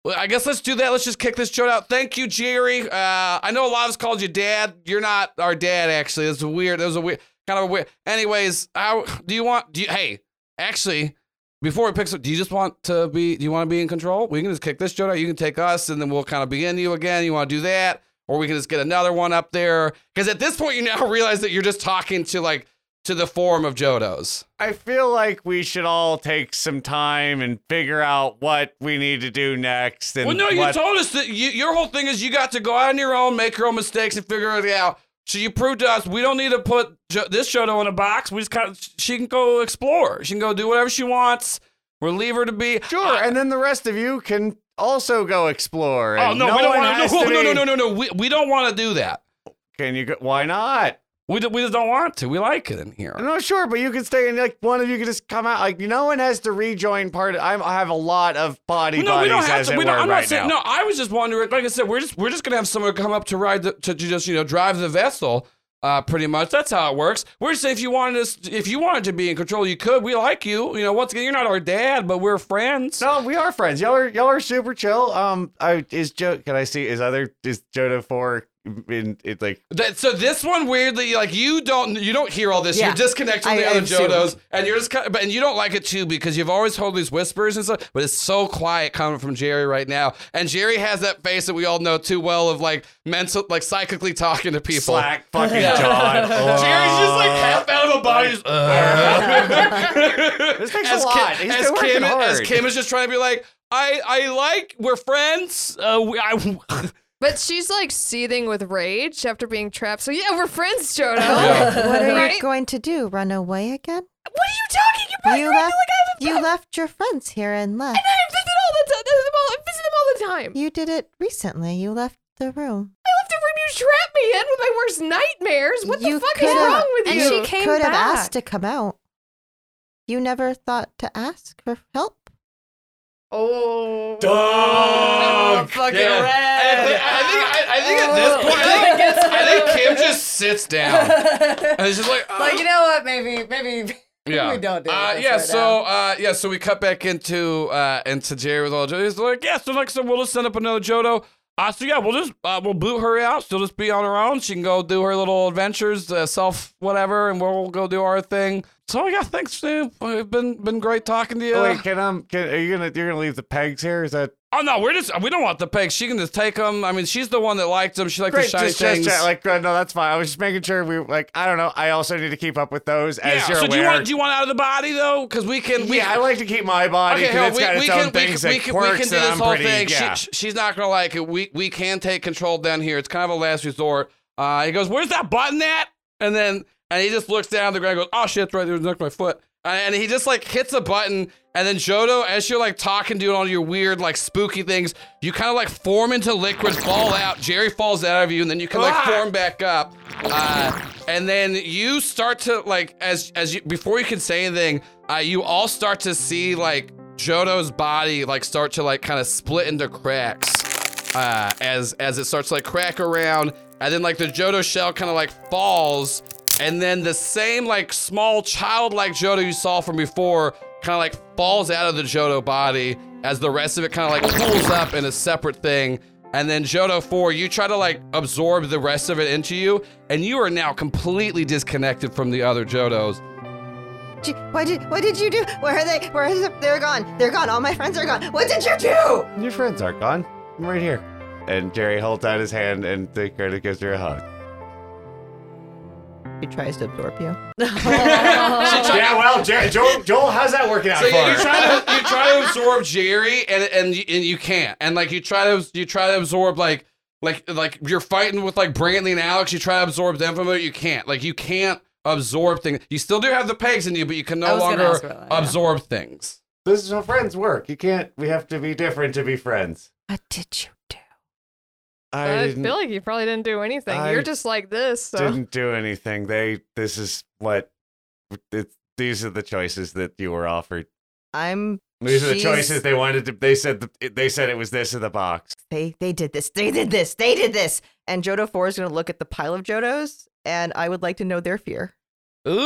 S2: well, I guess let's do that. Let's just kick this Jodo out. Thank you, Jerry. Uh, I know a lot of us called you Dad. You're not our dad, actually. That's a weird. That was a weird kind of a weird. Anyways, how do you want? Do you? Hey, actually, before it picks up, do you just want to be? Do you want to be in control? We can just kick this joke out. You can take us, and then we'll kind of be in you again. You want to do that, or we can just get another one up there. Because at this point, you now realize that you're just talking to like to the form of Jodos.
S5: I feel like we should all take some time and figure out what we need to do next. And
S2: Well, no, you
S5: what-
S2: told us that you, your whole thing is you got to go out on your own, make your own mistakes, and figure it out. So you proved to us we don't need to put jo- this Jodo in a box. We just kind of she can go explore. She can go do whatever she wants. We'll leave her to be.
S5: Sure, and then the rest of you can also go explore.
S2: Oh
S5: and
S2: no, we don't
S5: one
S2: want
S5: has
S2: to. No,
S5: to
S2: no, no,
S5: be-
S2: no, no, no. We, we don't want to do that.
S5: Can you? Go, why not?
S2: We, do, we just don't want to. We like it in here.
S5: No, sure, but you can stay and like one of you can just come out. Like no one has to rejoin part. Of, I'm, I have a lot of body
S2: no,
S5: bodies
S2: we don't have
S5: as
S2: to.
S5: it
S2: We don't,
S5: were
S2: I'm
S5: right
S2: not saying.
S5: now.
S2: No, I was just wondering. Like I said, we're just we're just gonna have someone come up to ride the, to, to just you know drive the vessel. Uh, pretty much. That's how it works. We're just saying if you wanted us, if you wanted to be in control, you could. We like you. You know, once again, you're not our dad, but we're friends.
S5: No, we are friends. Y'all are y'all are super chill. Um, I is Joe. Can I see? Is other is Jodo four? In it like
S2: That, so this one weirdly, like you don't you don't hear all this.
S4: Yeah.
S2: You're disconnected from
S4: I-
S2: the
S4: I
S2: other
S4: assumed.
S2: Jodos, and you're just kind of, but and you don't like it too because you've always heard these whispers and stuff. But it's so quiet coming from Jerry right now, and Jerry has that face that we all know too well of like mental, like psychically talking to people.
S5: slack fucking
S2: Yeah.
S5: John.
S2: Jerry's just like half out of a body. just, uh.
S5: This takes a
S2: Ki-
S5: lot. He's
S2: as
S5: still working
S2: Kim, as
S5: hard.
S2: Kim is just trying to be like, I, I like, we're friends. Uh, we, I,
S3: But she's like seething with rage after being trapped. So yeah, we're friends, Jodo.
S4: What are
S3: Right?
S4: you going to do? Run away again?
S3: What are you talking about?
S4: you
S3: You're acting
S4: left.
S3: like I haven't.
S4: you left your friends here and left.
S3: I visit all the time. I visit them all the time.
S4: You did it recently. You left the room.
S3: I left the room you trapped me in with my worst nightmares. What
S4: You
S3: the fuck is
S4: could've-
S3: wrong with
S6: And
S3: you?
S6: she came
S4: Could have
S6: back.
S4: asked to come out. You never thought to ask for help.
S3: oh.
S6: Oh,
S5: Dog.
S2: fucking I think, I think, I, I think at this
S5: Oh.
S2: point, I think, I think Kim just sits down. And it's just like, uh,
S8: Like you know what? Maybe maybe
S2: yeah.
S8: we don't do
S2: uh,
S8: this
S2: yeah,
S8: right
S2: so uh, yeah, so we cut back into uh, into Jerry with all Jodo. He's like, yeah, so like, so we'll just send up another Jodo. Uh, so yeah, we'll just uh, we'll boot her out. She'll just be on her own. She can go do her little adventures, uh, self whatever, and we'll go do our thing. So yeah, thanks, Steve. It's been been great talking to you.
S5: Oh, Wait, can um, can, are you gonna you're gonna leave the pegs here? Is that
S2: Oh no, we're just we don't want the pigs. She can just take them. I mean, she's the one that liked them. She liked the
S5: great?
S2: shiny
S5: Just,
S2: things.
S5: just uh, like uh, no, that's fine. I was just making sure we like I don't know. I also need to keep up with those
S2: yeah.
S5: as you're
S2: so
S5: aware.
S2: do you want do you want out of the body though? Because we can. We,
S5: yeah, I like to keep my body
S2: Okay,
S5: because
S2: hell,
S5: it's
S2: we,
S5: got its
S2: we
S5: own
S2: can, we
S5: things
S2: can, we
S5: that
S2: can, we
S5: quirks
S2: can do
S5: that
S2: this
S5: I'm
S2: whole
S5: pretty.
S2: thing.
S5: Yeah.
S2: She, she's not gonna like it. We we can take control down here. It's kind of a last resort. Uh, he goes, "Where's that button at?" And then and he just looks down at the ground. and Goes, "Oh shit, it's right there, it's next to my foot." Uh, And and he just like hits a button, and then Jodo, as you're like talking, doing all your weird like spooky things, you kind of like form into liquid, fall out. Jerry falls out of you, and then you can like form back up. Uh, and then you start to like as as you before you can say anything, uh, you all start to see like Jodo's body like start to like kind of split into cracks uh, as as it starts to like crack around, and then like the Jodo shell kind of like falls, and then the same like small childlike Jodo you saw from before kind of like falls out of the Jodo body as the rest of it kind of like cools up in a separate thing. And then Jodo 4, you try to like absorb the rest of it into you, and you are now completely disconnected from the other Jodos.
S4: Gee, What did What did you do? Where are they? Where is it? They're gone. They're gone. All my friends are gone. What did you do?
S5: Your friends are gone. I'm right here. And Jerry holds out his hand and the credit gives her a hug.
S4: She tries to absorb you.
S5: yeah, well, Jer- Joel, Joel, how's that working out
S2: So
S5: for
S2: you, you
S5: her?
S2: try to you try to absorb Jerry and and you, and you can't and like you try to you try to absorb like like like you're fighting with like Brantley and Alex you try to absorb them from it you can't like you can't absorb things you still do have the pegs in you but you can
S8: I
S2: no
S8: was gonna
S2: longer
S8: ask about that, yeah.
S2: absorb things.
S5: This is how friends work. You can't. We have to be different to be friends.
S4: What did you do?
S5: I
S2: Uh,
S3: I,
S5: didn't,
S3: feel like you probably didn't do anything.
S5: I
S3: You're just like this. So.
S5: didn't do anything. They. This is what. It, these are the choices that you were offered.
S4: I'm.
S5: These are the
S4: She's-
S5: choices they wanted to. They said. The, they said it was this in the box.
S4: They They did this. They did this. They did this. And Jodo Four is going to look at the pile of Jodos, and I would like to know their fear.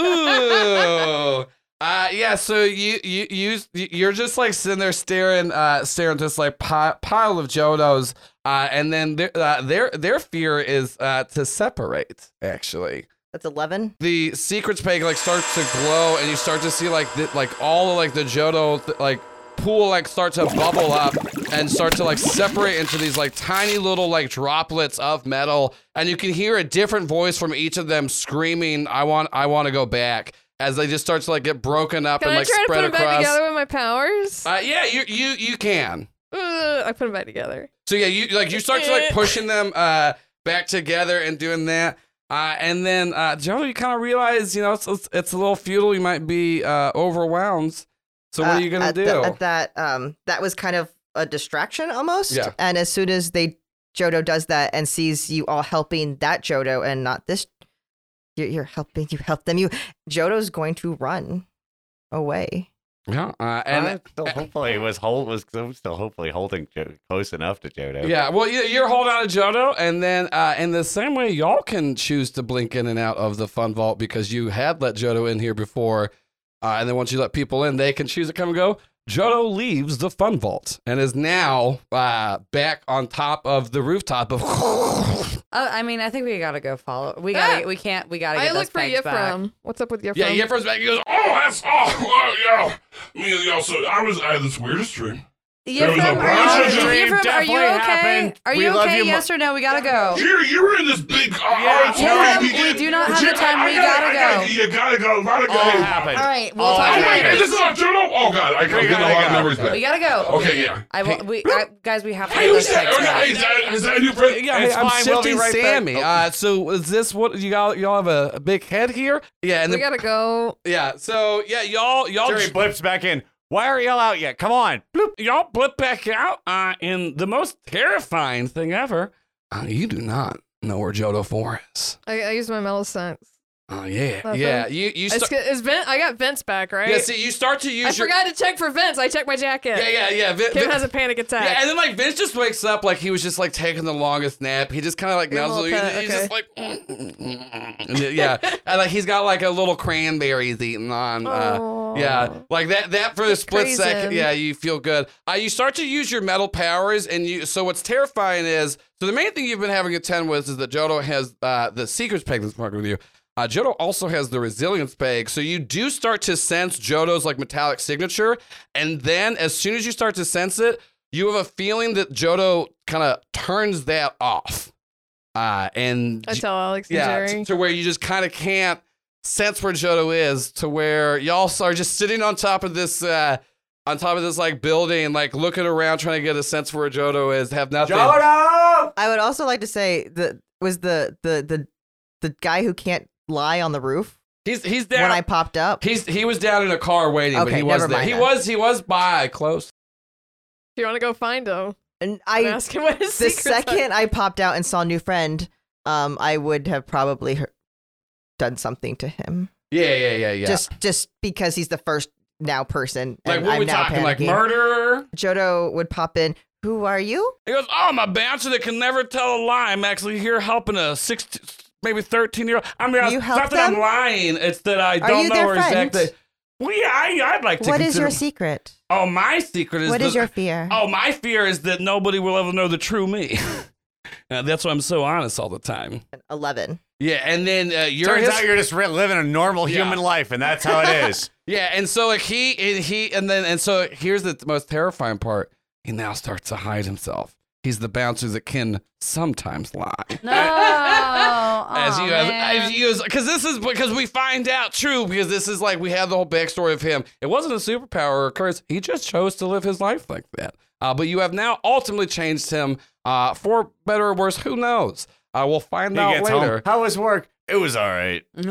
S2: Ooh. Uh, yeah, so you you you you're just like sitting there staring, uh, staring at this like pi- pile of Jodos, uh, and then their uh, their their fear is uh, to separate. Actually,
S4: That's 11.
S2: the secrets page like starts to glow and you start to see like the, like all of like the jodo th- like pool like start to bubble up and start to like separate into these like tiny little like droplets of metal and you can hear a different voice from each of them screaming i want i want to go back as they just start to like get broken up
S3: Can
S2: and
S3: I
S2: like
S3: try to put
S2: spread
S3: them back
S2: across
S3: together with my powers?
S2: uh, yeah you you you can
S3: Ugh, I put them back together.
S2: so yeah, you like you start to like pushing them uh back together and doing that. Uh, and then uh Jonah, you kind of realize, you know, it's, it's it's a little futile. You might be uh overwhelmed. So what
S4: Uh,
S2: are you gonna
S4: at
S2: do?
S4: the- at that, um, that was kind of a distraction almost.
S2: Yeah.
S4: And as soon as they Jodo does that and sees you all helping that Jodo and not this, you're, you're helping. You help them. You Jodo's going to run away.
S2: yeah, uh, and
S5: I'm still hopefully was hold was I'm still hopefully holding jo- close enough to Jodo.
S2: yeah, well, you, you're holding on to Jodo, and then uh, in the same way, y'all can choose to blink in and out of the fun vault because you had let Jodo in here before, uh, and then once you let people in, they can choose to come and go. Jodo leaves the fun vault and is now uh, back on top of the rooftop of
S8: Uh, I mean, I think we gotta go follow. We
S2: Ah,
S8: gotta. We can't. We gotta. Get
S3: I
S8: those
S3: look for
S8: pegs back.
S3: Yifram. What's up with Yifram?
S2: Yeah, yeah, first back. He goes,
S9: Oh, that's oh, wow, yeah. Me and y'all. So I was I had this weirdest dream.
S8: Yifram,
S9: That was a
S8: are
S9: Russian
S8: you,
S9: dream,
S8: Yifram, are you
S5: definitely
S8: okay?
S5: happened.
S8: Are
S5: We
S8: you
S5: love
S8: okay?
S5: you mo-
S8: yes or no? We gotta go.
S9: Jerry, you were in this big auditorium.
S8: Yeah,
S9: we,
S8: we
S9: did-
S8: do not have the
S9: Jerry,
S8: time.
S9: I- I
S8: We
S9: gotta-
S8: gotta
S9: I
S8: go.
S9: You gotta go. Gotta go.
S5: All happened.
S8: All right, we'll
S5: All
S8: talk
S9: Oh,
S5: happened.
S9: wait,
S8: later.
S9: this is not journal. Oh god, I, I'm
S5: We
S9: getting a
S5: gotta
S9: lot of
S5: go.
S9: memories
S8: We gotta
S9: back.
S8: go.
S9: Okay, yeah.
S8: I will, we I, guys, we have to
S9: Hey,
S8: get
S9: who's
S8: those
S9: that?
S8: pegs
S9: Oh, no,
S8: back.
S9: is that is that a new friend?
S2: Yeah,
S5: It's
S2: hey, I'm
S5: fine, we'll be
S2: shifting
S5: right back.
S2: Sammy.
S5: Oh.
S2: Uh, so is this what you all y'all have a, a big head here? Yeah, and
S3: we
S2: then,
S3: gotta go.
S2: yeah. So yeah, y'all y'all
S5: Jerry blips back in. Why are y'all out yet? Come on.
S2: bloop, y'all blip back out. Uh, in the most terrifying thing ever. Uh, you do not know where Jodo Four is.
S3: I, I used my metal sense.
S2: Oh yeah,
S3: Uh-huh.
S2: yeah. You you
S3: It's,
S2: start.
S3: it's Vent. I got Vents back, right?
S2: Yeah, see, you start to use
S3: I
S2: your.
S3: forgot to check for Vents. I checked my jacket.
S2: Yeah, yeah, yeah. Vin,
S3: Kim
S2: Vin-
S3: has a panic attack.
S2: yeah, and then like Vince just wakes up like he was just like taking the longest nap. He just kind of like
S3: Give him a
S2: nuzzles. He's
S3: little pat,
S2: just like, And then- yeah, and like he's got like a little cranberries eating on. Uh,
S3: Oh.
S2: Yeah, like that. That for a split
S3: crazy.
S2: second. Yeah, you feel good. Uh, you start to use your metal powers, and you. So what's terrifying is so the main thing you've been having a ten with is that Jodo has uh, the secrets peg that's marked with you. Uh, Jodo also has the resilience peg, so you do start to sense Jodo's like metallic signature, and then as soon as you start to sense it, you have a feeling that Jodo kind of turns that off, uh, and
S3: I tell Alex and
S2: yeah,
S3: Jerry.
S2: to, to where you just kind of can't sense where Jodo is, to where y'all are just sitting on top of this, uh, on top of this like building, like looking around, trying to get a sense for where Jodo is. Have nothing.
S5: Jodo!
S4: I would also like to say that was the the the the guy who can't lie on the roof
S2: He's he's down.
S4: when I popped up.
S2: He's he was down in a car waiting, but
S4: Okay,
S2: he was
S4: never
S2: there.
S4: mind
S2: He
S4: then.
S2: was he was by close.
S3: Do you want to go find him?
S4: And
S3: I
S4: I
S3: ask him what his
S4: the
S3: secrets are?
S4: second I popped out and saw new friend, um, I would have probably he- done something to him.
S2: Yeah, yeah, yeah, yeah.
S4: Just just because he's the first now person.
S2: like
S4: and
S2: what
S4: I'm
S2: we
S4: now
S2: talking? Like
S4: panicking.
S2: murder?
S4: Jodo would pop in. Who are you?
S2: He goes, "Oh, I'm a bouncer that can never tell a lie. I'm actually here helping a six, maybe thirteen year old. I mean,
S4: You
S2: it's
S4: help
S2: not that I'm
S4: them?
S2: lying. It's that I
S4: Are
S2: don't
S4: you
S2: know
S4: their
S2: her
S4: friend?
S2: exactly. Well, yeah, I, I'd like to.
S4: What is
S2: consider-
S4: your secret?
S2: Oh, my secret is.
S4: What
S2: that,
S4: is your fear?
S2: Oh, my fear is that nobody will ever know the true me. Uh, that's why I'm so honest all the time.
S4: Eleven.
S2: Yeah, and then uh, you're
S5: Turns
S2: his
S5: out you're just re- living a normal
S2: Yeah.
S5: human life, and that's how it is.
S2: Yeah, and so like he and he and then and so here's the most terrifying part. He now starts to hide himself. He's the bouncer that can sometimes lie.
S8: No. As
S2: as you as, as you as because this is because we find out true because this is like we have the whole backstory of him. It wasn't a superpower or a curse. He just chose to live his life like that. Uh, but you have now ultimately changed him uh, for better or worse. Who knows? Uh, we'll find
S5: He
S2: out
S5: gets
S2: later.
S5: home. How was work? It was all right.
S2: Oh, and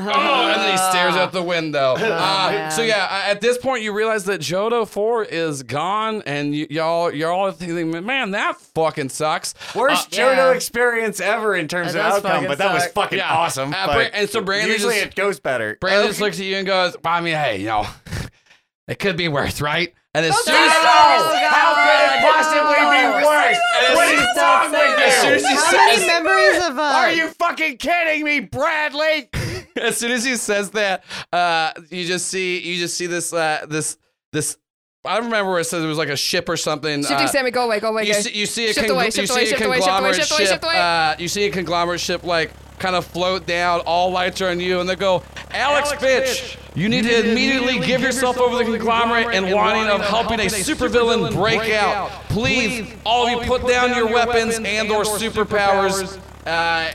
S2: then he stares out the window. uh,
S8: man.
S2: so yeah, uh, at this point you realize that Jodo Four is gone, and y- y'all y'all are thinking, man, that fucking sucks. Uh,
S5: Worst
S8: yeah.
S5: Jodo experience ever in terms
S8: That
S5: of
S8: does
S5: outcome,
S8: fucking
S5: but that was
S8: suck.
S5: fucking
S2: Yeah.
S5: awesome.
S2: Uh,
S5: but
S2: Bran- and so Brandon
S5: usually
S2: just-
S5: it goes better.
S2: Brandon just looks at you and goes, well, I mean, hey, you know, it could be worse, right? And as soon
S5: No!
S2: as
S5: How could it possibly be worse?
S2: And
S5: What
S2: as-
S5: is wrong
S2: as soon as
S5: with
S2: he
S5: you?
S4: How
S2: says-
S4: many memories of us?
S5: Are you fucking kidding me, Bradley?
S2: as soon as he says that, uh, you just see you just see this uh, this this. I don't remember where it says it was like a ship or something.
S3: Shifting
S2: uh,
S3: Sammy, go away, go away.
S2: you
S3: guys.
S2: see, you see a,
S3: Shift
S2: congl-
S3: away,
S2: you
S3: shift
S2: see
S3: away,
S2: a
S3: shift away, shift away,
S2: conglomerate
S3: shift away,
S2: ship.
S3: shift away.
S2: Uh, you see a conglomerate ship like kind of float down. All lights are on you, and they go, Alex, bitch, you need to immediately give yourself over the conglomerate and wanting of helping a supervillain break out. Please, all of you, put down your weapons and or superpowers. Uh,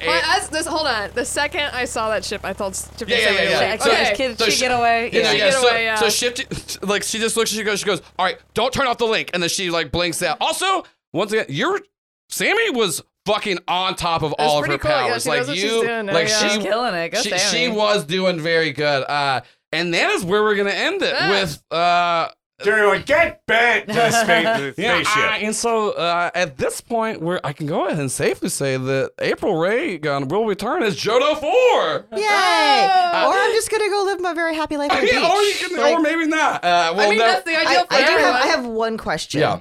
S3: Well,
S2: and-
S3: as this, hold on. The second I saw that ship, I told Steve
S2: Yeah, yeah, yeah, yeah.
S3: Okay.
S2: So-
S10: Can
S2: so
S10: she
S2: sh-
S10: get away?
S2: Yeah,
S3: She
S2: yeah.
S3: get
S2: So,
S3: away, yeah.
S2: so shift, like she just looks. She goes. She goes. All right, don't turn off the link. And then she like blinks out. Also, once again, you're Sammy was fucking on top of all of her
S3: pretty cool. Yeah,
S2: powers.
S3: she
S2: like
S3: knows what she's
S2: you,
S3: doing now,
S2: like
S3: yeah.
S2: she
S3: She's
S6: killing it. Go
S2: she,
S6: Sammy.
S2: she was doing very good. Uh, and that is where we're gonna end it
S3: Yeah.
S2: with. Uh,
S5: Everyone, get back to space,
S2: yeah,
S5: spaceship.
S2: I- and so uh, at this point, where I can go ahead and safely say that April Ray gun will return as Jodo Four.
S4: Yay! or I'm just gonna go live my very happy life on the beach.
S2: Oh. Uh, Yeah, or, you can,
S4: Like,
S2: or maybe not. Uh, well,
S3: I mean,
S2: no-
S3: that's the ideal for
S4: I, I do
S3: everyone.
S4: have. I have one question.
S2: Yeah.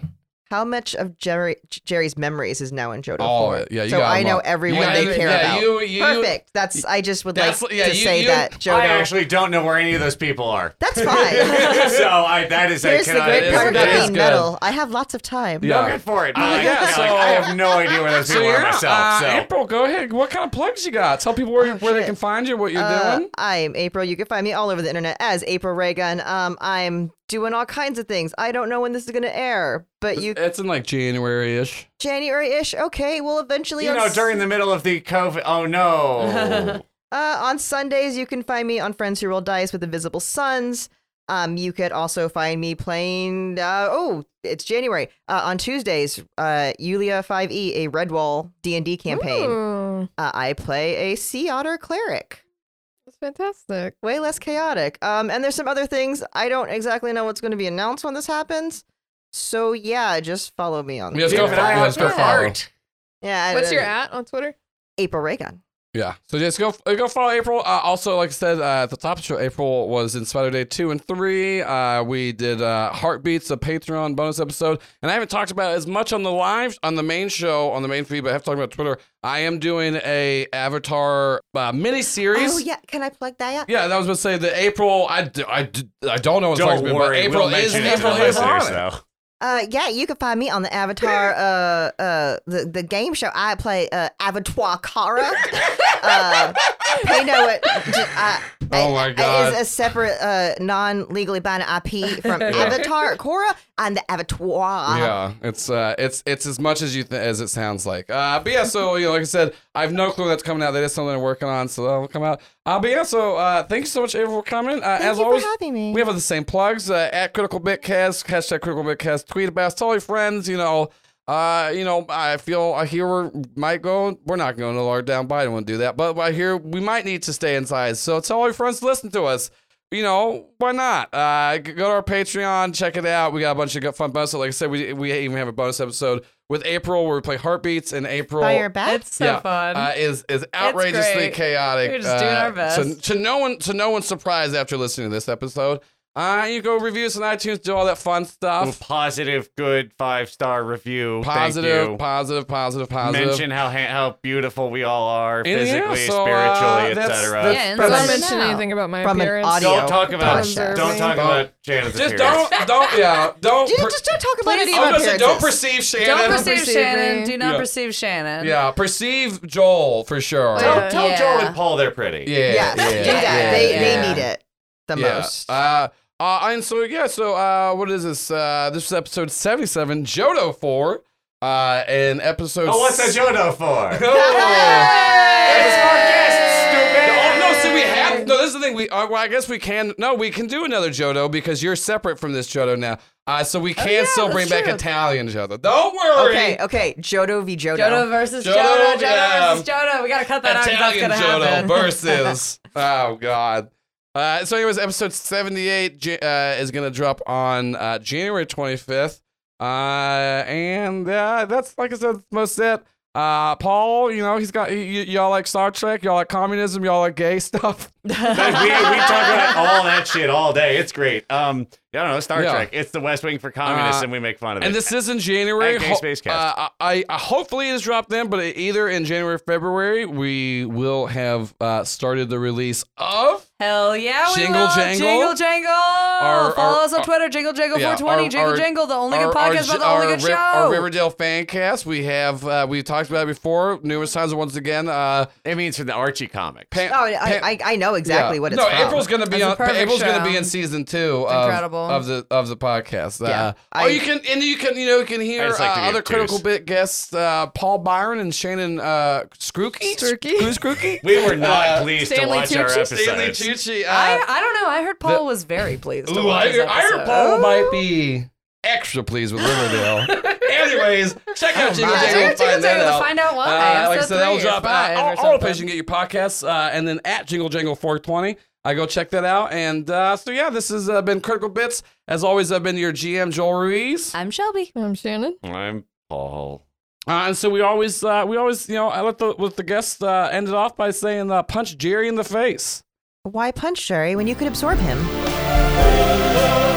S4: How much of Jerry, Jerry's memories is now in Jodo?
S2: All
S4: form?
S2: of it. Yeah, you
S4: so
S2: got 'em
S4: I know
S2: all.
S4: everyone
S2: You got
S4: they
S2: every-
S4: care
S2: yeah,
S4: about.
S2: you- you-
S4: Perfect. That's. I just would like
S2: That's- yeah,
S4: to
S2: you-
S4: say
S2: you-
S4: that
S5: I
S4: Jodo.
S5: actually don't know where any of those people are.
S4: That's fine.
S5: so I, that is
S4: Here's
S5: I
S4: the
S5: cannot.
S4: great
S2: is-
S4: part
S2: that
S4: about
S2: is
S4: being
S2: good.
S4: metal. I have lots of time.
S2: Yeah.
S5: No, good for it. Like,
S2: Uh, yeah,
S5: like,
S2: so-
S5: I have no idea where those
S2: So
S5: people
S2: you're
S5: are myself.
S2: uh,
S5: So
S2: April, go ahead. What kind of plugs you got? Tell people where,
S4: Oh,
S2: where they
S4: shit.
S2: can find you, what you're
S4: Uh,
S2: doing.
S4: I'm April. You can find me all over the internet as April Reagan. Um, I'm doing all kinds of things. I don't know when this is gonna air, but you
S2: It's in like January ish.
S4: January ish. Okay, well eventually.
S5: you
S4: on
S5: know,
S4: s-
S5: during the middle of the COVID. Oh no.
S4: Uh, on Sundays, you can find me on Friends Who Roll Dice with Invisible Sons. Um, you could also find me playing. Uh, oh, it's January uh, on Tuesdays. Uh, Yulia Five E, a Redwall D and D campaign.
S3: Ooh,
S4: Uh, I play a sea otter cleric.
S3: that's fantastic.
S4: Way less chaotic. Um, and there's some other things I don't exactly know what's going to be announced when this happens. So yeah, just follow me on.
S2: Yes,
S5: Dude,
S2: go
S5: but
S2: fo-
S5: I
S2: yes, go
S5: have
S2: follow.
S5: art.
S4: Yeah. I-
S3: What's your at on Twitter?
S4: April Reagan.
S2: Yeah. So just go uh, go follow April. Uh, also, like I said uh, at the top of the show, April was in Spider Day two and three. Uh, we did uh, Heartbeats, a Patreon bonus episode, and I haven't talked about it as much on the live on the main show on the main feed, but I have talked about Twitter. I am doing a Avatar uh, mini series.
S4: Oh yeah, can I plug that?
S2: Yeah, that was going to say that April. I, d- I, d- I don't know. What
S5: Don't worry.
S2: April
S5: we'll
S2: is
S5: mention it to the
S2: April is on
S5: listeners,
S2: it.
S5: though.
S4: Uh, yeah, you can find me on the Avatar, uh, uh, the, the game show. I play uh, Avatar Kara. uh, pay no, it. j- I-
S2: Oh my God.
S4: It is a separate, uh, non-legally binding IP from Avatar Korra and the Avatar.
S2: Yeah, it's uh, it's it's as much as you th- as it sounds like. Uh, but yeah, so you know, like I said, I have no clue that's coming out. That is something I'm working on, so that'll come out. Uh, but yeah, so uh, thank you so much, April, for coming. Uh,
S4: Thank
S2: as
S4: you
S2: always,
S4: for having me.
S2: we have the same plugs uh, at Critical Bitcast, hashtag Critical Bitcast, tweet about us, tell your friends, you know. Uh, you know, I feel I hear we might go. We're not going to lock down Biden. Won't do that. But I hear we might need to stay inside. So tell all your friends to listen to us. You know why not? Uh, g- go to our Patreon, check it out. We got a bunch of good fun bonus. Like I said, we we even have a bonus episode with April where we play Heartbeats and April.
S4: Fire back.
S6: It's so
S2: yeah,
S6: fun.
S2: Uh, is is outrageously
S6: great.
S2: chaotic. uh,
S6: We're just doing our best.
S2: To, to no one to no one's surprise after listening to this episode. Uh, you go review us on iTunes, do all that fun
S5: A
S2: stuff.
S5: positive, good five star review. Thank you.
S2: Positive, positive, positive, positive.
S5: Mention how ha- how beautiful we all are,
S2: Yeah,
S5: physically,
S2: so, uh,
S5: spiritually,
S2: that's-
S5: etc.
S2: that's-
S6: Yeah, and
S4: From
S3: Don't
S4: an-
S3: mention anything about my
S4: from an
S3: appearance.
S4: audio-
S5: Don't talk about
S4: Observing.
S5: don't talk
S2: Don't-
S5: about Janet's
S2: just
S5: appearance.
S2: don't, don't, yeah, don't.
S4: Dude,
S2: per-
S4: just don't talk about
S6: Please
S4: any
S2: I was
S4: of
S2: gonna say,
S4: my
S2: Oh, don't
S4: appearances.
S2: perceive Shannon.
S6: Don't perceive
S3: perceive
S6: Shannon.
S3: me.
S6: Do not
S2: Yeah.
S6: perceive Shannon.
S2: Yeah, perceive Joel for sure.
S3: Oh,
S5: Tell, tell
S6: Yeah.
S5: Joel and Paul they're pretty.
S2: Yeah,
S4: Yes,
S2: yeah,
S4: do that.
S2: yeah,
S4: they,
S2: yeah.
S4: they need it the
S2: Yeah.
S4: most.
S2: Uh, uh, and so yeah, so uh, what is this? Uh, this is episode seventy-seven, Jodo four, uh, and episode.
S5: Oh, what's that
S2: s-
S5: Jodo for?
S2: Oh.
S5: It's for guests, stupid.
S2: Oh no! So we have no. This is the thing. We uh, well, I guess we can. No, we can do another Jodo because you're separate from this Jodo now. Uh, so
S4: Oh,
S2: we can still bring back Italian Jodo. Don't worry.
S4: okay, okay. Jodo v Jodo.
S6: Jodo versus
S2: Jodo,
S6: Jodo. Jodo,
S2: yeah.
S6: versus Jodo. We gotta cut that out. 'cause
S2: Italian
S6: That's
S2: Jodo
S6: gonna happen.
S2: versus. oh God. Uh, so, anyways, episode seventy-eight J- uh, is gonna drop on uh, January twenty-fifth, uh, and uh, that's like I said, that's most it. Uh, Paul, you know, he's got y- y- y'all like Star Trek, y'all like communism, y'all like gay stuff.
S5: But we, we talk about all that shit all day. It's great. Um, I don't know, Star
S2: Yeah.
S5: Trek. It's the West Wing for communists,
S2: Uh,
S5: and we make fun of it.
S2: And this is in January.
S5: At Gay
S2: Ho-
S5: Spacecast.
S2: Uh, I, I hopefully it's dropped then, but either in January or February, we will have uh, started the release of
S6: Hell yeah, we
S2: Jingle
S6: will.
S2: jangle.
S6: Jingle jangle.
S2: Our-
S6: Follow
S2: our-
S6: us on
S2: our-
S6: Twitter, Jingle Jangle
S2: yeah,
S6: 420,
S2: our-
S6: Jingle
S2: our-
S6: Jangle, the only good podcast about the only good
S2: Ri-
S6: show.
S2: our Riverdale Fancast. We have uh, we've talked about it before numerous times. and Once again, uh,
S5: it means from the Archie comics.
S2: Pan-
S4: Oh,
S2: Pan-
S4: I, I, I know exactly
S2: Yeah.
S4: what it's
S2: no,
S4: from.
S2: April's gonna be
S6: That's a
S2: on.
S6: perfect
S2: April's gonna
S6: show.
S2: be in season two of,
S6: incredible.
S2: of the of the podcast.
S4: Yeah,
S2: uh,
S4: I-
S2: oh, you can and you can you know you can hear
S5: I just like to
S2: uh,
S5: get
S2: other
S5: juice.
S2: critical bit guests uh, Paul Byron and Shannon uh, Skruki.
S3: Skruki.
S2: Who's Skruki?
S5: We were not pleased to
S3: Stanley
S5: watch our
S3: Tucci?
S5: episodes.
S2: Uh, Stanley Tucci. Uh,
S6: I, I don't know. I heard Paul was very pleased. to
S2: Ooh,
S6: watch
S2: I,
S6: this
S2: I heard
S6: episode.
S2: Paul
S6: Oh.
S2: might be extra pleased with Riverdale. Anyways, check
S6: Oh,
S2: out Jingle
S4: my.
S2: Jangle. and
S6: Check out Jingle
S2: find that
S6: Jangle to
S2: out.
S6: find out why.
S2: Uh, like I
S6: Episode
S2: said, that'll
S6: three or
S2: drop.
S6: five
S2: Uh,
S6: or
S2: all, all the
S6: something.
S2: places you can get your podcasts, uh, and then at Jingle Jangle 420. I go check that out. And uh, so, yeah, this has uh, been Critical Bits. As always, I've been your GM, Joel Ruiz.
S6: I'm Shelby.
S3: I'm Shannon.
S5: I'm Paul.
S2: Uh, and so we always, uh, we always, you know, I let the let the guest uh, end it off by saying, uh, "Punch Jerry in the face."
S4: Why punch Sherry when you could absorb him?